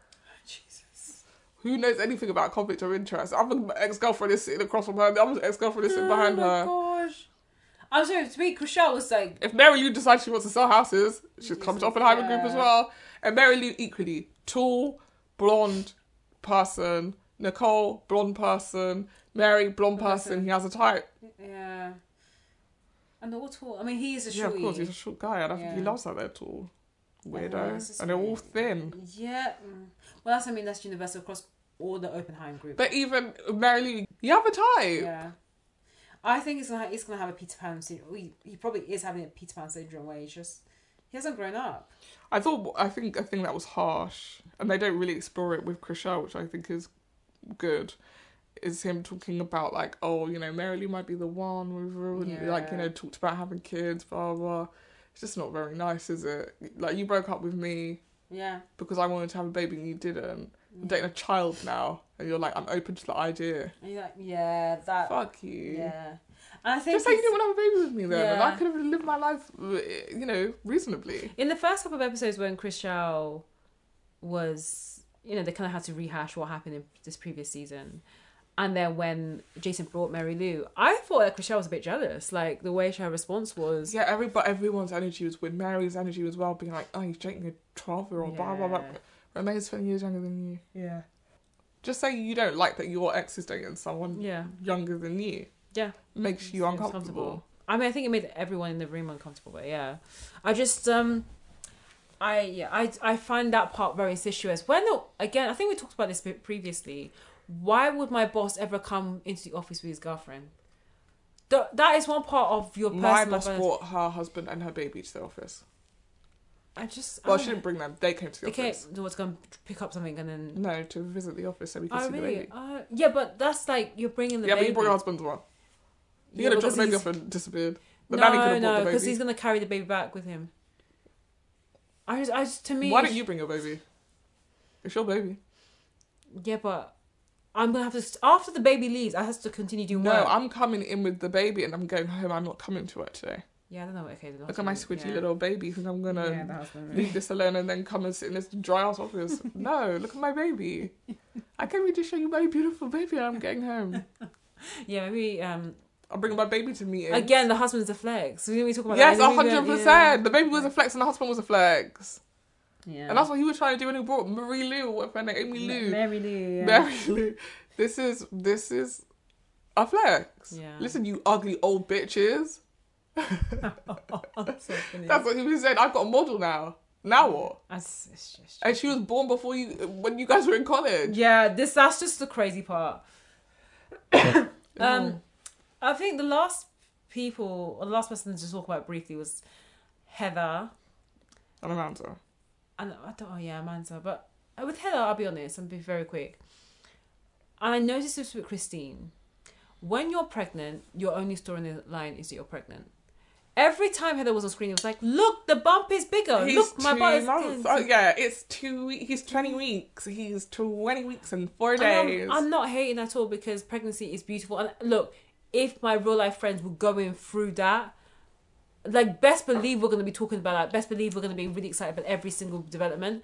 Who knows anything about conflict of interest? I'm ex girlfriend is sitting across from her. The other ex girlfriend is sitting
Oh
behind her.
gosh. I'm sorry. To me, Chriselle was like,
If Mary Lou decides she wants to sell houses, she's come to Oppenheimer
yeah.
Group as well. And Mary Lou equally tall, blonde person. Nicole, blonde person. Mary, blonde person. He has a type.
yeah. And they're all tall. I mean, he is a
Yeah, of course,
shorty.
he's a short guy. I don't think he
Yeah.
loves that they're tall.
Yeah,
Weirdo.
it's just
and they're all
weird.
thin.
Yeah. mm. Well, that's I mean that's universal across all the Oppenheim group.
But even Mary Lou, you have a type.
yeah, I think it's gonna it's gonna have a Peter Pan syndrome. He, he probably is having a Peter Pan syndrome where he's just he hasn't grown up.
I thought, I think, I think that was harsh. And they don't really explore it with Chriselle, which I think is good. Is him talking about, like, oh, you know, Mary Lou might be the one. We've really, like, you
Yeah.
know, talked about having kids, blah, blah. It's just not very nice, is it? Like, you broke up with me
Yeah.
because I wanted to have a baby and you didn't. I'm
yeah.
dating a child now. And you're like, I'm open to the idea.
And you're like, yeah, that.
Fuck you.
Yeah. And I think
Just like you
it's-
didn't want to have a baby with me then, and I
Yeah.
could have lived my life, eh, you know, reasonably.
in the first couple of episodes when Chriselle was, you know, they kind of had to rehash what happened in this previous season. And then when Jason brought Mary Lou, I thought that Chriselle was a bit jealous. Like the way her response was,
Yeah, every but everyone's energy was with Mary's energy was well, being like, oh, you're dating a twelve year old, blah blah blah.
Yeah.
Renee's twenty years younger than you. Yeah. Just say you don't like that your ex is dating someone
yeah.
younger than you.
Yeah.
Makes you
It was
uncomfortable.
comfortable. I mean, I think it made everyone in the room uncomfortable, but yeah, I just um, I yeah, I I find that part very insidious. When the, again, I think we talked about this bit previously. Why would my boss ever come into the office with his girlfriend? Th- that is one part of your personal.
My boss
advan-
brought her husband and her baby to the office.
I just
Well,
I
she didn't bring them. They came to the
Oh, they came
office.
they was going to pick up something and then.
No, to visit the office so we could
Oh
see the
really?
baby.
Uh, yeah, but that's like you're bringing the
yeah, but
baby.
you brought your husband as well.
Yeah,
You're gonna drop
because
the baby
he's-
off and disappeared. The nanny could
no,
have brought
no,
the
because
baby.
he's gonna carry the baby back with him. I just, I just, to me,
Why
it's-
don't you bring your baby? It's your baby.
Yeah, but I'm gonna have to after the baby leaves. I have to continue doing
No,
work.
I'm coming in with the baby and I'm going home. I'm not coming to work today.
yeah, I don't know. Okay,
Look at my squidgy little baby who I'm gonna leave this alone and then come and sit in this dry ass office. no, look at my baby. I came here to show you my beautiful baby and I'm getting home.
Yeah, maybe. Um,
I'm bringing my baby to meetings.
again, the husband's a flex. We didn't really talk about
Yes,
that. Maybe we
hundred
don't-
percent.
yeah.
The baby was a flex and the husband was a flex,
Yeah,
and that's what he was trying to do when he brought Marie Lou, what her name, Amy Lou,
Mary Lou. Yeah.
Mary Lou. This is this is a flex.
Yeah.
Listen, you ugly old bitches.
so funny.
That's what he was saying. I've got a model now. Now what?
That's- it's just-
And she was born before you, when you guys were in college.
yeah, this that's just the crazy part.
Oh.
um, I think the last people, or the last person to talk about briefly was Heather.
And Amanda.
and I don't. Oh yeah, Amanda. But uh, with Heather, I'll be honest. I'm be very quick. And I noticed this with Christine. When you're pregnant, your only storyline is that you're pregnant. Every time Heather was on screen, it was like, "Look, the bump is bigger.
He's
Look, my
two
butt is
months.
bigger."
Oh yeah, it's two. we- He's twenty weeks. He's twenty weeks and four
And I'm-
days.
I'm, not hating at all because pregnancy is beautiful. And look, if my real life friends were going through that, like best believe we're going to be talking about that. Best believe we're going to be really excited about every single development.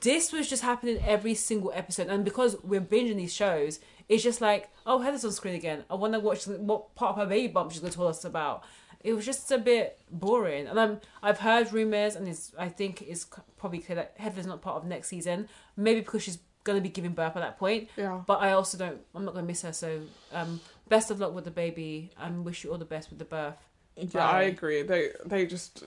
This was just happening every single episode, and because we're binging these shows, it's just like, oh, Heather's on screen again. I want to watch what part of her baby bump she's going to tell us about. it was just a bit boring. And I'm I've heard rumors, and it's I think it's c- probably clear that Heather's not part of next season. Maybe because she's gonna be giving birth at that point.
Yeah.
But I also don't. I'm not gonna miss her. So um, best of luck with the baby, and wish you all the best with the birth.
Yeah, I
Right.
agree. They they just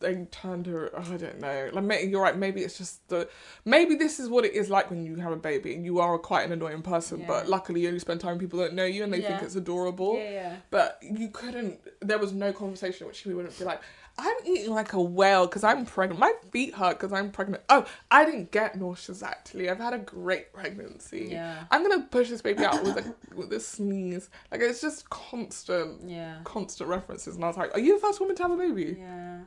they turned her. oh, I don't know. Like, may- you're right. Maybe it's just the. Maybe this is what it is like when you have a baby and you are quite an annoying person. But
Yeah.
luckily, you only spend time with people that know you and they think
Yeah.
it's adorable.
yeah.
But you couldn't. There was no conversation in which she wouldn't be like, "I'm eating like a whale because I'm pregnant. My feet hurt because I'm pregnant. Oh, I didn't get nauseous actually. I've had a great pregnancy.
Yeah.
I'm gonna push this baby out with a with a sneeze. Like it's just constant."
Yeah.
constant references, and I was like, "Are you the first woman to have a baby?"
Yeah.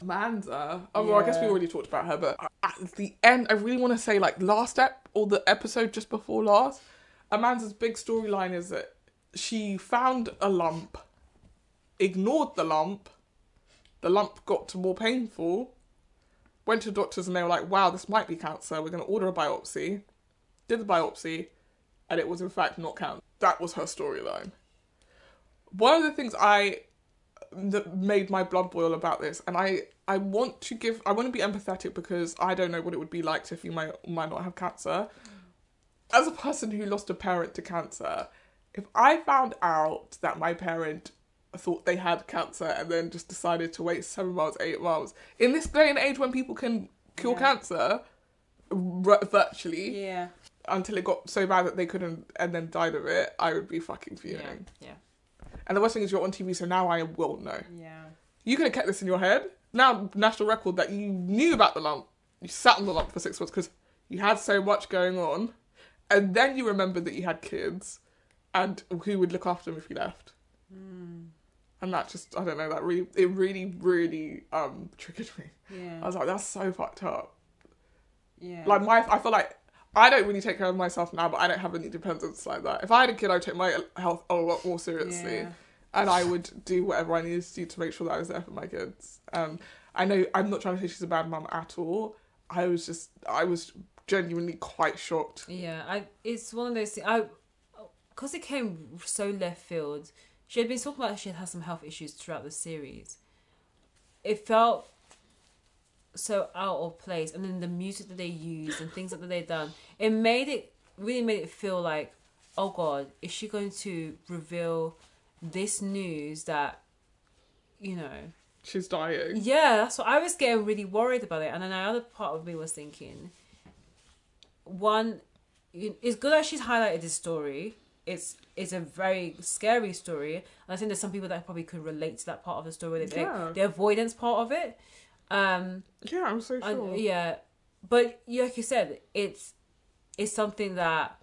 Amanda. Oh, well, I guess we
Yeah.
already talked about her, but at the end, I really want to say, like, last ep or the episode just before last, Amanda's big storyline is that she found a lump, ignored the lump, the lump got more painful, went to doctors, and they were like, "Wow, this might be cancer. We're going to order a biopsy." Did the biopsy, and it was in fact not cancer. That was her storyline. One of the things I that made my blood boil about this and i i want to give i want to be empathetic because i don't know what it would be like to if you might might not have cancer as a person who lost a parent to cancer if i found out that my parent thought they had cancer and then just decided to wait seven months eight months in this day and age when people can cure
Yeah.
cancer r- virtually
Yeah.
until it got so bad that they couldn't and then died of it i would be fucking fuming
Yeah, yeah.
and the worst thing is you're on tv so now i will know
Yeah.
you could have kept this in your head. Now, national record that you knew about the lump, you sat on the lump for six months because you had so much going on, and then you remembered that you had kids, and who would look after them if you left. And that just, I don't know, that really, it really, really um triggered me. I
Yeah.
was like, that's so fucked up.
Yeah.
Like my, I feel like I don't really take care of myself now, but I don't have any dependents like that. If I had a kid, I'd take my health a lot more seriously
Yeah.
and I would do whatever I needed to do to make sure that I was there for my kids. Um, I know I'm not trying to say she's a bad mum at all. I was just, I was genuinely quite shocked.
Yeah, I it's one of those things. I because it came so left field. She had been talking about she had had some health issues throughout the series. It felt so out of place, and then the music that they used and things that they done, it made it really made it feel like, oh god, is she going to reveal this news that, you know,
She's dying.
yeah, that's what I was getting really worried about it. And then another part of me was thinking, one, you- it's good that she's highlighted this story. It's it's a very scary story, and I think there's some people that probably could relate to that part of the story, like
Yeah.
the avoidance part of it. Um,
Yeah, I'm so
and-
sure.
yeah, but yeah, like you said, it's it's something that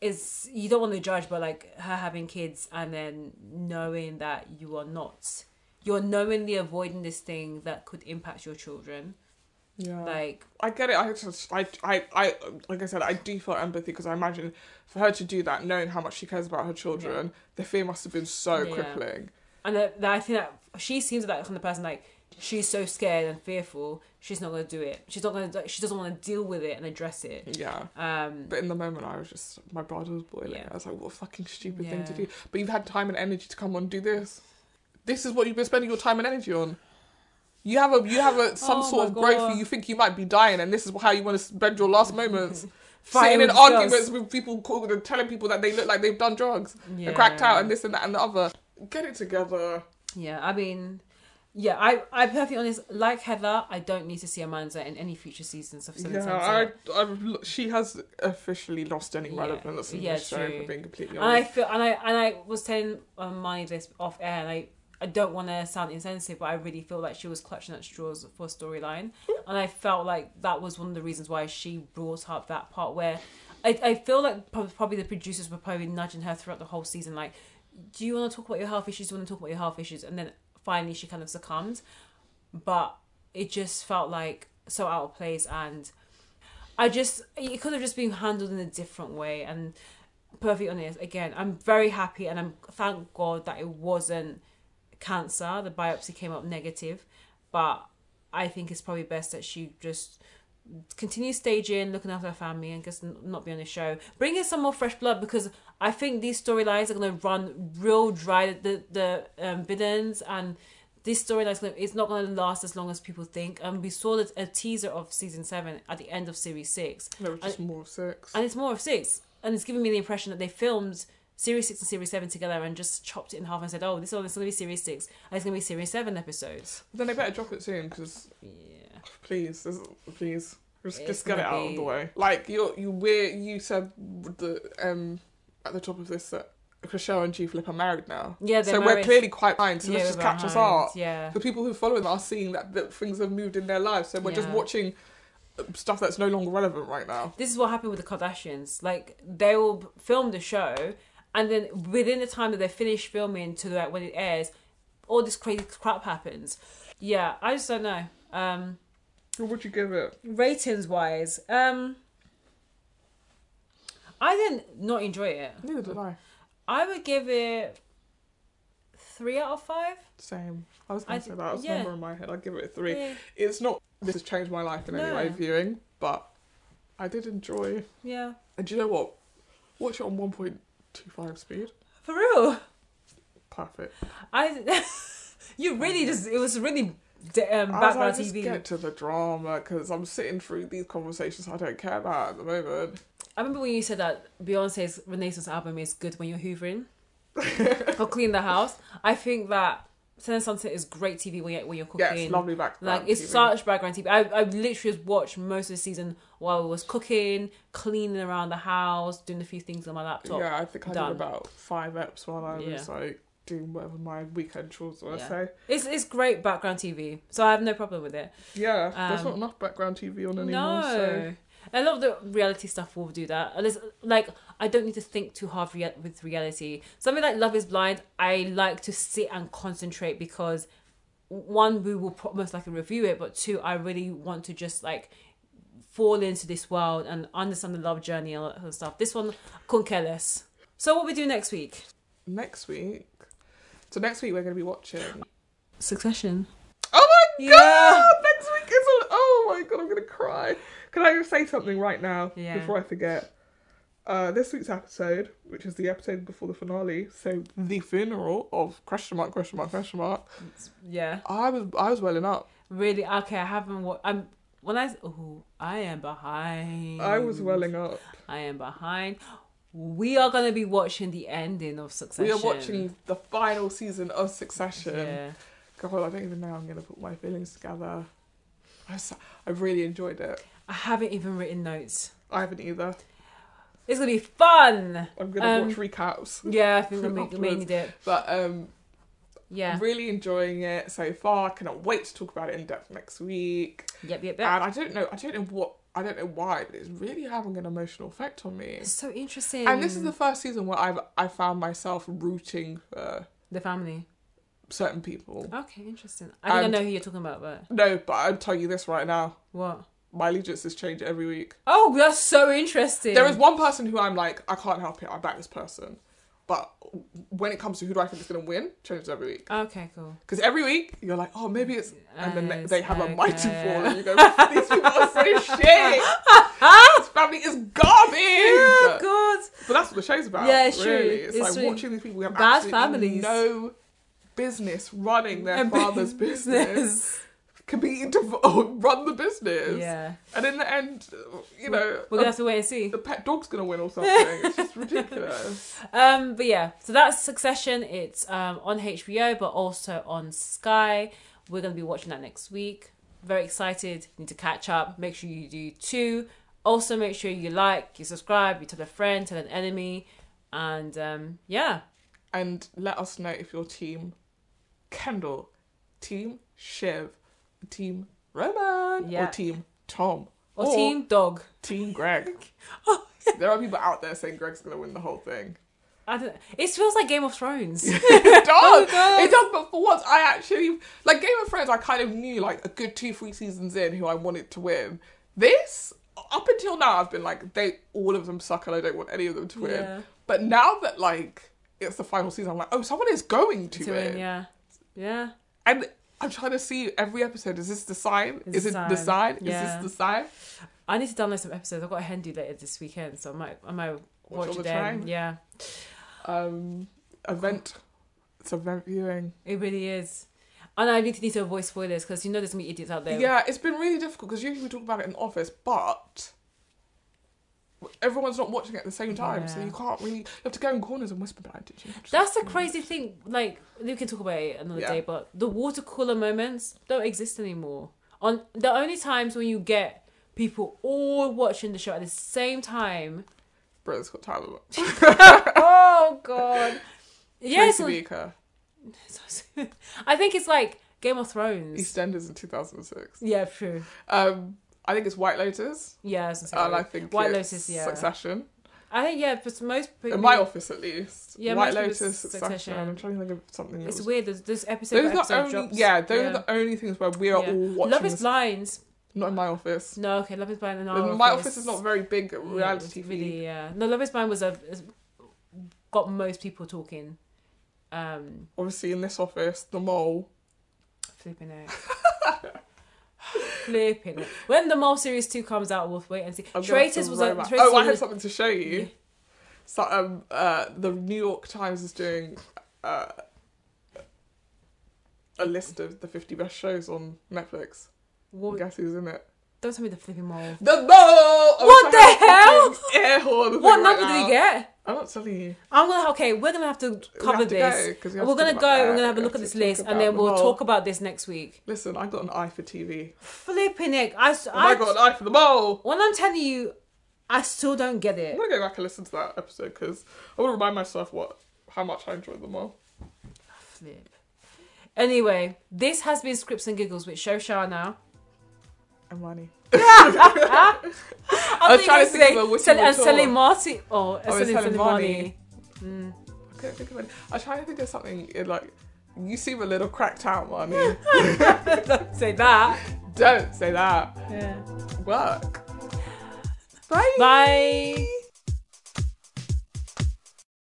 is you don't want to judge, but like her having kids and then knowing that you are not, you're knowingly avoiding this thing that could impact your children.
Yeah.
Like
I get it. I just, I, I, I, like I said, I do feel empathy because I imagine for her to do that, knowing how much she cares about her children, the fear must have been so
Yeah.
crippling.
And that, that I think that she seems like from the person like she's so scared and fearful, she's not gonna do it. She's not gonna. do- She doesn't want to deal with it and address it.
Yeah.
Um,
But in the moment, I was just, my blood was boiling.
Yeah.
I was like, what a fucking stupid thing to
Yeah.
do. But you've had time and energy to come on and do this. This is what you've been spending your time and energy on. You have a you have a some
Oh
sort
my
of growth where
God.
you think you might be dying, and this is how you want to spend your last moments.
Fighting
Fighting in
with drugs.
arguments with people, call- and telling people that they look like they've done drugs
yeah.
and cracked out, and this and that and the other. Get it together.
Yeah, I mean, yeah, I I perfectly honest. Like Heather, I don't need to see Amanda in any future seasons of Seven
yeah, I,
Sunset.
I've, lo- she has officially lost any
Yeah.
relevance in
Yeah,
this show.
true.
For being completely
and I
honest,
feel and I and I was telling um, Marnie this off air, and I I don't want to sound insensitive, but I really feel like she was clutching at straws for storyline, and I felt like that was one of the reasons why she brought up that part where I I feel like prob- probably the producers were probably nudging her throughout the whole season, like, do you want to talk about your health issues? Do you want to talk about your health issues? And then finally she kind of succumbed, but it just felt like so out of place and. I just it could have just been handled in a different way and perfectly honest again I'm very happy and I'm thank God that it wasn't cancer the biopsy came up negative but I think it's probably best that she just continue staging looking after her family and just n- not be on the show bring in some more fresh blood because I think these storylines are going to run real dry. The the um, villains and this storyline is gonna- it's not going to last as long as people think. And we saw that a teaser of season seven at the end of series six,
There was just more of six.
and it's more of six. And it's giving me the impression that they filmed series six and series seven together and just chopped it in half and said, "Oh, this is going to be series six, and it's going to be series seven episodes."
then they better drop it soon because
Yeah.
please, this- please, just
It's
just get it
gonna
out of
be-
the way. Like you, you were you said the um at the top of this that Chriselle and G Flip are married now.
Yeah, they're
so we're
married.
clearly quite behind. So
Yeah,
let's just
we're
catch us
behind,
up.
Yeah.
The people who follow them are seeing that, that things have moved in their lives, so we're just
Yeah.
watching uh, stuff that's no longer relevant right now.
this is what happened with the Kardashians. Like they will film the show, and then within the time that they finish filming to like when it airs, all this crazy crap happens. Yeah, I just don't know. Um,
What would you give it?
ratings wise, um, I didn't not enjoy it.
Neither did I.
I would give it three out of five.
Same. I was going
I
to say
d-
that. I was
yeah.
number in my head. I'd give it a three.
Yeah,
It's not. This has changed my life in any
No.
way viewing, but I did enjoy.
yeah.
And do you know what? Watch it on one point two five speed.
for real.
Perfect.
I you really just it was really d- um,
Oh, I was
background
like, just
TV.
get to the drama because I'm sitting through these conversations I don't care about at the moment.
I remember when you said that Beyonce's Renaissance album is good when you're hoovering or clean the house. I think that Sun and Sunset is great TV when you're, when you're cooking.
Yeah, it's lovely background.
Like it's
TV.
such background TV. I, I literally just watched most of the season while I was cooking, cleaning around the house, doing a few things on my laptop.
Yeah, I think I
Done.
did about five eps while I was
Yeah.
like doing whatever my weekend chores were.
Yeah.
So
It's it's great background TV, so I have no problem with it.
yeah, there's
Um,
not enough background TV on anymore.
No.
So
A lot of the reality stuff will do that. And it's like, I don't need to think too hard rea- with reality. Something like Love is Blind, I like to sit and concentrate because one, we will pro- most likely review it, but two, I really want to just like fall into this world and understand the love journey and all that kind of stuff. This one couldn't care less. So, what we do next week?
next week, so next week we're going to be watching.
Succession.
Oh my
Yeah.
god! Next week is on. Oh my god, I'm gonna cry. Can I just say something right now
Yeah.
before I forget? Uh, this week's episode, which is the episode before the finale, so the funeral of question mark question mark question mark.
Yeah.
I was I was welling up.
Really? Okay, I haven't. Wa- I'm. When I. Oh, I am behind.
I was welling up.
I am behind. We are going to be watching the ending of Succession.
We are watching the final season of Succession.
Yeah.
God, I don't even know how I'm gonna put my feelings together. I s- I really enjoyed it.
I haven't even written notes.
I haven't either.
It's going to be fun.
I'm gonna
Um,
watch recaps,
Yeah, I think I may, may need it.
but um,
Yeah.
Really enjoying it so far. Cannot wait to talk about it in depth next week.
Yep, yep, yep.
And I don't know, I don't know what, I don't know why, but it's really having an emotional effect on me.
It's so interesting.
And this is the first season where I've I found myself rooting for
the family.
certain people.
Okay, interesting. I think
And-
I know who you're talking about, but
No, but I'll tell you this right now.
what?
My allegiances change every week.
Oh, that's so interesting.
There is one person who I'm like, I can't help it. I back this person. But when it comes to who do I think is going to win, changes every week.
Okay, cool.
Because every week you're like, oh, maybe it's, and then they,
Yes,
they have a mighty
okay.
fall, and you go, these people are so shit. this family is garbage.
Oh, God.
But that's what the show's about.
Yeah, it's true.
really. It's,
It's
like
true.
watching these people who have
Bad
absolutely
families.
no business running their
And
father's business, competing to oh, run the business,
Yeah.
and in the end, you know,
We're going to have to wait and see.
the pet dog's gonna win or something. it's just ridiculous.
Um, but yeah, so that's Succession. It's um, on HBO, but also on Sky. We're going to be watching that next week. Very excited. Need to catch up. Make sure you do too. Also, make sure you like, you subscribe, you tell a friend, tell an enemy, and um, yeah,
And let us know if your team Kendall, team Shiv, team Roman,
Yeah.
or team Tom,
or, team dog.
team Greg. there are people out there saying Greg's gonna win the whole thing.
I don't. It feels like Game of Thrones.
It does. It does. But for once, I actually like Game of Thrones. I kind of knew like a good two, three seasons in who I wanted to win. This up until now, I've been like they all of them suck, and I don't want any of them to win.
Yeah.
But now that like it's the final season, I'm like, oh, someone is going to,
To
win.
win, yeah, yeah.
And I'm trying to see every episode. Is this the sign?
It's
is
a
it the
sign.
sign?
Yeah.
Is this the sign?
I need to download some episodes. I've got a hen do later this weekend, so I might, I might
Watch all
watch
the
it then.
time.
Yeah,
Um, event. It's event viewing.
it really is. And I really need to avoid spoilers because you know there's gonna be idiots out there.
Yeah, it's been really difficult because usually we talk about it in the office, but everyone's not watching it at the same time, so
Yeah.
you can't really. You have to go in corners and whisper behind it. You just-
That's the crazy thing. Like we can talk about it another
Yeah.
day, but the water cooler moments don't exist anymore. On the only times when you get people all watching the show at the same time.
Britain's Got Talent.
oh God! Yes,
Tracy Beaker.
I think it's like Game of Thrones.
EastEnders in 2006.
Yeah, true.
Um, I think it's White Lotus,
Yeah, I was gonna say
and I
that.
think
White
it's
Lotus, yeah.
Succession.
I think yeah, for most
In my
people,
office, at least.
Yeah,
White
most of
Lotus,
it's
Succession.
Succession.
I'm trying to think of something. that
it's
was-
weird. There's this episode,
Those
by
are the
episode
only,
drops.
yeah, those
Yeah.
are the only things where we are
Yeah.
all watching.
Love is
this-
Blind.
Not in my office.
No, okay, Love is Blind. And Our
my office is not very big reality
Yeah,
TV.
really, yeah. No, Love is Blind was a is- got most people talking. Um,
Obviously, in this office, the mole.
flipping it. flipping it. When the Mole Series 2 comes out, we'll wait and see.
I'm gonna have
Traitors
to
was a.
roll back.
Traitors
Oh, I have
was-
something to show you.
Yeah.
So, um, uh, the New York Times is doing uh, a list of the 50 best shows on Netflix.
What-
Guess who's in it?
don't tell me the flipping mole.
The mole. I'm
What
trying to
the hell?
fucking Air horn
What
thing right
number did
now.
he get?
I'm not telling you.
I'm gonna okay. We're gonna have to
We
cover
have to
this.
go, 'cause we have
We're
to
gonna
talk
go.
about
We're
that.
gonna have a
We
look
have
at this
to talk
list,
about
and then
the
we'll
mole.
talk about this next week.
Listen, I got an eye for TV.
Flipping it, I, s-
I,
I-
got an eye for the mole.
when I'm telling you, I still don't get it.
I'm gonna go back and listen to that episode because I want to remind myself what how much I enjoyed the mole.
Flip. Anyway, this has been Scripts and Giggles with Shoshana. now.
And money.
I
was trying to think of a witty
and
retort.
Sally Marty. Oh, and
was
Sally
telling
Marty.
Marty. I couldn't think of any. I was trying to think of something in, like. You seem a little cracked out, money.
Mm. Don't say that.
Don't say that.
Yeah.
Work.
Bye.